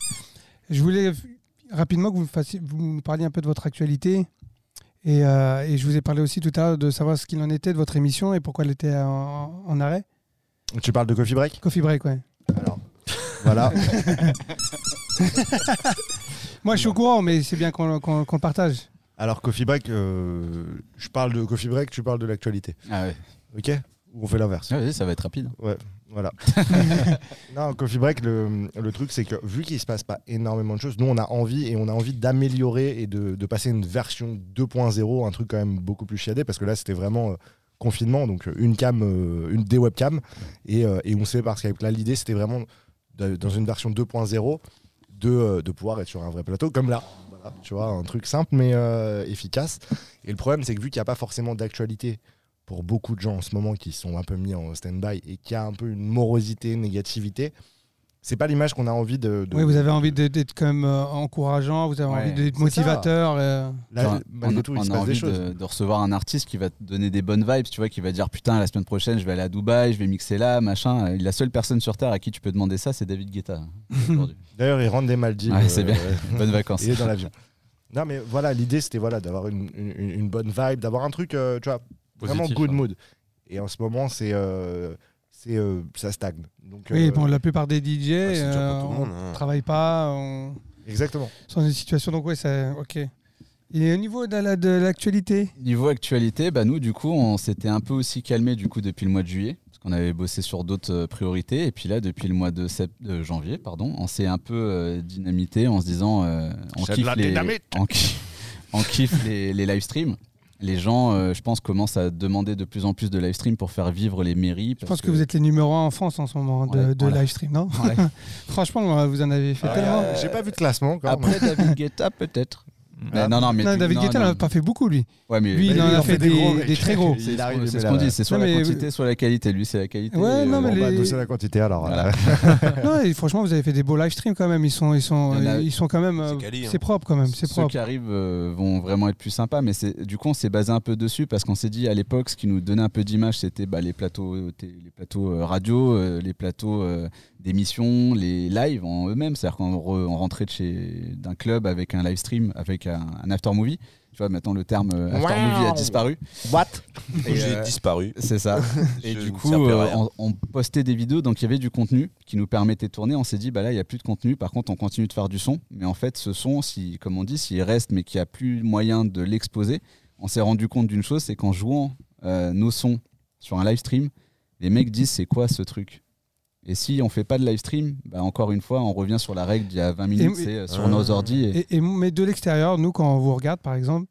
[SPEAKER 1] Je voulais f- rapidement que vous, me fassiez, vous nous parliez un peu de votre actualité. Et, euh, et je vous ai parlé aussi tout à l'heure de savoir ce qu'il en était de votre émission et pourquoi elle était en, en arrêt.
[SPEAKER 5] Bah, Tu parles de Coffee Break
[SPEAKER 1] Coffee break, ouais.
[SPEAKER 5] Alors, voilà.
[SPEAKER 1] Moi, je suis au courant, mais c'est bien qu'on qu'on- qu'on le partage.
[SPEAKER 5] Alors, Coffee Break, euh, je parle de Coffee Break, tu parles de l'actualité.
[SPEAKER 2] Ah ouais.
[SPEAKER 5] Ok Ou on fait l'inverse
[SPEAKER 2] Ah ouais, ça va être rapide.
[SPEAKER 5] Voilà. non, Coffee Break, le, le truc, c'est que vu qu'il se passe pas énormément de choses, nous, on a envie et on a envie d'améliorer et de, de passer une version 2.0, un truc quand même beaucoup plus chiadé, parce que là, c'était vraiment euh, confinement, donc euh, une cam, euh, une des webcams, et, euh, et on sait par Skype. Là, l'idée, c'était vraiment, de- dans une version 2.0, de, euh, de pouvoir être sur un vrai plateau, comme là. Voilà, tu vois, un truc simple mais euh, efficace. Et le problème, c'est que vu qu'il n'y a pas forcément d'actualité pour beaucoup de gens en ce moment qui sont un peu mis en stand-by et qui a un peu une morosité, une négativité, c'est pas l'image qu'on a envie de. de-
[SPEAKER 1] Oui, vous avez envie de- d'être comme euh, encourageant, vous avez
[SPEAKER 2] Ouais.
[SPEAKER 1] envie d'être
[SPEAKER 5] ça.
[SPEAKER 1] motivateur. euh.
[SPEAKER 5] Là,
[SPEAKER 2] Genre,
[SPEAKER 5] malgré tout, il
[SPEAKER 2] on
[SPEAKER 5] se
[SPEAKER 2] a
[SPEAKER 5] passe des
[SPEAKER 2] envie
[SPEAKER 5] choses.
[SPEAKER 2] de, de recevoir un artiste qui va te donner des bonnes vibes, tu vois, qui va dire putain la semaine prochaine je vais aller à Dubaï, je vais mixer là, machin. Et La seule personne sur terre à qui tu peux demander ça, c'est David Guetta. aujourd'hui.
[SPEAKER 5] D'ailleurs, il rentre des Maldives.
[SPEAKER 2] Ouais, c'est bien.
[SPEAKER 5] euh,
[SPEAKER 2] Bonnes vacances.
[SPEAKER 5] Il est dans l'avion. Non, mais voilà, l'idée, c'était voilà, d'avoir une, une- une- une bonne vibe, d'avoir un truc, euh, tu vois, vraiment
[SPEAKER 6] Positif,
[SPEAKER 5] good
[SPEAKER 6] hein.
[SPEAKER 5] mood. Et en ce moment, c'est. euh, c'est euh, ça stagne. Donc,
[SPEAKER 1] Oui,
[SPEAKER 5] euh,
[SPEAKER 1] bon, la plupart des DJ
[SPEAKER 4] Ah, c'est dur pour
[SPEAKER 1] euh,
[SPEAKER 4] tout le
[SPEAKER 1] on
[SPEAKER 4] monde, hein.
[SPEAKER 1] travaille pas, on...
[SPEAKER 5] Exactement.
[SPEAKER 1] sont dans une situation. Donc, ouais, ça. Ok. Et au niveau de la- de l'actualité
[SPEAKER 2] Niveau actualité, bah nous du coup on s'était un peu aussi calmé du coup depuis le mois de juillet parce qu'on avait bossé sur d'autres euh, priorités et puis là depuis le mois de, sept- de janvier pardon, on s'est un peu euh, dynamité en se disant euh, on,
[SPEAKER 5] C'est de
[SPEAKER 2] kiffe
[SPEAKER 5] la
[SPEAKER 2] les,
[SPEAKER 5] dynamite.
[SPEAKER 2] on, ki- on kiffe les, les live streams. Les gens, euh, je pense, commencent à demander de plus en plus de live streams pour faire vivre les mairies.
[SPEAKER 1] Je pense que, vous êtes les numéros 1 en France en ce moment de,
[SPEAKER 2] Ouais,
[SPEAKER 1] de
[SPEAKER 2] voilà.
[SPEAKER 1] live stream, non Franchement, euh, vous en avez fait
[SPEAKER 5] Ah,
[SPEAKER 1] tellement.
[SPEAKER 5] J'ai pas vu de classement encore. mais-
[SPEAKER 2] Après David Guetta, peut-être.
[SPEAKER 6] Ah,
[SPEAKER 5] Mm.
[SPEAKER 2] Mais non, non, mais
[SPEAKER 1] Non,
[SPEAKER 2] du-
[SPEAKER 1] David
[SPEAKER 2] non,
[SPEAKER 1] Guetta
[SPEAKER 2] non.
[SPEAKER 1] n'a pas fait beaucoup, lui.
[SPEAKER 2] Ouais, mais
[SPEAKER 1] Lui, il
[SPEAKER 5] mais
[SPEAKER 1] en
[SPEAKER 5] lui,
[SPEAKER 1] a fait des, des très gros.
[SPEAKER 5] Il
[SPEAKER 2] c'est ce
[SPEAKER 5] arrive,
[SPEAKER 2] qu'on-
[SPEAKER 5] mais
[SPEAKER 2] c'est ce
[SPEAKER 5] là,
[SPEAKER 2] qu'on
[SPEAKER 5] là.
[SPEAKER 2] dit, c'est soit
[SPEAKER 1] Non,
[SPEAKER 2] la
[SPEAKER 1] mais-
[SPEAKER 2] quantité, soit la qualité. Lui, c'est la qualité.
[SPEAKER 1] Ouais,
[SPEAKER 2] euh,
[SPEAKER 1] non, mais
[SPEAKER 5] On va
[SPEAKER 1] les-
[SPEAKER 5] adosser la quantité alors.
[SPEAKER 2] Voilà.
[SPEAKER 5] euh,
[SPEAKER 1] Non, et franchement, vous avez fait des beaux live streams quand même. Ils sont, ils sont,
[SPEAKER 2] Il y en a-
[SPEAKER 1] ils sont quand même. euh,
[SPEAKER 4] C'est quali, hein.
[SPEAKER 1] C'est propre quand même. C'est
[SPEAKER 2] Ceux
[SPEAKER 1] propre.
[SPEAKER 2] qui arrivent euh, vont vraiment être plus sympas, mais c'est- du coup on s'est basé un peu dessus parce qu'on s'est dit à l'époque ce qui nous donnait un peu d'image c'était bah, les plateaux, té- les plateaux euh, radio, euh, les plateaux euh, d'émissions, les lives en eux-mêmes, c'est-à-dire qu'on re- on rentrait de chez- d'un club avec un live stream, avec un, un after movie. Tu vois maintenant le terme euh, after
[SPEAKER 5] Wow.
[SPEAKER 2] movie a disparu.
[SPEAKER 5] What
[SPEAKER 2] Et,
[SPEAKER 4] J'ai
[SPEAKER 2] euh,
[SPEAKER 4] disparu.
[SPEAKER 2] C'est ça. Et
[SPEAKER 4] Je
[SPEAKER 2] du
[SPEAKER 4] ne
[SPEAKER 2] coup,
[SPEAKER 4] servais à
[SPEAKER 2] euh,
[SPEAKER 4] rien.
[SPEAKER 2] on, on postait des vidéos, donc il y avait du contenu qui nous permettait de tourner. On s'est dit, bah là, il n'y a plus de contenu. Par contre, on continue de faire du son. Mais en fait, ce son, si, comme on dit, s'il reste, mais qu'il n'y a plus moyen de l'exposer, on s'est rendu compte d'une chose c'est qu'en jouant euh, nos sons sur un live stream, les mecs disent, c'est quoi ce truc et si on fait pas de live stream, bah encore une fois, on revient sur la règle d'il y a 20 minutes,
[SPEAKER 1] Et-
[SPEAKER 2] c'est euh, sur
[SPEAKER 4] Ah.
[SPEAKER 2] nos ordi. Et...
[SPEAKER 1] Et, et- mais de l'extérieur, nous, quand on vous regarde, par exemple,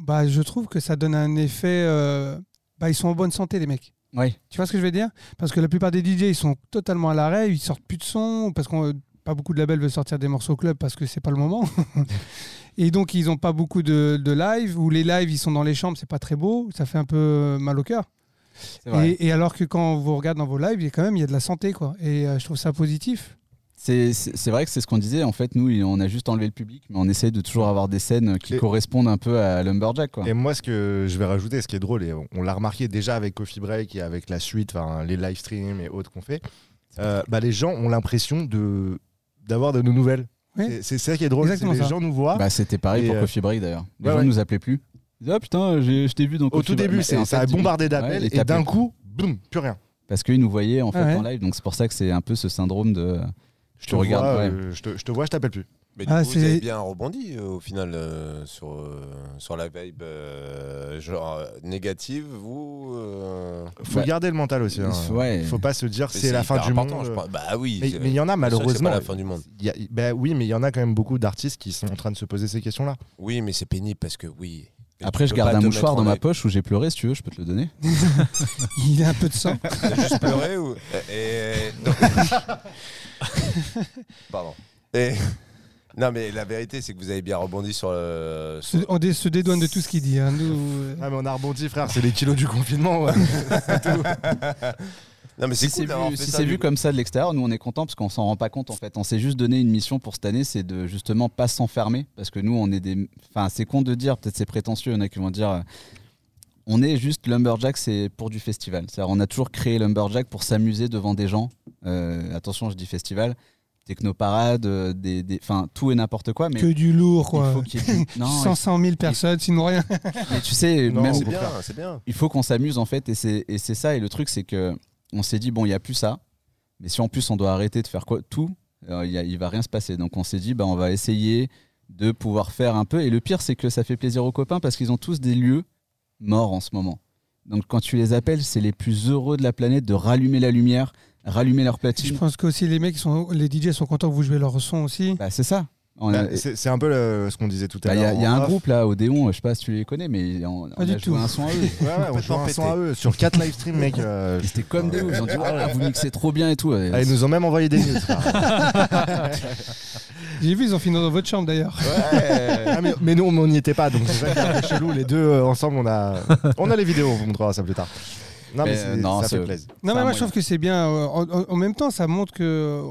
[SPEAKER 1] bah, je trouve que ça donne un effet. euh, Bah, ils sont en bonne santé, les mecs.
[SPEAKER 2] Ouais.
[SPEAKER 1] Tu vois ce que je veux dire Parce que la plupart des DJ, ils sont totalement à l'arrêt, ils sortent plus de son, parce qu'on euh, pas beaucoup de labels veulent sortir des morceaux au club parce que c'est pas le moment. et donc, ils n'ont pas beaucoup de, de live, ou les lives, ils sont dans les chambres, c'est pas très beau, ça fait un peu euh, mal au cœur.
[SPEAKER 2] c'est vrai.
[SPEAKER 1] Et, et alors que quand on vous regarde dans vos lives, il y a quand même il y a de la santé, quoi. Et euh, je trouve ça positif.
[SPEAKER 2] C'est- C'est c'est vrai que c'est ce qu'on disait. En fait, nous, il- on a juste enlevé le public, mais on essaye de toujours avoir des scènes qui
[SPEAKER 5] Et-
[SPEAKER 2] correspondent un peu à Lumberjack. Quoi.
[SPEAKER 5] Et moi, ce que je vais rajouter, ce qui est drôle, et on on l'a remarqué déjà avec Coffee Break et avec la suite, enfin, les live streams et autres qu'on fait, euh, bah, les gens ont l'impression de d'avoir de nos nouvelles.
[SPEAKER 1] Oui.
[SPEAKER 5] C'est- C'est ça qui est drôle. c'est
[SPEAKER 1] Exactement
[SPEAKER 5] Les
[SPEAKER 1] ça.
[SPEAKER 5] gens nous voient.
[SPEAKER 2] Bah, C'était pareil
[SPEAKER 5] Et,
[SPEAKER 2] pour
[SPEAKER 5] euh,
[SPEAKER 2] Coffee Break d'ailleurs. Les
[SPEAKER 5] ouais,
[SPEAKER 2] gens
[SPEAKER 5] ouais.
[SPEAKER 2] nous appelaient plus. Ils disaient, Ah putain, j'ai- je t'ai vu dans
[SPEAKER 5] Au
[SPEAKER 2] Coffee
[SPEAKER 5] tout
[SPEAKER 2] Break.
[SPEAKER 5] début,
[SPEAKER 2] Mais
[SPEAKER 5] c'est
[SPEAKER 2] en
[SPEAKER 5] ça a
[SPEAKER 2] fait, ils-
[SPEAKER 5] bombardé
[SPEAKER 2] ouais,
[SPEAKER 5] d'appels
[SPEAKER 2] ils
[SPEAKER 5] et d'un
[SPEAKER 2] t'appelaient
[SPEAKER 5] coup, boum, plus rien.
[SPEAKER 2] Parce qu'ils nous voyaient en fait
[SPEAKER 1] Ah ouais.
[SPEAKER 2] en live. Donc c'est pour ça que c'est un peu ce syndrome de.
[SPEAKER 5] Je Je te
[SPEAKER 2] regarde,
[SPEAKER 5] vois,
[SPEAKER 2] ouais.
[SPEAKER 5] euh, je, te, je te vois, je t'appelle plus.
[SPEAKER 4] Mais du
[SPEAKER 1] Ah,
[SPEAKER 4] coup, vous
[SPEAKER 1] c'est-
[SPEAKER 4] avez bien rebondi euh, au final euh, sur, euh, sur la vibe euh, genre euh, négative, vous euh,
[SPEAKER 5] Faut
[SPEAKER 2] Bah,
[SPEAKER 5] garder le mental aussi. hein.
[SPEAKER 2] ouais.
[SPEAKER 5] Faut pas se dire
[SPEAKER 4] mais
[SPEAKER 5] c'est la fin
[SPEAKER 4] hyper
[SPEAKER 5] du monde. euh.
[SPEAKER 4] important, je pense. Bah oui.
[SPEAKER 5] Mais
[SPEAKER 4] c'est-
[SPEAKER 5] mais il y en a
[SPEAKER 4] c'est sûr que C'est
[SPEAKER 5] malheureusement.
[SPEAKER 4] pas la fin du monde.
[SPEAKER 5] Il y a- ben oui, mais il y en a quand même beaucoup d'artistes qui sont en train de se poser ces questions-là.
[SPEAKER 4] Oui, mais c'est pénible parce que oui. Et
[SPEAKER 2] Après,
[SPEAKER 4] tu
[SPEAKER 2] je
[SPEAKER 4] peux
[SPEAKER 2] garde
[SPEAKER 4] pas
[SPEAKER 2] un
[SPEAKER 4] te
[SPEAKER 2] mouchoir
[SPEAKER 4] mettre en
[SPEAKER 2] dans ma
[SPEAKER 4] live.
[SPEAKER 2] poche où j'ai pleuré, si tu veux, je peux te le donner.
[SPEAKER 1] Il a un peu de sang.
[SPEAKER 4] T'as juste pleuré ou. Et... non. Pardon. Et- Non, mais la vérité, c'est que vous avez bien rebondi sur le.
[SPEAKER 1] Se- on dé- se dédouane de tout ce qu'il dit. hein. Nous, euh,
[SPEAKER 5] Ah mais on a rebondi frère, c'est les kilos du confinement. ouais.
[SPEAKER 4] Non, mais c'est
[SPEAKER 2] Si
[SPEAKER 4] cool
[SPEAKER 2] c'est
[SPEAKER 4] d'avoir
[SPEAKER 2] vu,
[SPEAKER 4] fait
[SPEAKER 2] si
[SPEAKER 4] ça,
[SPEAKER 2] c'est
[SPEAKER 4] du
[SPEAKER 2] vu
[SPEAKER 4] coup.
[SPEAKER 2] comme ça de l'extérieur, nous on est content parce qu'on s'en rend pas compte en fait. On s'est juste donné une mission pour cette année, c'est de justement pas s'enfermer parce que nous on est des. Enfin, c'est con de dire, peut-être c'est prétentieux, il y en a qui vont dire. euh, On est juste Lumberjack, c'est pour du festival. C'est-à-dire, on a toujours créé Lumberjack pour s'amuser devant des gens. Euh, attention, je dis festival, technoparade, euh, des, des, enfin tout et n'importe quoi, mais
[SPEAKER 1] que du lourd,
[SPEAKER 2] il
[SPEAKER 1] quoi.
[SPEAKER 2] faut qu'il y ait du- Non,
[SPEAKER 1] 500 000 personnes, sinon rien.
[SPEAKER 2] mais tu sais,
[SPEAKER 5] Non,
[SPEAKER 2] même
[SPEAKER 5] c'est
[SPEAKER 4] C'est bien, c'est bien.
[SPEAKER 2] il faut qu'on s'amuse en fait et c'est et c'est ça et le truc c'est que on s'est dit bon il y a plus ça mais si en plus on doit arrêter de faire quoi tout euh, il y a- il va rien se passer donc on s'est dit bah on va essayer de pouvoir faire un peu et le pire c'est que ça fait plaisir aux copains parce qu'ils ont tous des lieux morts en ce moment donc quand tu les appelles c'est les plus heureux de la planète de rallumer la lumière rallumer leur
[SPEAKER 1] Je
[SPEAKER 2] platine
[SPEAKER 1] pense qu'aussi les mecs, sont, les DJ sont contents que vous jouez leur son aussi.
[SPEAKER 2] bah, c'est ça On a-
[SPEAKER 5] Bah, c'est c'est un peu le- ce qu'on disait tout
[SPEAKER 2] bah,
[SPEAKER 5] à
[SPEAKER 2] il y
[SPEAKER 5] l'heure.
[SPEAKER 2] a, il y a
[SPEAKER 5] en
[SPEAKER 2] un
[SPEAKER 5] off.
[SPEAKER 2] groupe là, Odéon, je sais pas si tu les connais, mais on, on a
[SPEAKER 1] du
[SPEAKER 2] joué
[SPEAKER 1] tout.
[SPEAKER 2] un son à eux.
[SPEAKER 5] Ouais, ouais, on
[SPEAKER 4] Pas
[SPEAKER 5] joue un
[SPEAKER 4] tempêté.
[SPEAKER 5] son à eux sur 4 live streams mec. euh,
[SPEAKER 2] Et C'était comme des ouf, ils ont dit Ah, vous mixez trop bien et tout. Et
[SPEAKER 5] ah, ils nous ont même envoyé des news. frère.
[SPEAKER 1] J'ai vu, ils ont fini dans votre chambre d'ailleurs.
[SPEAKER 5] Ah, mais, mais nous on n'y était pas donc c'est ça qui est un peu chelou les deux euh, ensemble on a on a les vidéos on vous montrera ça plus tard. Non mais,
[SPEAKER 2] Mais,
[SPEAKER 5] c'est-
[SPEAKER 2] euh, non,
[SPEAKER 5] ça fait
[SPEAKER 2] c'est-
[SPEAKER 5] plaisir.
[SPEAKER 1] Non,
[SPEAKER 2] C'est
[SPEAKER 1] mais
[SPEAKER 2] un
[SPEAKER 1] moi,
[SPEAKER 2] moyen.
[SPEAKER 1] je trouve que c'est bien. euh, En, en- en même temps, ça montre que,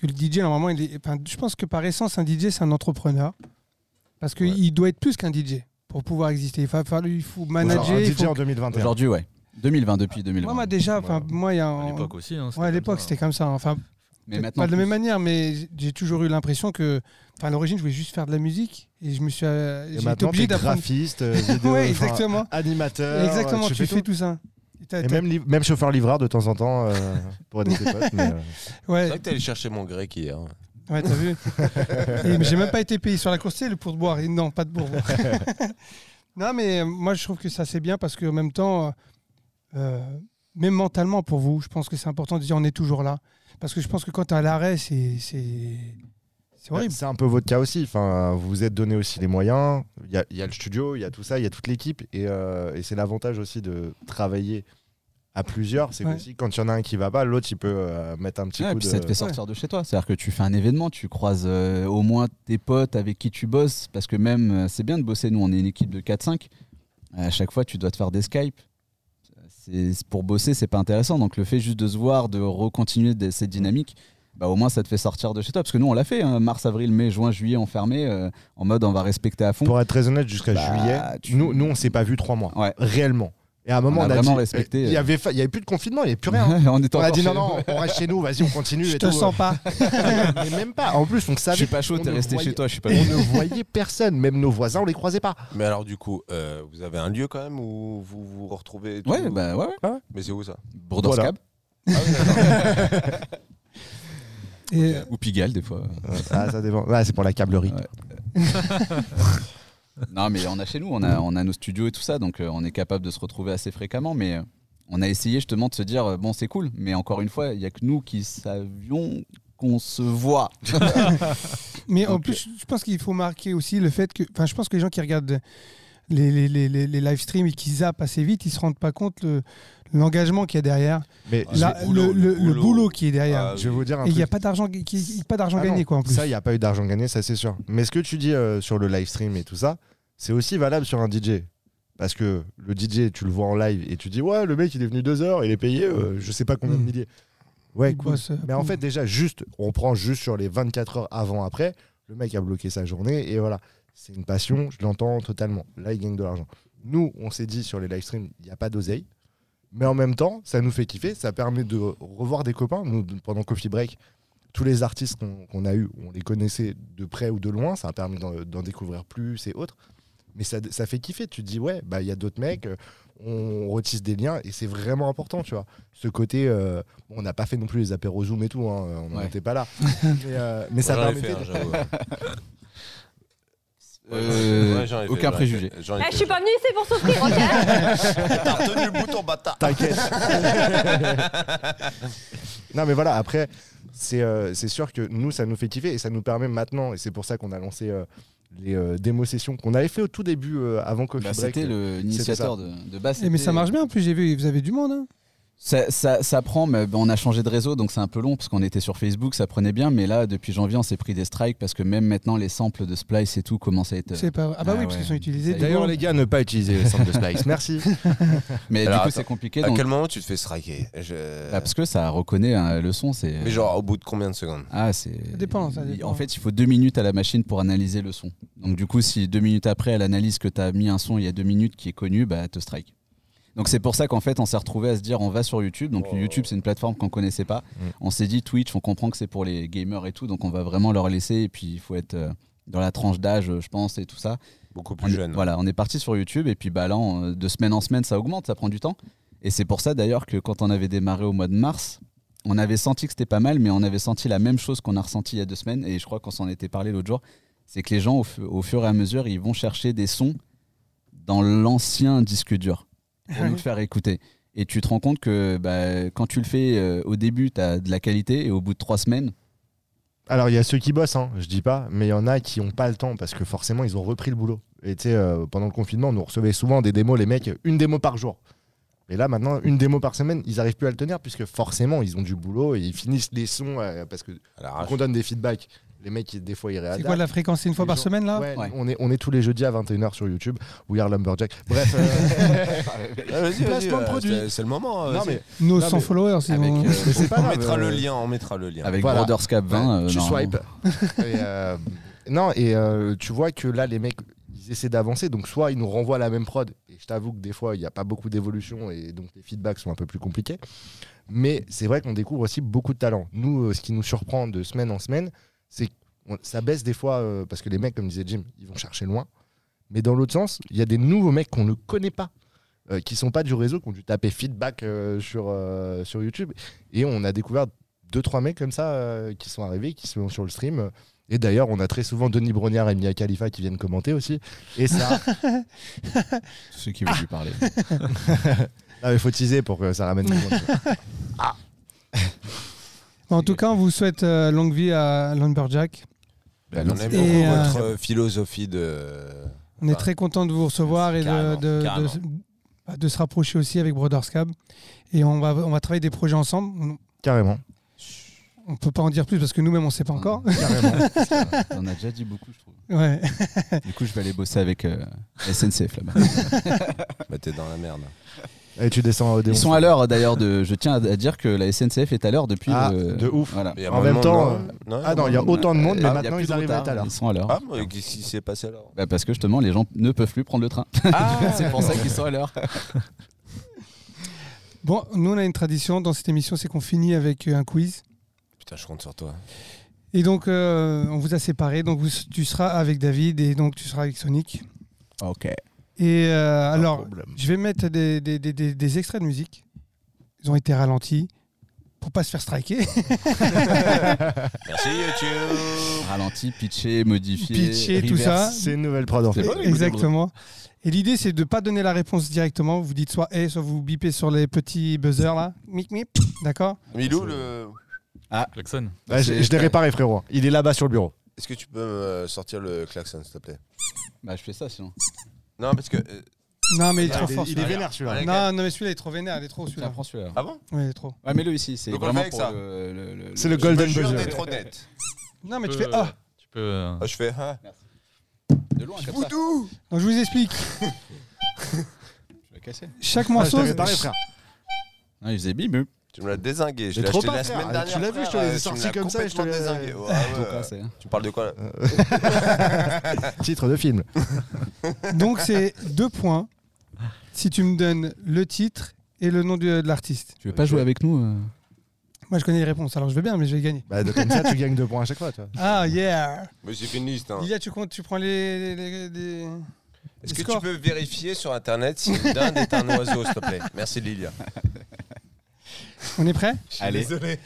[SPEAKER 1] que le DJ, normalement, il est- enfin, je pense que par essence, un DJ, c'est un entrepreneur. Parce qu'il
[SPEAKER 4] Ouais.
[SPEAKER 1] doit être plus qu'un DJ pour pouvoir exister. Il, va falloir- il faut manager.
[SPEAKER 5] Genre, un
[SPEAKER 1] il
[SPEAKER 5] DJ
[SPEAKER 1] faut-
[SPEAKER 5] en 2021.
[SPEAKER 2] Aujourd'hui, ouais. 2020, depuis
[SPEAKER 1] Moi,
[SPEAKER 2] 2020.
[SPEAKER 1] moi, déjà, enfin,
[SPEAKER 5] Voilà.
[SPEAKER 1] moi, il y a.
[SPEAKER 6] À
[SPEAKER 1] un-
[SPEAKER 6] l'époque aussi. hein,
[SPEAKER 1] Ouais, à
[SPEAKER 6] comme
[SPEAKER 1] l'époque,
[SPEAKER 6] ça.
[SPEAKER 1] c'était comme ça. Enfin,
[SPEAKER 2] mais
[SPEAKER 1] Peut-être
[SPEAKER 2] maintenant,
[SPEAKER 1] pas de la même
[SPEAKER 2] plus.
[SPEAKER 1] manière, mais j'ai- j'ai toujours eu l'impression que, enfin, à l'origine, je voulais juste faire de la musique et je me suis, euh,
[SPEAKER 5] Et
[SPEAKER 1] j'ai été
[SPEAKER 5] maintenant
[SPEAKER 1] obligé
[SPEAKER 5] t'es
[SPEAKER 1] d'apprendre.
[SPEAKER 5] graphiste, euh, vidéo,
[SPEAKER 1] ouais,
[SPEAKER 5] enfin,
[SPEAKER 1] exactement.
[SPEAKER 5] animateur. euh,
[SPEAKER 1] exactement, tu, fais
[SPEAKER 5] tout.
[SPEAKER 1] tout ça. Et t'as-
[SPEAKER 5] Et
[SPEAKER 1] t'as-
[SPEAKER 5] même, liv- même chauffeur livreur de temps en temps euh, pour aider tes potes. mais, euh,
[SPEAKER 4] C'est
[SPEAKER 1] ouais,
[SPEAKER 4] vrai que t'es allé chercher mon grec hier.
[SPEAKER 1] ouais, t'as vu. Et j'ai même pas été payé sur la course, c'est le pourboire. Et Non, pas de pourboire. non, mais euh, moi, je trouve que ça c'est bien parce qu'en même temps, euh, euh, même mentalement pour vous, je pense que c'est important de dire on est toujours là. Parce que je pense que quand t'es à l'arrêt, c'est, c'est, c'est
[SPEAKER 4] Bah,
[SPEAKER 1] horrible.
[SPEAKER 5] C'est un peu votre cas aussi. Enfin, vous vous êtes donné aussi les moyens. Il y a, il y a le studio, il y a tout ça, il y a toute l'équipe. Et, euh, et c'est l'avantage aussi de travailler à plusieurs. C'est
[SPEAKER 1] Ouais.
[SPEAKER 5] aussi quand il y en a un qui va pas, l'autre il peut euh, mettre un petit
[SPEAKER 2] Ouais,
[SPEAKER 5] coup
[SPEAKER 2] puis
[SPEAKER 5] de.
[SPEAKER 2] ça te fait sortir de chez toi. C'est-à-dire que tu fais un événement, tu croises euh, au moins tes potes avec qui tu bosses. Parce que même, euh, c'est bien de bosser. Nous, on est une équipe de 4-5. À chaque fois, tu dois te faire des Skype. C'est- c'est- Pour bosser, c'est pas intéressant. Donc, le fait juste de se voir, de recontinuer de- cette dynamique, bah, au moins, ça te fait sortir de chez toi. Parce que nous, on l'a fait. hein, mars, avril, mai, juin, juillet, on fermait. euh, en mode, on va respecter à fond.
[SPEAKER 5] Pour être très honnête, jusqu'à
[SPEAKER 2] Bah,
[SPEAKER 5] juillet,
[SPEAKER 2] tu-
[SPEAKER 5] nous, nous on s'est pas vu trois mois.
[SPEAKER 2] Ouais.
[SPEAKER 5] Réellement. Et à un moment,
[SPEAKER 2] On
[SPEAKER 5] on,
[SPEAKER 2] a
[SPEAKER 5] a
[SPEAKER 2] vraiment
[SPEAKER 5] dit-
[SPEAKER 2] respecté,
[SPEAKER 5] Il y,
[SPEAKER 2] euh.
[SPEAKER 5] avait fa- il y avait plus de confinement, il n'y avait plus rien. hein.
[SPEAKER 2] on était
[SPEAKER 5] On a
[SPEAKER 2] encore
[SPEAKER 5] dit
[SPEAKER 2] chez-
[SPEAKER 5] non, non, on reste chez nous, vas-y, on continue.
[SPEAKER 1] Je
[SPEAKER 5] et
[SPEAKER 1] te
[SPEAKER 5] tout.
[SPEAKER 1] sens
[SPEAKER 4] hein.
[SPEAKER 1] pas.
[SPEAKER 5] Mais même pas. En plus, on
[SPEAKER 2] Je suis
[SPEAKER 5] savait.
[SPEAKER 2] pas chaud,
[SPEAKER 5] on
[SPEAKER 2] t'es
[SPEAKER 5] ne
[SPEAKER 2] resté
[SPEAKER 5] voyait-
[SPEAKER 2] chez toi. Je suis pas
[SPEAKER 5] On ne voyait personne, même nos voisins, on les croisait pas.
[SPEAKER 4] Mais alors, du coup, euh, vous avez un lieu quand même où vous vous retrouvez et tout
[SPEAKER 2] Ouais, bah Ah ouais. ouais.
[SPEAKER 4] Mais c'est où ça
[SPEAKER 2] Bourdanscab.
[SPEAKER 1] Et, euh,
[SPEAKER 2] Ou Pigalle, des fois.
[SPEAKER 5] Ah, ça dépend. Ah, c'est pour la câblerie.
[SPEAKER 2] Non, mais on a chez nous, on a, on a nos studios et tout ça, donc euh, on est capable de se retrouver assez fréquemment. Mais euh, on a essayé justement de se dire, euh, bon, c'est cool, mais encore une fois, il n'y a que nous qui savions qu'on se voit.
[SPEAKER 1] Mais en
[SPEAKER 2] Donc,
[SPEAKER 1] plus, je pense qu'il faut marquer aussi le fait que. Enfin, je pense que les gens qui regardent les, les, les, les, les live streams et qui zappent assez vite, ils se rendent pas compte le l'engagement qu'il y a derrière,
[SPEAKER 5] Mais
[SPEAKER 4] Ah,
[SPEAKER 1] la-
[SPEAKER 4] le
[SPEAKER 1] le,
[SPEAKER 4] boulot,
[SPEAKER 1] le-
[SPEAKER 4] le
[SPEAKER 1] le
[SPEAKER 4] boulot.
[SPEAKER 1] boulot qui est derrière.
[SPEAKER 4] Ah,
[SPEAKER 5] euh, je vais vous dire un
[SPEAKER 1] et il
[SPEAKER 5] truc.
[SPEAKER 1] n'y a pas d'argent qui- qui- pas d'argent
[SPEAKER 5] Ah
[SPEAKER 1] gagné,
[SPEAKER 5] non,
[SPEAKER 1] quoi, en plus.
[SPEAKER 5] Ça, il n'y a pas eu d'argent gagné, ça c'est sûr. Mais ce que tu dis euh, sur le live stream et tout ça, c'est aussi valable sur un DJ. Parce que le DJ, tu le vois en live et tu dis, ouais, le mec, il est venu deux heures, il est payé, euh, je sais pas combien de
[SPEAKER 1] Mm.
[SPEAKER 5] milliers. Ouais,
[SPEAKER 1] Il
[SPEAKER 5] cool.
[SPEAKER 1] bosse, euh,
[SPEAKER 5] Mais en
[SPEAKER 1] mm.
[SPEAKER 5] fait, déjà, juste, on prend juste sur les 24 heures avant-après, le mec a bloqué sa journée et voilà. C'est une passion, je l'entends totalement. Là, il gagne de l'argent. Nous, on s'est dit sur les live streams, il n'y a pas d'oseille. Mais en même temps, ça nous fait kiffer, ça permet de revoir des copains. Nous, pendant Coffee Break, tous les artistes qu'on qu'on a eus, on les connaissait de près ou de loin, ça a permis d'en d'en découvrir plus et autres. Mais ça, ça fait kiffer, tu te dis, ouais, bah, il y a d'autres mecs, euh, on retisse des liens et c'est vraiment important, tu vois. Ce côté, euh, bon, on n'a pas fait non plus les apéros Zoom et tout, hein, on n'en
[SPEAKER 2] Ouais.
[SPEAKER 5] était pas là. mais euh, mais ça
[SPEAKER 4] J'en ai
[SPEAKER 5] permettait.
[SPEAKER 4] fait un, j'avoue.
[SPEAKER 2] Euh,
[SPEAKER 4] Ouais, j'en ai fait,
[SPEAKER 2] aucun
[SPEAKER 4] j'en ai
[SPEAKER 2] préjugé.
[SPEAKER 4] fait, j'en ai
[SPEAKER 3] Ah,
[SPEAKER 4] fait.
[SPEAKER 3] je suis pas venue ici pour souffrir, ok
[SPEAKER 4] T'as retenu le bouton, bâtard.
[SPEAKER 5] T'inquiète. non, mais voilà, après, c'est euh, c'est sûr que nous, ça nous fait kiffer et ça nous permet maintenant, et c'est pour ça qu'on a lancé euh, les euh, démo-sessions qu'on avait fait au tout début, euh, avant Coffee
[SPEAKER 2] Bah,
[SPEAKER 5] Break.
[SPEAKER 2] c'était le initiateur de, de base.
[SPEAKER 1] Eh, mais
[SPEAKER 2] c'était-
[SPEAKER 1] ça marche bien, en plus, j'ai vu, vous avez du monde. hein.
[SPEAKER 2] Ça, ça- ça prend, mais on a changé de réseau, donc c'est un peu long, parce qu'on était sur Facebook, ça prenait bien, mais là, depuis janvier, on s'est pris des strikes, parce que même maintenant, les samples de Splice et tout commencent à être...
[SPEAKER 1] C'est pas... Ah bah
[SPEAKER 2] Ah
[SPEAKER 1] oui, parce
[SPEAKER 2] ouais.
[SPEAKER 1] qu'ils sont utilisés.
[SPEAKER 2] Ça y est.
[SPEAKER 5] D'ailleurs, les gars, ne pas utiliser le centre de Splice. Merci.
[SPEAKER 2] Mais du
[SPEAKER 4] Alors,
[SPEAKER 2] coup,
[SPEAKER 4] attends.
[SPEAKER 2] c'est compliqué,
[SPEAKER 4] À
[SPEAKER 2] donc-
[SPEAKER 4] quel moment tu te fais striker Je-
[SPEAKER 5] Bah,
[SPEAKER 2] Ah, parce que ça reconnaît hein, le son, c'est...
[SPEAKER 4] Mais genre, au bout de combien de secondes
[SPEAKER 2] Ah, c'est...
[SPEAKER 1] Ça dépend, ça
[SPEAKER 2] Il-
[SPEAKER 1] dépend.
[SPEAKER 2] En fait, il faut deux minutes à la machine pour analyser le son. Donc du coup, si deux minutes après, elle analyse que tu as mis un son il y a deux minutes qui est connu, bah, elle te strike. Donc c'est pour ça qu'en fait, on s'est retrouvé à se dire, on va sur YouTube. Donc
[SPEAKER 4] Oh.
[SPEAKER 2] YouTube, c'est une plateforme qu'on connaissait pas.
[SPEAKER 5] Mm.
[SPEAKER 2] On s'est dit, Twitch, on comprend que c'est pour les gamers et tout, donc on va vraiment leur laisser. Et puis, il faut être euh, dans la tranche d'âge, euh, je pense, et tout ça.
[SPEAKER 4] Beaucoup
[SPEAKER 2] On
[SPEAKER 4] plus
[SPEAKER 5] Ah,
[SPEAKER 2] est-
[SPEAKER 4] jeune.
[SPEAKER 2] Voilà, on est parti sur YouTube et puis bah là, on- de semaine en semaine, ça augmente, ça prend du temps. Et c'est pour ça d'ailleurs que quand on avait démarré au mois de mars, on avait senti que c'était pas mal, mais on avait senti la même chose qu'on a ressenti il y a deux semaines. Et je crois qu'on s'en était parlé l'autre jour, c'est que les gens, au, fu- au fur et à mesure, ils vont chercher des sons dans l'ancien disque dur pour nous le faire écouter. Et tu te rends compte que bah, quand tu le fais euh, au début, tu as de la qualité et au bout de trois semaines,
[SPEAKER 5] Alors, il y a ceux qui bossent, hein, je dis pas, mais il y en a qui ont pas le temps parce que forcément, ils ont repris le boulot. Et tu sais, euh, pendant le confinement, on nous recevait souvent des démos, les mecs, une démo par jour. Et là, maintenant, une démo par semaine, ils arrivent plus à le tenir puisque forcément, ils ont du boulot et ils finissent les sons euh, parce que
[SPEAKER 4] À l'arrache.
[SPEAKER 5] quand on donne des feedbacks. Les mecs, ils- des fois, ils
[SPEAKER 1] C'est
[SPEAKER 5] réadaptent.
[SPEAKER 1] quoi de la fréquence C'est une fois
[SPEAKER 5] Les
[SPEAKER 1] par
[SPEAKER 5] gens-
[SPEAKER 1] semaine, là
[SPEAKER 5] Ouais,
[SPEAKER 2] Ouais.
[SPEAKER 5] On, est, on est tous les jeudis à 21h sur YouTube. We are Lumberjack. Bref, euh,
[SPEAKER 4] Ah, vas-y, vas-y,
[SPEAKER 5] Placement de
[SPEAKER 4] euh,
[SPEAKER 5] produit.
[SPEAKER 4] c'est- C'est le moment. euh,
[SPEAKER 5] non,
[SPEAKER 4] c'est-
[SPEAKER 5] mais,
[SPEAKER 1] Nos
[SPEAKER 5] Non,
[SPEAKER 1] 100
[SPEAKER 5] mais-
[SPEAKER 1] followers,
[SPEAKER 2] avec,
[SPEAKER 1] sinon...
[SPEAKER 2] euh,
[SPEAKER 5] mais c'est pas
[SPEAKER 4] on
[SPEAKER 5] grave,
[SPEAKER 4] mettra le
[SPEAKER 5] euh,
[SPEAKER 4] lien, on mettra le lien.
[SPEAKER 2] avec
[SPEAKER 5] Voilà.
[SPEAKER 2] Brothers Cap 20, euh,
[SPEAKER 5] Bah, tu
[SPEAKER 2] normalement.
[SPEAKER 5] swipes. Et, euh, non, et euh, tu vois que là, les mecs, ils essaient d'avancer. Donc, soit ils nous renvoient à la même prod. Et je t'avoue que des fois, il n'y a pas beaucoup d'évolution. Et donc, les feedbacks sont un peu plus compliqués. Mais c'est vrai qu'on découvre aussi beaucoup de talents. Nous, euh, ce qui nous surprend de semaine en semaine, c'est que on- ça baisse des fois. euh, parce que les mecs, comme disait Jim, ils vont chercher loin. Mais dans l'autre sens, il y a des nouveaux mecs qu'on ne connaît pas. euh, qui sont pas du réseau, qui ont dû taper feedback euh, sur, euh, sur YouTube. Et on a découvert deux trois mecs comme ça euh, qui sont arrivés qui sont sur le stream et d'ailleurs on a très souvent Denis Brognard et Mia Khalifa qui viennent commenter aussi et ça
[SPEAKER 2] Tous ceux qui veulent lui parler.
[SPEAKER 5] Ah, mais faut teaser pour que ça ramène tout le monde.
[SPEAKER 1] En tout cas, on vous souhaite euh, longue vie à Lumberjack.
[SPEAKER 2] Bah,
[SPEAKER 4] Ben, on aime
[SPEAKER 1] Et,
[SPEAKER 4] beaucoup
[SPEAKER 1] euh,
[SPEAKER 4] votre euh, philosophie de.
[SPEAKER 1] On est
[SPEAKER 4] Bah,
[SPEAKER 1] très content de vous recevoir et de,
[SPEAKER 4] carrément,
[SPEAKER 1] de, de-
[SPEAKER 4] carrément.
[SPEAKER 1] bah, de se rapprocher aussi avec Brothers Cab. Et on va, on va travailler des projets ensemble.
[SPEAKER 5] carrément
[SPEAKER 1] On ne peut pas en dire plus parce que nous-mêmes, on ne sait
[SPEAKER 5] Hmm.
[SPEAKER 1] pas encore.
[SPEAKER 5] Mm, carrément
[SPEAKER 2] T'en as déjà dit beaucoup, je trouve.
[SPEAKER 1] Ouais.
[SPEAKER 2] Du coup, je vais aller bosser avec euh, SNCF là-bas.
[SPEAKER 4] Bah, t'es dans la merde.
[SPEAKER 5] et tu descends au
[SPEAKER 2] Ils sont à l'heure d'ailleurs. De, je tiens à à dire que la SNCF est à l'heure depuis.
[SPEAKER 5] Ah,
[SPEAKER 2] le-
[SPEAKER 5] de ouf.
[SPEAKER 2] Voilà.
[SPEAKER 4] Mais
[SPEAKER 5] En
[SPEAKER 4] à un
[SPEAKER 5] même
[SPEAKER 4] moment,
[SPEAKER 5] temps,
[SPEAKER 4] non, non,
[SPEAKER 5] ah non il y a autant de monde mais
[SPEAKER 2] Ah, il y a
[SPEAKER 5] maintenant
[SPEAKER 2] plus
[SPEAKER 5] ils
[SPEAKER 2] de
[SPEAKER 5] arrivent à
[SPEAKER 2] retard,
[SPEAKER 5] être à l'heure
[SPEAKER 2] Ils sont à l'heure.
[SPEAKER 4] Ah, mais qu'est-ce qui s'est passé alors
[SPEAKER 2] Bah, parce que justement, les gens ne peuvent plus prendre le train.
[SPEAKER 5] Ah.
[SPEAKER 2] c'est pour ça qu'ils sont à l'heure.
[SPEAKER 1] Bon, nous, on a une tradition dans cette émission, c'est qu'on finit avec euh, un quiz.
[SPEAKER 4] Putain, je compte sur toi.
[SPEAKER 1] Et donc, euh, on vous a séparés. Donc, vous- tu seras avec David et donc tu seras avec Sonic.
[SPEAKER 2] Ok.
[SPEAKER 1] Et euh, alors, je vais mettre des, des- des- des- des extraits de musique. Ils ont été ralentis pour pas se faire striker.
[SPEAKER 4] Merci YouTube
[SPEAKER 2] Ralenti, pitché, modifié.
[SPEAKER 1] Pitché, tout
[SPEAKER 2] reverse.
[SPEAKER 1] ça.
[SPEAKER 5] c'est une nouvelle prod en fait
[SPEAKER 2] C'est pas-
[SPEAKER 1] Exactement. Et l'idée, c'est de ne pas donner la réponse directement. Vous dites soit et, soit vous bipez sur les petits buzzers là. Mip, mip. D'accord
[SPEAKER 4] Milou, le...
[SPEAKER 6] Klaxon.
[SPEAKER 5] Ouais, je, je l'ai réparé frérot il est là-bas sur le bureau
[SPEAKER 4] est-ce que tu peux me sortir le klaxon, s'il te plaît
[SPEAKER 2] Bah, je fais ça sinon.
[SPEAKER 4] Non, parce que. euh,
[SPEAKER 1] Non, mais il est
[SPEAKER 5] Ah,
[SPEAKER 1] trop
[SPEAKER 5] il est-
[SPEAKER 1] fort.
[SPEAKER 5] il est
[SPEAKER 1] celui-là.
[SPEAKER 5] vénère celui-là
[SPEAKER 4] Allez.
[SPEAKER 1] Non, non, mais celui-là, il est trop vénère. Il est trop
[SPEAKER 2] Tiens,
[SPEAKER 1] celui-là.
[SPEAKER 2] prends celui-là.
[SPEAKER 4] Ah bon
[SPEAKER 1] Ouais, il est trop.
[SPEAKER 2] Ouais, mets-le ici. C'est
[SPEAKER 4] Donc, on
[SPEAKER 2] vraiment
[SPEAKER 4] fait
[SPEAKER 2] pour
[SPEAKER 4] avec ça.
[SPEAKER 2] le. le- le-
[SPEAKER 5] c'est le
[SPEAKER 4] Je me
[SPEAKER 5] golden
[SPEAKER 4] jure
[SPEAKER 5] buzzer
[SPEAKER 4] d'être honnête.
[SPEAKER 1] Non, mais tu
[SPEAKER 6] peux,
[SPEAKER 1] fais ah.
[SPEAKER 6] Tu peux. euh,
[SPEAKER 4] Ah, je fais. ah.
[SPEAKER 2] De loin, comme ça.
[SPEAKER 4] Boudou
[SPEAKER 5] euh,
[SPEAKER 1] Donc, je vous explique.
[SPEAKER 2] Je vais casser.
[SPEAKER 1] Chaque
[SPEAKER 5] Ah, je t'ai
[SPEAKER 1] morceau.
[SPEAKER 5] réparé frère
[SPEAKER 2] Non, il faisait bim.
[SPEAKER 4] Tu me l'as désingué. Je
[SPEAKER 5] Mais
[SPEAKER 4] l'ai
[SPEAKER 5] trop
[SPEAKER 4] acheté
[SPEAKER 5] pas,
[SPEAKER 4] la
[SPEAKER 5] frère.
[SPEAKER 4] semaine dernière.
[SPEAKER 5] Tu l'as vu, je te
[SPEAKER 4] frère,
[SPEAKER 5] les ai
[SPEAKER 4] euh,
[SPEAKER 5] sortis
[SPEAKER 4] tu me l'as
[SPEAKER 5] comme ça et je te
[SPEAKER 4] complètement
[SPEAKER 5] les-
[SPEAKER 4] désingué. Ouais, ouais.
[SPEAKER 5] Euh,
[SPEAKER 4] Tu parles de quoi là
[SPEAKER 5] titre de film
[SPEAKER 1] Donc, c'est deux points si tu me donnes le titre et le nom du- de l'artiste.
[SPEAKER 2] Tu veux pas jouer avec nous euh
[SPEAKER 1] Moi, je connais les réponses, alors je vais bien, mais je vais gagner.
[SPEAKER 5] bah, de- comme ça tu gagnes deux points à chaque fois tu vois.
[SPEAKER 1] Ah, yeah
[SPEAKER 4] Mais c'est une liste. hein.
[SPEAKER 1] Lilia, tu, comptes, tu prends les, les- les- les-
[SPEAKER 4] Est-ce
[SPEAKER 1] Les
[SPEAKER 4] que
[SPEAKER 1] scores.
[SPEAKER 4] tu peux vérifier sur internet si une dinde est un oiseau, s'il te plaît Merci Lilia.
[SPEAKER 1] On est prêt
[SPEAKER 2] Allez.
[SPEAKER 4] Désolé.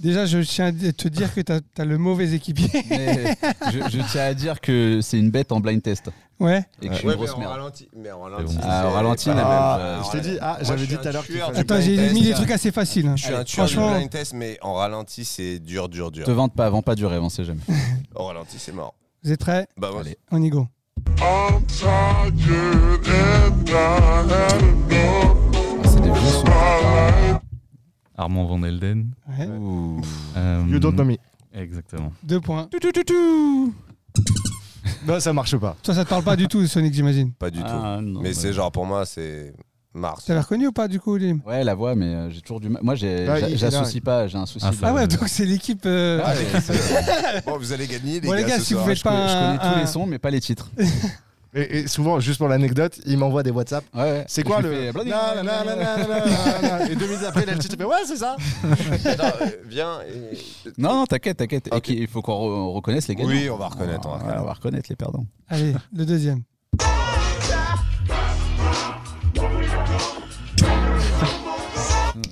[SPEAKER 1] Déjà, je tiens à te dire que tu as, le mauvais équipier.
[SPEAKER 2] Mais je, je tiens à dire que c'est une bête en blind test
[SPEAKER 1] Ouais.
[SPEAKER 2] et que je suis
[SPEAKER 4] Ouais,
[SPEAKER 2] une
[SPEAKER 4] mais
[SPEAKER 2] grosse
[SPEAKER 4] on
[SPEAKER 2] merde.
[SPEAKER 4] ralentit. Mais on ralentit.
[SPEAKER 6] bon.
[SPEAKER 2] Ah, on
[SPEAKER 4] c'est
[SPEAKER 2] ralentit,
[SPEAKER 4] pas
[SPEAKER 2] on a
[SPEAKER 4] grave.
[SPEAKER 2] même,
[SPEAKER 5] Ah,
[SPEAKER 2] euh,
[SPEAKER 5] je t'ai dit, ah,
[SPEAKER 4] Moi, je
[SPEAKER 5] j'avais
[SPEAKER 4] suis
[SPEAKER 5] dit
[SPEAKER 4] un
[SPEAKER 5] tout à l'heure qu'il
[SPEAKER 4] tueur
[SPEAKER 5] fallait-
[SPEAKER 4] du
[SPEAKER 1] Attends,
[SPEAKER 4] blind
[SPEAKER 1] j'ai
[SPEAKER 4] test,
[SPEAKER 1] mis des
[SPEAKER 4] là.
[SPEAKER 1] trucs assez faciles. hein.
[SPEAKER 4] Je suis
[SPEAKER 2] Allez,
[SPEAKER 4] un tueur du
[SPEAKER 1] franchement.
[SPEAKER 4] blind test, mais on ralentit, c'est dur, dur, dur.
[SPEAKER 2] Te vante pas, vends pas du rêve, on sait jamais. Ah,
[SPEAKER 4] On ralentit, c'est mort.
[SPEAKER 1] Vous êtes prêts
[SPEAKER 4] Bah,
[SPEAKER 2] Allez.
[SPEAKER 4] vas-y.
[SPEAKER 1] On y go.
[SPEAKER 2] Ah, c'est des vieux sons.
[SPEAKER 6] Armand Van Elden.
[SPEAKER 1] Ouais.
[SPEAKER 2] Ouh. Hmm.
[SPEAKER 6] euh,
[SPEAKER 5] You don't know me.
[SPEAKER 6] Exactement.
[SPEAKER 1] Deux points.
[SPEAKER 5] Non, ça marche pas.
[SPEAKER 1] Toi, ça te parle pas du tout, Sonic, j'imagine.
[SPEAKER 4] Pas du tout.
[SPEAKER 2] Ah, non,
[SPEAKER 4] Mais
[SPEAKER 2] bah.
[SPEAKER 4] c'est genre, pour moi, c'est Mars.
[SPEAKER 1] T'avais reconnu ou pas, du coup, Lim
[SPEAKER 2] Ouais, la voix, mais euh, j'ai toujours du mal. Moi, j'ai-
[SPEAKER 5] Bah,
[SPEAKER 2] j'a-
[SPEAKER 5] il-
[SPEAKER 2] j'associe pas, j'ai un souci.
[SPEAKER 6] Ah,
[SPEAKER 2] de-
[SPEAKER 6] ça,
[SPEAKER 1] Ah ouais,
[SPEAKER 6] Euh,
[SPEAKER 1] donc c'est l'équipe. euh,
[SPEAKER 2] Ah, ouais, c'est-
[SPEAKER 4] Bon, vous allez gagner, les
[SPEAKER 1] Bon,
[SPEAKER 4] gars.
[SPEAKER 1] les gars,
[SPEAKER 4] ce
[SPEAKER 1] si vous
[SPEAKER 4] soir.
[SPEAKER 1] faites
[SPEAKER 2] je, connais, je connais
[SPEAKER 1] Un-
[SPEAKER 2] tous
[SPEAKER 1] un-
[SPEAKER 2] les sons, mais pas les titres.
[SPEAKER 5] Et, et souvent, juste pour l'anecdote, il m'envoie des WhatsApp.
[SPEAKER 2] Ouais, ouais.
[SPEAKER 5] C'est quoi
[SPEAKER 2] Je lui
[SPEAKER 5] le.
[SPEAKER 2] fais,
[SPEAKER 5] Na, na, na, na, na, na, na, na. Et deux minutes après, il a le titre, il fait Ouais, c'est ça
[SPEAKER 4] Attends, euh, viens. et-
[SPEAKER 2] Non, non, t'inquiète, t'inquiète. Et
[SPEAKER 4] Ok.
[SPEAKER 2] qu'il- Il faut qu'on re- on reconnaisse les gagnants.
[SPEAKER 4] Oui, on va reconnaître, on va
[SPEAKER 2] Ouais, on va reconnaître les perdants.
[SPEAKER 1] Allez, le deuxième.
[SPEAKER 4] Ah,
[SPEAKER 2] Ah,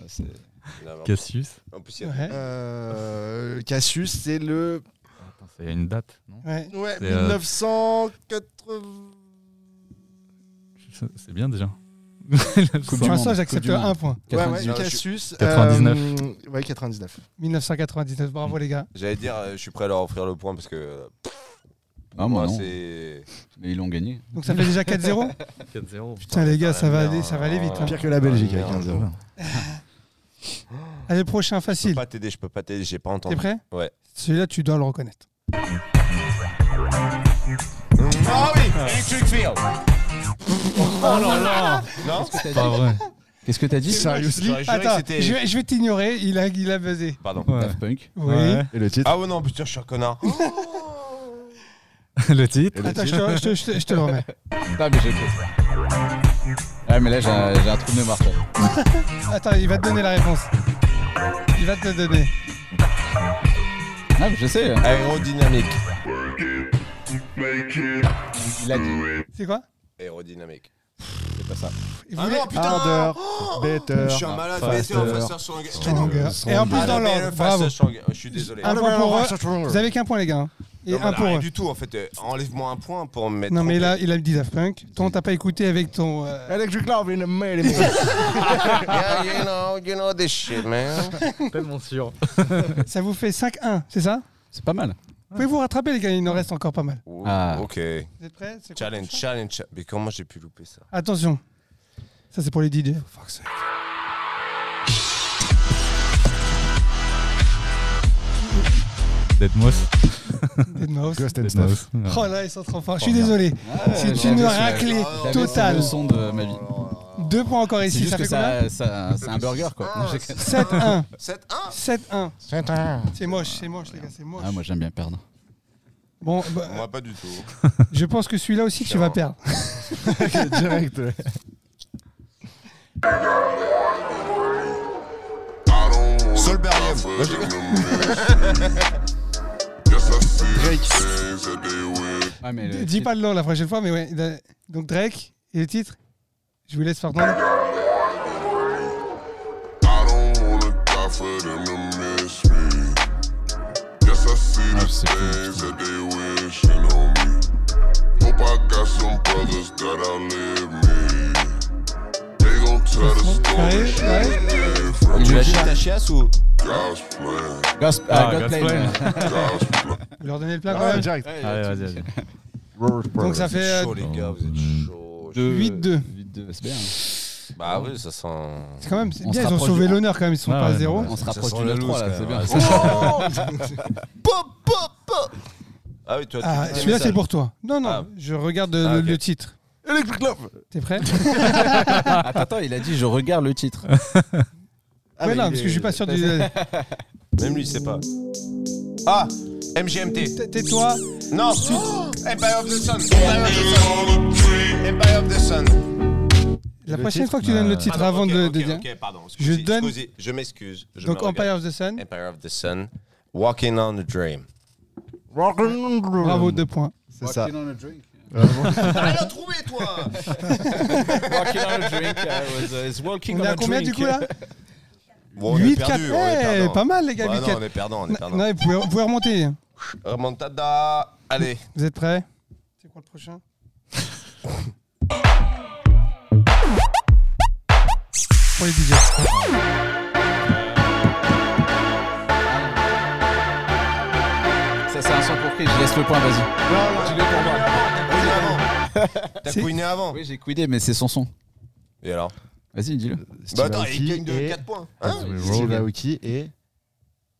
[SPEAKER 2] C'est-
[SPEAKER 4] Non, mais
[SPEAKER 6] Cassius.
[SPEAKER 4] En plus, il y a-
[SPEAKER 1] Ouais.
[SPEAKER 5] Euh, Cassius, c'est le.
[SPEAKER 6] Attends, Il y a une date, non
[SPEAKER 1] Ouais.
[SPEAKER 5] Ouais,
[SPEAKER 6] C'est, euh,
[SPEAKER 5] 1980.
[SPEAKER 6] C'est- C'est bien déjà.
[SPEAKER 2] Coupe
[SPEAKER 1] Pour
[SPEAKER 2] du
[SPEAKER 1] l'instant,
[SPEAKER 2] monde,
[SPEAKER 1] j'accepte
[SPEAKER 2] Coupe du
[SPEAKER 1] un
[SPEAKER 2] monde.
[SPEAKER 1] point.
[SPEAKER 5] Ouais,
[SPEAKER 2] 90.
[SPEAKER 5] ouais,
[SPEAKER 4] Non, je-
[SPEAKER 5] Cassius.
[SPEAKER 6] 99.
[SPEAKER 5] euh, ouais, 99.
[SPEAKER 1] 1999, bravo les gars.
[SPEAKER 4] J'allais dire, euh, je suis prêt à leur offrir le point parce que.
[SPEAKER 2] Ah, moi, non.
[SPEAKER 4] c'est.
[SPEAKER 2] Mais ils l'ont gagné.
[SPEAKER 1] Donc ça fait déjà 4-0
[SPEAKER 6] 4-0.
[SPEAKER 1] Putain les gars,
[SPEAKER 4] Dans la
[SPEAKER 1] ça va
[SPEAKER 4] merde,
[SPEAKER 1] aller, ça va aller vite.
[SPEAKER 4] hein.
[SPEAKER 1] hein.
[SPEAKER 5] Pire que la Belgique
[SPEAKER 4] Ah,
[SPEAKER 5] avec
[SPEAKER 4] merde.
[SPEAKER 5] 1-0.
[SPEAKER 1] Allez, prochain,
[SPEAKER 4] Je peux
[SPEAKER 1] facile.
[SPEAKER 4] pas t'aider, je peux pas t'aider, j'ai pas
[SPEAKER 1] T'es
[SPEAKER 4] entendu.
[SPEAKER 1] prêt
[SPEAKER 4] Ouais.
[SPEAKER 1] Celui-là, tu dois le reconnaître.
[SPEAKER 4] Ah oui Electric Field
[SPEAKER 1] Oh
[SPEAKER 6] Pas vrai.
[SPEAKER 2] Qu'est-ce que t'as dit
[SPEAKER 5] Seriously
[SPEAKER 4] J'aurais juré que
[SPEAKER 1] Attends,
[SPEAKER 4] c'était-
[SPEAKER 1] je, vais- je vais t'ignorer, il a, il a buzzé.
[SPEAKER 4] Pardon.
[SPEAKER 2] Daft Punk.
[SPEAKER 1] Oui.
[SPEAKER 5] Et le titre
[SPEAKER 4] Ah ouais, non, putain, je suis un connard.
[SPEAKER 1] Oh.
[SPEAKER 6] Le titre.
[SPEAKER 1] Attends, je te, je te- je te- je te le remets.
[SPEAKER 2] Ah, mais j'ai Ah, mais là, j'ai un, j'ai un trou de mémoire. ça.
[SPEAKER 1] Attends, il va te donner la réponse. Il va te la donner.
[SPEAKER 2] Ah, mais je sais. hein.
[SPEAKER 4] Aérodynamique.
[SPEAKER 2] Il a dit.
[SPEAKER 1] C'est quoi
[SPEAKER 4] Aérodynamique.
[SPEAKER 2] C'est pas ça.
[SPEAKER 1] Il
[SPEAKER 4] Ah
[SPEAKER 1] voulait-
[SPEAKER 4] non, putain Oh.
[SPEAKER 5] Harder, better.
[SPEAKER 4] Je suis un malade,
[SPEAKER 5] faster.
[SPEAKER 4] mais un faster sur un gars. Mais non.
[SPEAKER 1] Stronger.
[SPEAKER 5] Stronger.
[SPEAKER 1] Et en
[SPEAKER 4] Ah
[SPEAKER 1] plus dans
[SPEAKER 4] non, mais le
[SPEAKER 1] l'ordre. Bravo.
[SPEAKER 4] faster sur un gars. Je suis désolé.
[SPEAKER 5] Ah,
[SPEAKER 1] Un point pour eux. Vous avez qu'un point les gars. hein. Et
[SPEAKER 4] Non, mais
[SPEAKER 1] un pour
[SPEAKER 4] rien
[SPEAKER 1] eux.
[SPEAKER 4] du tout, en fait. Euh, Enlève-moi un point pour me mettre.
[SPEAKER 1] Non mais là,
[SPEAKER 4] trompé.
[SPEAKER 1] il a dit Daft Punk. Ton, t'as pas écouté avec ton... euh,
[SPEAKER 5] Electric Love in a millimeter.
[SPEAKER 4] Yeah, you know, you know this shit, man.
[SPEAKER 6] Tellement sûr.
[SPEAKER 1] Ça vous fait 5-1, c'est ça
[SPEAKER 2] C'est pas mal.
[SPEAKER 1] Pouvez-vous rattraper les gars, il en reste encore pas mal.
[SPEAKER 4] Ouh,
[SPEAKER 2] Ah.
[SPEAKER 4] Ok.
[SPEAKER 1] Vous êtes prêts C'est quoi
[SPEAKER 4] Challenge, challenge. cha- Mais comment j'ai pu louper ça
[SPEAKER 1] Attention. Ça c'est pour les DJ.
[SPEAKER 4] Fuck ça.
[SPEAKER 6] Dead Moss.
[SPEAKER 1] Dead Mouse.
[SPEAKER 5] Ghost and
[SPEAKER 6] Dead
[SPEAKER 5] Stuff.
[SPEAKER 6] Mouse. Ouais.
[SPEAKER 1] Oh là, ils sont trop forts. Je suis désolé. C'est
[SPEAKER 2] j'ai
[SPEAKER 1] une
[SPEAKER 2] envie de-
[SPEAKER 1] raclée
[SPEAKER 2] J'avais
[SPEAKER 1] totale.
[SPEAKER 2] le son de
[SPEAKER 4] Oh
[SPEAKER 2] ma vie.
[SPEAKER 1] Deux points encore
[SPEAKER 2] C'est
[SPEAKER 1] ici.
[SPEAKER 2] juste
[SPEAKER 1] Ça
[SPEAKER 2] que
[SPEAKER 1] fait combien
[SPEAKER 2] ça, ça- c'est un burger quoi.
[SPEAKER 4] Ah,
[SPEAKER 2] Non, j'ai-
[SPEAKER 1] 7-1.
[SPEAKER 4] 7-1
[SPEAKER 1] 7-1.
[SPEAKER 5] C'est un-
[SPEAKER 1] C'est moche, c'est moche, les gars, c'est moche.
[SPEAKER 2] Ah, moi j'aime bien perdre.
[SPEAKER 1] Bon, bah,
[SPEAKER 4] Moi, pas du tout.
[SPEAKER 1] je pense que celui-là aussi, tu vas perdre.
[SPEAKER 5] Direct.
[SPEAKER 4] Solbergum.
[SPEAKER 2] Ah, mais le
[SPEAKER 1] Dis
[SPEAKER 2] titre-
[SPEAKER 1] pas le nom la prochaine fois, mais ouais. il a- Donc Drake, et le titre Je vous laisse faire ton nom.
[SPEAKER 2] Ah, je sais plus.
[SPEAKER 1] J'arrive, j'arrive.
[SPEAKER 2] Il lui a dit
[SPEAKER 4] Ta chiasse ou
[SPEAKER 2] Gosp-
[SPEAKER 6] Ah,
[SPEAKER 2] ah, Godplane.
[SPEAKER 6] Godplane.
[SPEAKER 1] Vous leur donnez le plein quand
[SPEAKER 5] Ah,
[SPEAKER 1] même.
[SPEAKER 5] direct.
[SPEAKER 4] Oh,
[SPEAKER 6] Allez, vas-y, vas-y.
[SPEAKER 1] Donc Ah, ça fait euh, Hmm.
[SPEAKER 4] chaud, les gars, vous êtes chaud.
[SPEAKER 2] Deux-
[SPEAKER 1] 8-2.
[SPEAKER 2] 8-2, c'est bien.
[SPEAKER 4] Bah oui, ça sent.
[SPEAKER 1] c'est euh, quand même c'est
[SPEAKER 2] On
[SPEAKER 1] bien,
[SPEAKER 2] se
[SPEAKER 1] ils ont
[SPEAKER 2] rapproche
[SPEAKER 1] sauvé
[SPEAKER 2] du-
[SPEAKER 1] l'honneur quand même, ils sont
[SPEAKER 6] Ah
[SPEAKER 1] pas à
[SPEAKER 6] ouais,
[SPEAKER 1] zéro.
[SPEAKER 6] non,
[SPEAKER 2] On se
[SPEAKER 4] Ça
[SPEAKER 2] rapproche
[SPEAKER 4] sent
[SPEAKER 2] du
[SPEAKER 4] la
[SPEAKER 2] 9-3 là,
[SPEAKER 4] loose,
[SPEAKER 2] c'est
[SPEAKER 4] quand même.
[SPEAKER 2] bien.
[SPEAKER 4] Pop, pop, pop. Ah oui, toi, tu
[SPEAKER 1] Ah,
[SPEAKER 4] dis des
[SPEAKER 1] celui-là
[SPEAKER 4] messages.
[SPEAKER 1] c'est pour toi. Non, non,
[SPEAKER 4] Ah.
[SPEAKER 1] je regarde le,
[SPEAKER 4] Ah, ok.
[SPEAKER 1] le titre.
[SPEAKER 5] Electric Love.
[SPEAKER 1] T'es prêt
[SPEAKER 2] Attends, attends, il a dit je regarde le titre.
[SPEAKER 5] Ah,
[SPEAKER 1] Ouais,
[SPEAKER 5] mais
[SPEAKER 1] non,
[SPEAKER 5] il
[SPEAKER 1] parce que je suis pas sûr du.
[SPEAKER 4] Même lui, il sait pas. Ah MGMT.
[SPEAKER 1] Tais-toi. Oh.
[SPEAKER 4] Non Empire of the Sun. Empire of the Sun. Empire of the Sun.
[SPEAKER 1] La
[SPEAKER 5] Le
[SPEAKER 1] prochaine
[SPEAKER 5] titre Ah,
[SPEAKER 1] fois que tu donnes le
[SPEAKER 6] Euh,
[SPEAKER 1] titre
[SPEAKER 4] Pardon,
[SPEAKER 1] avant
[SPEAKER 4] ok,
[SPEAKER 1] de,
[SPEAKER 4] ok,
[SPEAKER 1] de dire.
[SPEAKER 4] ok, pardon.
[SPEAKER 1] Je
[SPEAKER 4] Je
[SPEAKER 1] donne-
[SPEAKER 4] donne. je m'excuse. je
[SPEAKER 1] Donc
[SPEAKER 4] me regarde.
[SPEAKER 1] Empire of the Sun,
[SPEAKER 4] Empire of the Sun. Walking on a Dream.
[SPEAKER 5] est-
[SPEAKER 1] bravo, deux points.
[SPEAKER 5] C'est ça. Euh,
[SPEAKER 2] Walking on a drink.
[SPEAKER 4] Elle a trouvé, toi
[SPEAKER 2] Walking on a drink, I was, uh, is walking
[SPEAKER 1] On est
[SPEAKER 2] a
[SPEAKER 1] à combien du
[SPEAKER 2] drink.
[SPEAKER 1] coup là
[SPEAKER 4] Bon, on est
[SPEAKER 1] 8
[SPEAKER 4] perdu,
[SPEAKER 1] 4
[SPEAKER 4] on est perdant.
[SPEAKER 1] Pas mal les gars,
[SPEAKER 4] Bah
[SPEAKER 1] 8
[SPEAKER 4] non, on est perdant, on est perdant.
[SPEAKER 1] vous, pouvez, vous pouvez remonter.
[SPEAKER 4] Remontada Allez
[SPEAKER 1] Vous êtes prêts C'est quoi le prochain Pour les DJ.
[SPEAKER 2] Ça, c'est un son pour qui Je laisse le point, vas-y.
[SPEAKER 4] Tu l'es pour moi. T'as
[SPEAKER 1] C'est-
[SPEAKER 4] couiné avant
[SPEAKER 2] Oui, j'ai quidé, mais c'est son son.
[SPEAKER 4] Et alors
[SPEAKER 2] Vas-y, dis-le.
[SPEAKER 4] Bah
[SPEAKER 5] Steve
[SPEAKER 4] attends, il
[SPEAKER 5] Aoki
[SPEAKER 4] gagne de
[SPEAKER 5] et-
[SPEAKER 4] 4 points. Hein
[SPEAKER 5] Steve Aoki et.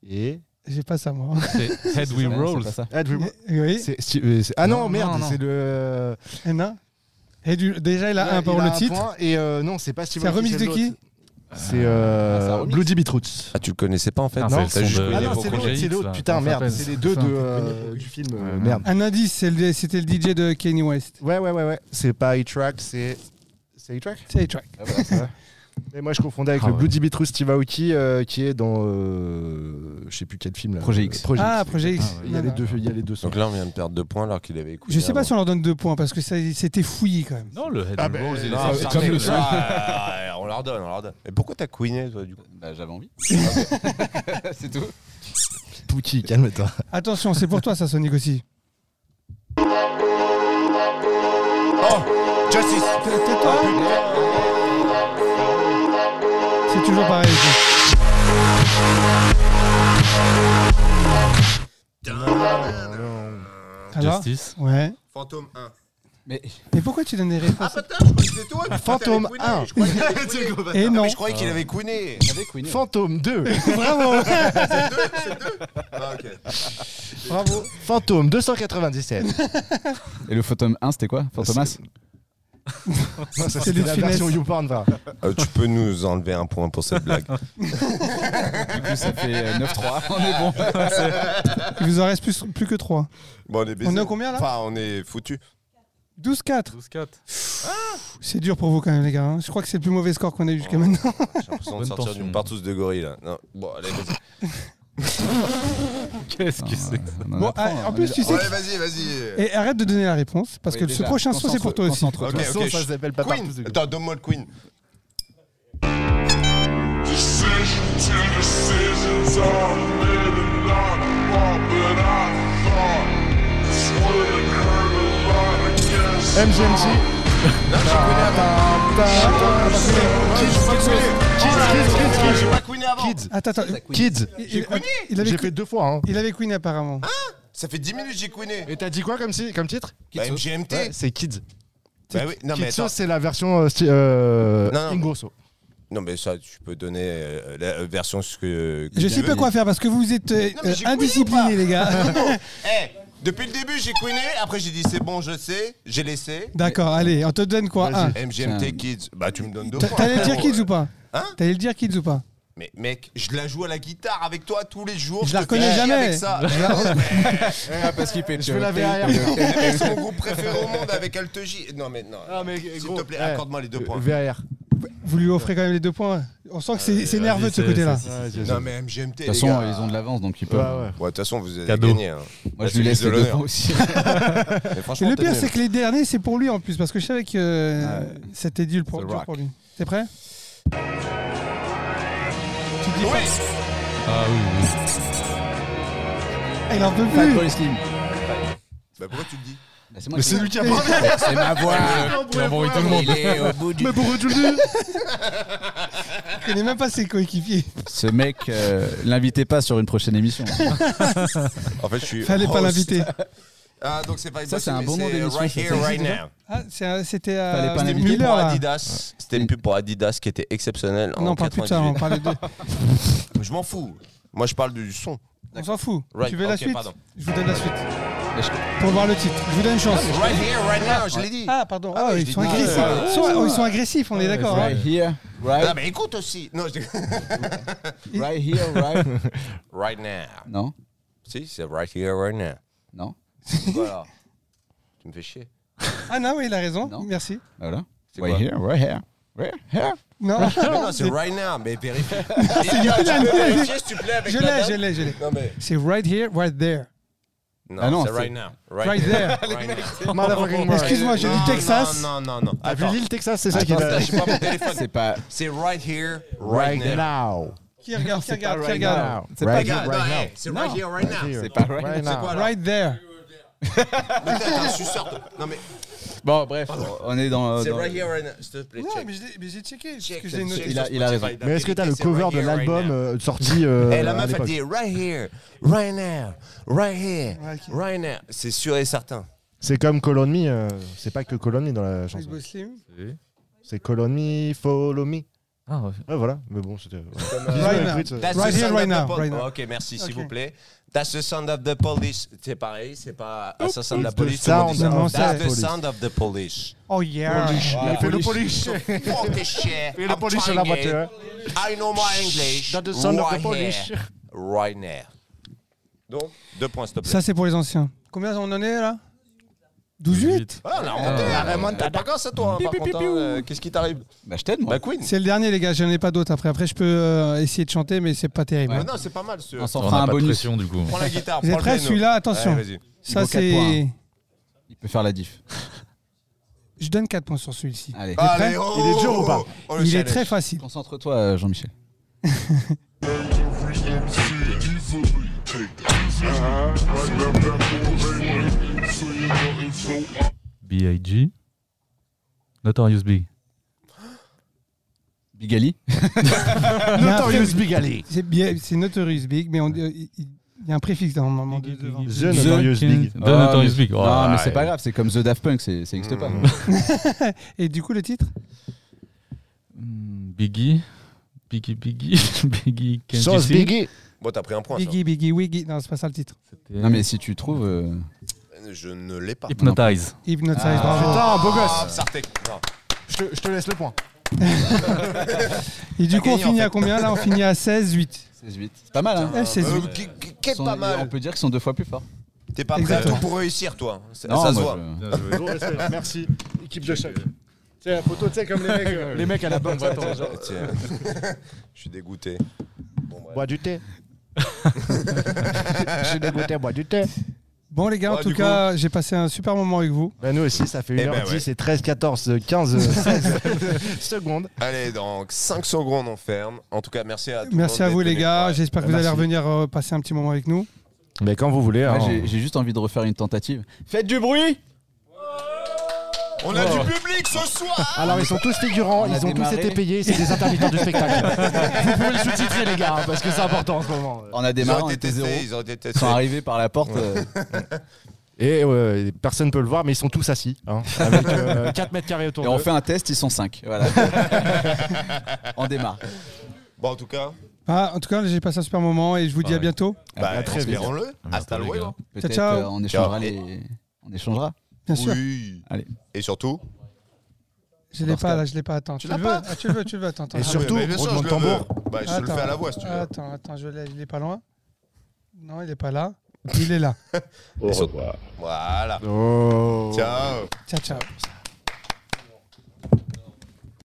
[SPEAKER 5] Et.
[SPEAKER 1] J'ai pas ça moi.
[SPEAKER 6] C'est Head
[SPEAKER 2] C'est
[SPEAKER 6] We
[SPEAKER 2] pas
[SPEAKER 6] Roll.
[SPEAKER 2] ça.
[SPEAKER 5] Ed Wood-
[SPEAKER 1] Oui,
[SPEAKER 5] C'est Steve- euh, c'est- Ah non,
[SPEAKER 6] Non,
[SPEAKER 5] merde,
[SPEAKER 6] non, non.
[SPEAKER 5] c'est le.
[SPEAKER 1] et non. Et du- déjà, il a un
[SPEAKER 5] il
[SPEAKER 1] pour
[SPEAKER 5] a
[SPEAKER 1] le
[SPEAKER 5] un
[SPEAKER 1] titre.
[SPEAKER 5] point Et euh, non, c'est pas Steve
[SPEAKER 1] C'est un
[SPEAKER 5] Aoki,
[SPEAKER 1] remix de
[SPEAKER 5] l'autre.
[SPEAKER 1] qui
[SPEAKER 5] C'est
[SPEAKER 2] Ah, c'est un
[SPEAKER 5] euh,
[SPEAKER 2] remix.
[SPEAKER 5] Bloody Beetroots.
[SPEAKER 4] Ah, tu le connaissais pas en fait
[SPEAKER 6] Ah,
[SPEAKER 4] Non,
[SPEAKER 6] c'est
[SPEAKER 4] t'as
[SPEAKER 6] le
[SPEAKER 4] juste
[SPEAKER 6] son de-
[SPEAKER 5] Ah
[SPEAKER 4] couiné
[SPEAKER 5] non,
[SPEAKER 4] pour
[SPEAKER 5] c'est
[SPEAKER 6] Project,
[SPEAKER 5] l'autre, c'est l'autre,
[SPEAKER 6] là,
[SPEAKER 5] putain,
[SPEAKER 6] comment ça
[SPEAKER 5] merde,
[SPEAKER 6] s'appelle
[SPEAKER 5] c'est les deux
[SPEAKER 6] Ça.
[SPEAKER 5] de, euh, du film, euh,
[SPEAKER 6] Ouais,
[SPEAKER 5] merde.
[SPEAKER 1] Un indice, c'est le- c'était le DJ de Kanye West.
[SPEAKER 5] Ouais, ouais, ouais, ouais, c'est pas A-Track, c'est... C'est A-Track
[SPEAKER 1] C'est A-Track.
[SPEAKER 5] Mais moi je confondais avec
[SPEAKER 6] Ah
[SPEAKER 5] le
[SPEAKER 6] ouais.
[SPEAKER 5] Bloody Beetroots Steve Aoki euh, qui est dans, euh, je sais plus quel film là.
[SPEAKER 2] Projet X.
[SPEAKER 5] Euh, Projet
[SPEAKER 1] Ah,
[SPEAKER 5] X.
[SPEAKER 1] Projet X.
[SPEAKER 6] Ah, ouais.
[SPEAKER 5] Il y a les deux, il y a les deux sons.
[SPEAKER 4] Donc là, on vient de perdre 2 points alors qu'il avait écouté.
[SPEAKER 1] Je sais pas
[SPEAKER 4] avant.
[SPEAKER 1] si on leur donne deux points parce que ça- c'était fouillis quand même.
[SPEAKER 6] Non, le Head
[SPEAKER 5] Ah
[SPEAKER 6] We
[SPEAKER 5] bah,
[SPEAKER 6] Roll, il
[SPEAKER 5] non,
[SPEAKER 6] est
[SPEAKER 5] c'est
[SPEAKER 6] sorti.
[SPEAKER 5] comme le son.
[SPEAKER 4] Ah, On leur donne, on leur donne. Et pourquoi t'as couiné toi du coup
[SPEAKER 2] Bah, j'avais envie. c'est tout.
[SPEAKER 5] Pouki, calme-toi.
[SPEAKER 1] Attention, c'est pour toi ça, Sonic aussi.
[SPEAKER 4] Oh Justice Ah,
[SPEAKER 1] Tais-toi. C'est toujours pareil. ici.
[SPEAKER 5] Euh,
[SPEAKER 1] Alors
[SPEAKER 6] Justice.
[SPEAKER 1] Ouais.
[SPEAKER 4] Fantôme 1.
[SPEAKER 2] Mais
[SPEAKER 1] Mais pourquoi tu donnes des réponses
[SPEAKER 4] Putain, je croyais que c'était toi
[SPEAKER 5] Fantôme 1.
[SPEAKER 1] Et Eh non.
[SPEAKER 4] ah, Je croyais qu'il avait couiné
[SPEAKER 2] j'avais queené.
[SPEAKER 5] Fantôme 2.
[SPEAKER 1] Bravo.
[SPEAKER 4] Ah, ok.
[SPEAKER 5] Bravo. Fantôme 297.
[SPEAKER 2] Et le photome 1, c'était quoi Fantomas
[SPEAKER 5] Non, ça,
[SPEAKER 1] C'est
[SPEAKER 5] c'était
[SPEAKER 1] des
[SPEAKER 5] la
[SPEAKER 1] finesses.
[SPEAKER 5] version YouPorn, va.
[SPEAKER 4] Euh, tu peux nous enlever un point pour cette blague.
[SPEAKER 2] Du coup, ça fait euh, 9-3. On est bon.
[SPEAKER 1] Il vous en reste plus, plus que 3.
[SPEAKER 4] Bon, on est baisé.
[SPEAKER 1] On est à combien, là
[SPEAKER 4] Enfin, on est foutu.
[SPEAKER 1] 12-4.
[SPEAKER 6] 12-4.
[SPEAKER 1] C'est dur pour vous quand même, les gars. hein. Je crois que c'est le plus mauvais score qu'on a eu jusqu'à maintenant.
[SPEAKER 4] J'ai l'impression de
[SPEAKER 6] Bonne
[SPEAKER 4] sortir
[SPEAKER 6] tension.
[SPEAKER 4] d'une partouze de gorille là. Non. Bon, allez, vas-y.
[SPEAKER 6] Qu'est-ce que c'est
[SPEAKER 2] On en
[SPEAKER 1] Bon,
[SPEAKER 2] apprend,
[SPEAKER 1] ah,
[SPEAKER 2] hein.
[SPEAKER 1] en plus, tu sais.
[SPEAKER 4] Ouais, vas-y, vas-y.
[SPEAKER 1] Et arrête de donner la réponse parce
[SPEAKER 2] Oui,
[SPEAKER 1] que ce
[SPEAKER 2] déjà,
[SPEAKER 1] prochain son, c'est pour toi aussi.
[SPEAKER 2] concentre-toi.
[SPEAKER 4] Ok,
[SPEAKER 5] De toute façon,
[SPEAKER 4] ok,
[SPEAKER 5] ça
[SPEAKER 4] je-
[SPEAKER 5] s'appelle pas partout,
[SPEAKER 4] Queen
[SPEAKER 5] c'est-
[SPEAKER 4] Attends, donne-moi le Queen.
[SPEAKER 7] Decision to decisions are made and not what but I thought this would hurt a lot I guess
[SPEAKER 5] MGMT.
[SPEAKER 1] Ah,
[SPEAKER 4] J'ai pas Queené avant.
[SPEAKER 5] Kids,
[SPEAKER 1] Attends, attends.
[SPEAKER 5] kids,
[SPEAKER 1] Il, il avait,
[SPEAKER 5] j'ai fait deux fois. Hein.
[SPEAKER 1] il avait Queen apparemment.
[SPEAKER 4] Ça fait 10 minutes que j'ai Bah, Queené.
[SPEAKER 5] Et t'as dit quoi comme, si, comme titre
[SPEAKER 4] Bah, MGMT.
[SPEAKER 5] Ouais, C'est Kids.
[SPEAKER 4] Bah oui, non mais
[SPEAKER 5] Kids,
[SPEAKER 4] attends.
[SPEAKER 5] c'est la version euh, sti- euh,
[SPEAKER 4] Non, non.
[SPEAKER 5] Ingrosso.
[SPEAKER 4] Non mais ça, tu peux donner euh, la euh, version ce que.
[SPEAKER 1] Je sais pas quoi faire parce que vous êtes euh,
[SPEAKER 4] Non, mais j'ai
[SPEAKER 1] euh,
[SPEAKER 4] Queen
[SPEAKER 1] indisciplinés,
[SPEAKER 4] ou
[SPEAKER 1] les gars.
[SPEAKER 4] Eh, depuis le début j'ai Queené. Après j'ai dit c'est bon, je sais, j'ai laissé.
[SPEAKER 1] D'accord, allez, on te donne quoi
[SPEAKER 5] Vas-y.
[SPEAKER 1] un.
[SPEAKER 4] MGMT Kids. Bah tu me donnes deux
[SPEAKER 1] T'a-
[SPEAKER 4] points.
[SPEAKER 1] T'allais dire
[SPEAKER 4] frérot.
[SPEAKER 1] kids ou pas
[SPEAKER 4] Hein
[SPEAKER 1] T'allais le dire kids ou pas
[SPEAKER 4] Mais mec, je la joue à la guitare avec toi tous les jours.
[SPEAKER 1] Je la
[SPEAKER 4] te fais
[SPEAKER 1] reconnais
[SPEAKER 4] chier
[SPEAKER 1] jamais.
[SPEAKER 4] Avec ça.
[SPEAKER 2] Ah, parce qu'il fait
[SPEAKER 5] Je vais la
[SPEAKER 2] euh,
[SPEAKER 5] VAR.
[SPEAKER 4] C'est mon groupe préféré au monde avec Alteji. Non mais non.
[SPEAKER 5] Ah, mais
[SPEAKER 4] S'il
[SPEAKER 5] gros,
[SPEAKER 4] te plaît,
[SPEAKER 5] eh,
[SPEAKER 4] accorde-moi
[SPEAKER 1] Euh,
[SPEAKER 4] les deux points.
[SPEAKER 5] VAR.
[SPEAKER 1] Vous lui offrez quand même les deux points. On sent que
[SPEAKER 4] Euh,
[SPEAKER 1] c'est c'est
[SPEAKER 6] vas-y,
[SPEAKER 1] nerveux de ce
[SPEAKER 6] c'est-
[SPEAKER 1] côté-là.
[SPEAKER 6] c'est-
[SPEAKER 5] Ouais, j'ai-
[SPEAKER 4] Non mais MGMT.
[SPEAKER 2] De toute façon, ils ont de l'avance, donc ils peuvent.
[SPEAKER 5] Ah, Ouais, ouais.
[SPEAKER 4] Ouais, de toute façon, vous avez
[SPEAKER 6] Cadeau.
[SPEAKER 4] gagné. hein.
[SPEAKER 2] Moi, je
[SPEAKER 4] Bah,
[SPEAKER 2] lui
[SPEAKER 4] c'est
[SPEAKER 2] laisse
[SPEAKER 4] de
[SPEAKER 2] les deux
[SPEAKER 4] l'honneur.
[SPEAKER 2] points aussi.
[SPEAKER 4] Mais
[SPEAKER 1] Et
[SPEAKER 4] franchement,
[SPEAKER 1] le
[SPEAKER 4] t'as
[SPEAKER 1] pire,
[SPEAKER 4] gagné.
[SPEAKER 1] c'est que les derniers, c'est pour lui en plus, parce que je savais que euh,
[SPEAKER 2] Ouais.
[SPEAKER 1] c'était dur pour,
[SPEAKER 2] The
[SPEAKER 1] dur
[SPEAKER 2] Rock.
[SPEAKER 1] pour lui. T'es prêt Tu dis
[SPEAKER 4] Oui.
[SPEAKER 6] Ah oui, oui.
[SPEAKER 1] pas- Eh, Il en peut
[SPEAKER 2] Fat
[SPEAKER 1] plus
[SPEAKER 2] Boy Slim.
[SPEAKER 4] Bah pourquoi tu le dis
[SPEAKER 2] Bah, c'est moi
[SPEAKER 5] Mais
[SPEAKER 2] qui
[SPEAKER 5] c'est
[SPEAKER 2] le
[SPEAKER 5] lui qui a
[SPEAKER 2] dis.
[SPEAKER 5] parlé.
[SPEAKER 2] C'est ma voix.
[SPEAKER 6] Tu as embrouillé tout le monde.
[SPEAKER 5] Mais pourquoi tu le dis
[SPEAKER 1] Il connaît même pas ses coéquipiers.
[SPEAKER 4] Oh,
[SPEAKER 2] Ce mec, euh, l'invitez pas sur une prochaine émission.
[SPEAKER 4] En fait, je suis.
[SPEAKER 1] Fallait pas
[SPEAKER 4] host.
[SPEAKER 1] l'inviter.
[SPEAKER 4] Ah, donc c'est pas
[SPEAKER 2] Ça, c'est un bon nom d'émission,
[SPEAKER 4] Right
[SPEAKER 2] ça.
[SPEAKER 4] here, right
[SPEAKER 1] déjà
[SPEAKER 4] now.
[SPEAKER 1] Ah, c'est- c'était
[SPEAKER 2] Fallait
[SPEAKER 1] euh,
[SPEAKER 2] pas
[SPEAKER 4] C'était une
[SPEAKER 2] l'inviter.
[SPEAKER 1] Miller
[SPEAKER 4] pub pour
[SPEAKER 1] là.
[SPEAKER 4] Adidas. C'était une pub pour Adidas qui était exceptionnelle.
[SPEAKER 1] Non,
[SPEAKER 4] en
[SPEAKER 1] pas plus hein. de ça, on
[SPEAKER 4] 98.
[SPEAKER 1] parle de.
[SPEAKER 4] Je m'en fous. Moi, je parle du son.
[SPEAKER 1] On s'en fout.
[SPEAKER 4] Right,
[SPEAKER 1] Tu veux la
[SPEAKER 4] ok,
[SPEAKER 1] suite
[SPEAKER 4] pardon.
[SPEAKER 1] Je vous donne la suite.
[SPEAKER 2] je-
[SPEAKER 1] Pour voir le titre. Je vous donne une chance.
[SPEAKER 4] Right here, right now, je l'ai dit.
[SPEAKER 1] Ah, pardon.
[SPEAKER 4] Ah
[SPEAKER 1] Ah,
[SPEAKER 4] oui,
[SPEAKER 1] ils
[SPEAKER 4] je
[SPEAKER 1] sont
[SPEAKER 4] l'ai dit.
[SPEAKER 1] agressifs.
[SPEAKER 4] Ah,
[SPEAKER 1] Ils sont- oh, ils sont agressifs, on est d'accord. hein.
[SPEAKER 2] Right here,
[SPEAKER 4] Ah,
[SPEAKER 2] right,
[SPEAKER 4] mais écoute aussi. Non, je dis-
[SPEAKER 2] right here, right.
[SPEAKER 4] Right now.
[SPEAKER 2] Non,
[SPEAKER 4] Si, c'est right here, right now.
[SPEAKER 2] non.
[SPEAKER 4] Voilà. Tu me fais chier.
[SPEAKER 1] Ah non, oui, il a raison.
[SPEAKER 2] Non.
[SPEAKER 1] Merci.
[SPEAKER 2] Voilà.
[SPEAKER 4] C'est
[SPEAKER 2] Right
[SPEAKER 4] quoi
[SPEAKER 2] here, right here, right here.
[SPEAKER 1] Ah Non,
[SPEAKER 4] Non, non, c'est right now, mais vérifie. Lilian, tu peux vérifier, s'il te plaît, avec
[SPEAKER 1] je
[SPEAKER 4] la
[SPEAKER 1] l'ai,
[SPEAKER 4] date
[SPEAKER 1] je l'ai, je l'ai.
[SPEAKER 4] Non, mais.
[SPEAKER 1] C'est right here, right there.
[SPEAKER 4] Non,
[SPEAKER 2] Ah non,
[SPEAKER 4] c'est
[SPEAKER 2] c'est-
[SPEAKER 4] right now.
[SPEAKER 1] Right there.
[SPEAKER 4] Right now.
[SPEAKER 5] Motherfucking right.
[SPEAKER 1] Excuse-moi, j'ai dit
[SPEAKER 4] Non,
[SPEAKER 1] Texas.
[SPEAKER 4] Non, non, non. non.
[SPEAKER 5] Ah,
[SPEAKER 4] Attends.
[SPEAKER 5] vu l'île Texas, c'est ça qui
[SPEAKER 4] Attends,
[SPEAKER 5] est
[SPEAKER 4] j'ai pas mon téléphone.
[SPEAKER 2] C'est pas.
[SPEAKER 4] C'est right here, right,
[SPEAKER 5] Right
[SPEAKER 4] now.
[SPEAKER 5] now.
[SPEAKER 1] Qui regarde, qui regarde, qui
[SPEAKER 2] right
[SPEAKER 1] regarde
[SPEAKER 2] C'est
[SPEAKER 5] Right
[SPEAKER 2] pas
[SPEAKER 5] here,
[SPEAKER 4] Regarde,
[SPEAKER 5] right
[SPEAKER 4] non,
[SPEAKER 5] now.
[SPEAKER 4] hey, Ah, c'est right
[SPEAKER 1] Non.
[SPEAKER 4] here, right now.
[SPEAKER 5] C'est
[SPEAKER 2] pas right
[SPEAKER 5] right
[SPEAKER 4] now.
[SPEAKER 5] now.
[SPEAKER 4] Voilà.
[SPEAKER 1] Right there.
[SPEAKER 4] Mais attends, je suis sûr de- Non, mais
[SPEAKER 2] Bon, bref, on est dans.
[SPEAKER 4] c'est
[SPEAKER 2] dans-
[SPEAKER 4] right here, right now. S'il te plaît,
[SPEAKER 1] Non,
[SPEAKER 4] check.
[SPEAKER 1] mais je l'ai- mais j'ai checké. parce
[SPEAKER 4] Check,
[SPEAKER 1] que je
[SPEAKER 4] check,
[SPEAKER 1] l'ai noté.
[SPEAKER 4] check
[SPEAKER 2] Il a-
[SPEAKER 4] sur
[SPEAKER 2] il a
[SPEAKER 4] Spotify.
[SPEAKER 2] raison.
[SPEAKER 4] La
[SPEAKER 5] Mais est-ce que t'as le
[SPEAKER 4] vérité,
[SPEAKER 5] cover
[SPEAKER 4] c'est right
[SPEAKER 5] de
[SPEAKER 4] here, right
[SPEAKER 5] l'album
[SPEAKER 4] now.
[SPEAKER 5] euh, sorti euh,
[SPEAKER 4] Eh, la
[SPEAKER 5] à
[SPEAKER 4] meuf a
[SPEAKER 5] l'époque
[SPEAKER 4] dit right here, right now, right here,
[SPEAKER 1] Ouais, ok.
[SPEAKER 4] right now. C'est sûr et certain.
[SPEAKER 5] C'est comme Colon Me, euh, c'est pas que Colon Me dans la
[SPEAKER 1] Chris
[SPEAKER 5] chanson.
[SPEAKER 1] Bosley.
[SPEAKER 5] C'est Colon Me, Follow Me.
[SPEAKER 6] Ah, ouais.
[SPEAKER 5] Ouais, voilà, mais bon, c'était. voilà.
[SPEAKER 1] Right now.
[SPEAKER 5] Écoute, euh,
[SPEAKER 4] That's
[SPEAKER 1] Right
[SPEAKER 4] the
[SPEAKER 1] here,
[SPEAKER 4] sound
[SPEAKER 1] right
[SPEAKER 4] of the
[SPEAKER 1] now,
[SPEAKER 4] pol-
[SPEAKER 1] right now.
[SPEAKER 4] ok, merci, s'il
[SPEAKER 1] Ok.
[SPEAKER 4] vous plaît. That's the sound of the police. C'est pareil, c'est pas assassin de la
[SPEAKER 5] the
[SPEAKER 4] police. tout le monde dit
[SPEAKER 1] sound
[SPEAKER 4] ça.
[SPEAKER 1] of the
[SPEAKER 4] That's the
[SPEAKER 5] police.
[SPEAKER 4] sound of the police.
[SPEAKER 1] Oh yeah.
[SPEAKER 2] Voilà.
[SPEAKER 5] Il fait le police.
[SPEAKER 4] So fuck this shit.
[SPEAKER 5] Il fait le
[SPEAKER 4] I'm
[SPEAKER 5] police sur la
[SPEAKER 4] trying it.
[SPEAKER 5] voiture. hein.
[SPEAKER 4] I know my English.
[SPEAKER 5] That's the sound of the
[SPEAKER 4] Right
[SPEAKER 5] police.
[SPEAKER 4] here. Right now. Donc, deux points, s'il te plaît.
[SPEAKER 1] Ça, c'est pour les anciens. Combien on en est là 12-8
[SPEAKER 4] Ah, on a remonté.
[SPEAKER 2] Ah,
[SPEAKER 4] La
[SPEAKER 2] ouais.
[SPEAKER 4] remontada. Pas grâce à toi, hein, par contre. hein, euh, Qu'est-ce qui t'arrive
[SPEAKER 2] Bah, je t'aide, moi.
[SPEAKER 4] Bah, Queen.
[SPEAKER 1] C'est le dernier, les gars. J'en ai pas d'autres après. Après, je peux euh, essayer de chanter, mais c'est pas terrible.
[SPEAKER 4] Mais Bah Non, c'est pas mal. ce-
[SPEAKER 2] On s'en
[SPEAKER 6] On
[SPEAKER 2] fera
[SPEAKER 6] a
[SPEAKER 2] un
[SPEAKER 6] pas de
[SPEAKER 2] bonus.
[SPEAKER 6] pression du coup.
[SPEAKER 4] Prends la guitare.
[SPEAKER 1] Vous
[SPEAKER 4] prends
[SPEAKER 1] êtes
[SPEAKER 4] le
[SPEAKER 1] prêts
[SPEAKER 4] piano.
[SPEAKER 1] Celui-là, attention.
[SPEAKER 4] Ouais, vas-y.
[SPEAKER 1] Ça,
[SPEAKER 2] vaut quatre
[SPEAKER 1] c'est.
[SPEAKER 2] points. Il peut faire la diff.
[SPEAKER 1] Je donne 4 points sur celui-ci.
[SPEAKER 2] Allez.
[SPEAKER 1] Ah, prêt
[SPEAKER 4] oh,
[SPEAKER 5] Il est dur ou pas
[SPEAKER 4] oh, oh, le
[SPEAKER 1] Il est
[SPEAKER 4] challenge.
[SPEAKER 1] très facile.
[SPEAKER 2] Concentre-toi, euh, Jean-Michel.
[SPEAKER 7] Every MC easily take easily. Right now, back over So you know it's so
[SPEAKER 6] B.I.G. Notorious Big.
[SPEAKER 2] Bigali
[SPEAKER 5] Notorious Big Ali.
[SPEAKER 1] C'est bien- c'est Notorious Big, mais on- euh, il il y a un préfixe dans le moment de devant.
[SPEAKER 5] The Notorious Big.
[SPEAKER 6] De Notorious Big. Ah,
[SPEAKER 2] Non, Ah, mais c'est pas grave, c'est comme The Daft Punk, c'est- ça n'existe pas.
[SPEAKER 1] Et du coup, le titre
[SPEAKER 6] Hmm, Biggie. Biggie, Biggie. Biggie, can't you
[SPEAKER 5] Sauce
[SPEAKER 6] see?
[SPEAKER 5] Biggie.
[SPEAKER 4] Bon, t'as pris un point. ça.
[SPEAKER 1] Biggie, Biggie, Wiggy. Non, c'est pas ça le titre.
[SPEAKER 6] C'était-
[SPEAKER 2] Non, mais si tu trouves. euh,
[SPEAKER 4] Je ne l'ai pas.
[SPEAKER 6] Hypnotize.
[SPEAKER 1] Hypnotize,
[SPEAKER 2] Ah.
[SPEAKER 1] bravo.
[SPEAKER 5] Putain, beau gosse.
[SPEAKER 4] Ah, Sartek. Non.
[SPEAKER 5] Je te- je te laisse le point.
[SPEAKER 1] Et du
[SPEAKER 4] T'as
[SPEAKER 1] coup, on
[SPEAKER 4] gagné, en
[SPEAKER 1] finit à
[SPEAKER 4] fait.
[SPEAKER 1] combien Là, on finit à 16-8.
[SPEAKER 2] 16-8. C'est pas mal, hein
[SPEAKER 1] Eh, 16-8.
[SPEAKER 4] Euh, qui- qui- qui est
[SPEAKER 2] Ils sont-
[SPEAKER 4] pas mal.
[SPEAKER 2] On peut dire qu'ils sont deux fois plus forts.
[SPEAKER 4] T'es pas prêt à
[SPEAKER 1] Exactement.
[SPEAKER 4] tout pour réussir, toi. Ça,
[SPEAKER 2] Non,
[SPEAKER 4] ça se
[SPEAKER 2] moi,
[SPEAKER 4] voit.
[SPEAKER 2] je-
[SPEAKER 5] Gros respect, Merci. Équipe de choc. C'est la photo, tu sais, comme les mecs, euh, les mecs à la bombe. attends, genre,
[SPEAKER 4] Ah, Tiens. Je suis dégoûté. Bon, bref.
[SPEAKER 5] Bois du thé. Je suis dégoûté, bois du thé.
[SPEAKER 1] Bon, les gars,
[SPEAKER 4] Ouais,
[SPEAKER 1] en tout
[SPEAKER 4] du
[SPEAKER 1] cas, j'ai passé un super moment avec vous.
[SPEAKER 5] Bah nous aussi, ça fait
[SPEAKER 4] Eh
[SPEAKER 5] 1h10
[SPEAKER 4] ben ouais.
[SPEAKER 5] et 13, 14, 15, 16 euh, secondes.
[SPEAKER 4] Allez, donc 5 secondes, on ferme. En tout cas, merci à tous.
[SPEAKER 1] Merci à vous, les gars. J'espère que vous
[SPEAKER 5] Merci.
[SPEAKER 1] allez revenir euh, passer un petit moment avec nous.
[SPEAKER 5] Mais quand vous voulez.
[SPEAKER 2] Moi,
[SPEAKER 5] hein.
[SPEAKER 2] j'ai- J'ai juste envie de refaire une tentative. Faites du bruit
[SPEAKER 4] On a
[SPEAKER 2] Oh.
[SPEAKER 4] du public ce soir
[SPEAKER 5] Alors ils sont tous figurants,
[SPEAKER 2] On a
[SPEAKER 5] ils ont tous
[SPEAKER 2] démarré.
[SPEAKER 5] été payés, c'est des intermittents du spectacle. vous pouvez le sous-titrer les gars, hein, parce que c'est important en ce moment.
[SPEAKER 2] On a
[SPEAKER 4] Ils
[SPEAKER 2] démarré, on
[SPEAKER 4] auraient
[SPEAKER 2] était
[SPEAKER 4] été
[SPEAKER 2] zéro.
[SPEAKER 4] testés, ils auraient été
[SPEAKER 2] Ils
[SPEAKER 4] testés.
[SPEAKER 2] sont arrivés par la porte. euh,
[SPEAKER 5] Et ouais, personne peut le voir, mais ils sont tous assis, hein, avec 4 mètres carrés autour
[SPEAKER 2] Et
[SPEAKER 5] d'eux.
[SPEAKER 2] on fait un test, ils sont 5. Voilà. on démarre.
[SPEAKER 4] Bon, en tout cas,
[SPEAKER 1] Ah, en tout cas, j'ai passé un super moment et je vous dis à
[SPEAKER 6] Ouais.
[SPEAKER 1] bientôt.
[SPEAKER 2] Ah,
[SPEAKER 4] bah,
[SPEAKER 5] très vite.
[SPEAKER 4] espérons-le. Hasta
[SPEAKER 6] les
[SPEAKER 4] luego.
[SPEAKER 6] gars.
[SPEAKER 2] Peut-être
[SPEAKER 1] ciao.
[SPEAKER 2] euh, on échangera
[SPEAKER 4] Ciao.
[SPEAKER 2] les. On échangera.
[SPEAKER 1] Bien sûr.
[SPEAKER 4] Oui.
[SPEAKER 2] Allez.
[SPEAKER 4] Et surtout,
[SPEAKER 1] Je l'ai pas là, je l'ai pas. Attends, tu,
[SPEAKER 4] l'as
[SPEAKER 1] le veux
[SPEAKER 4] pas
[SPEAKER 1] Ah, Tu le veux, tu le veux. Attends, attends.
[SPEAKER 5] Et
[SPEAKER 1] attends.
[SPEAKER 5] sur- Surtout,
[SPEAKER 4] mais bien sûr, je
[SPEAKER 5] roulement de
[SPEAKER 4] le veux.
[SPEAKER 5] tambour.
[SPEAKER 4] Bah, je te le
[SPEAKER 1] Attends.
[SPEAKER 4] fais à la voix si tu veux.
[SPEAKER 1] Attends, attends, je l'ai, il est pas loin. Non, il est pas là. Il est là.
[SPEAKER 4] Au revoir. Voilà.
[SPEAKER 5] Oh.
[SPEAKER 4] Ciao.
[SPEAKER 1] Ciao, ciao.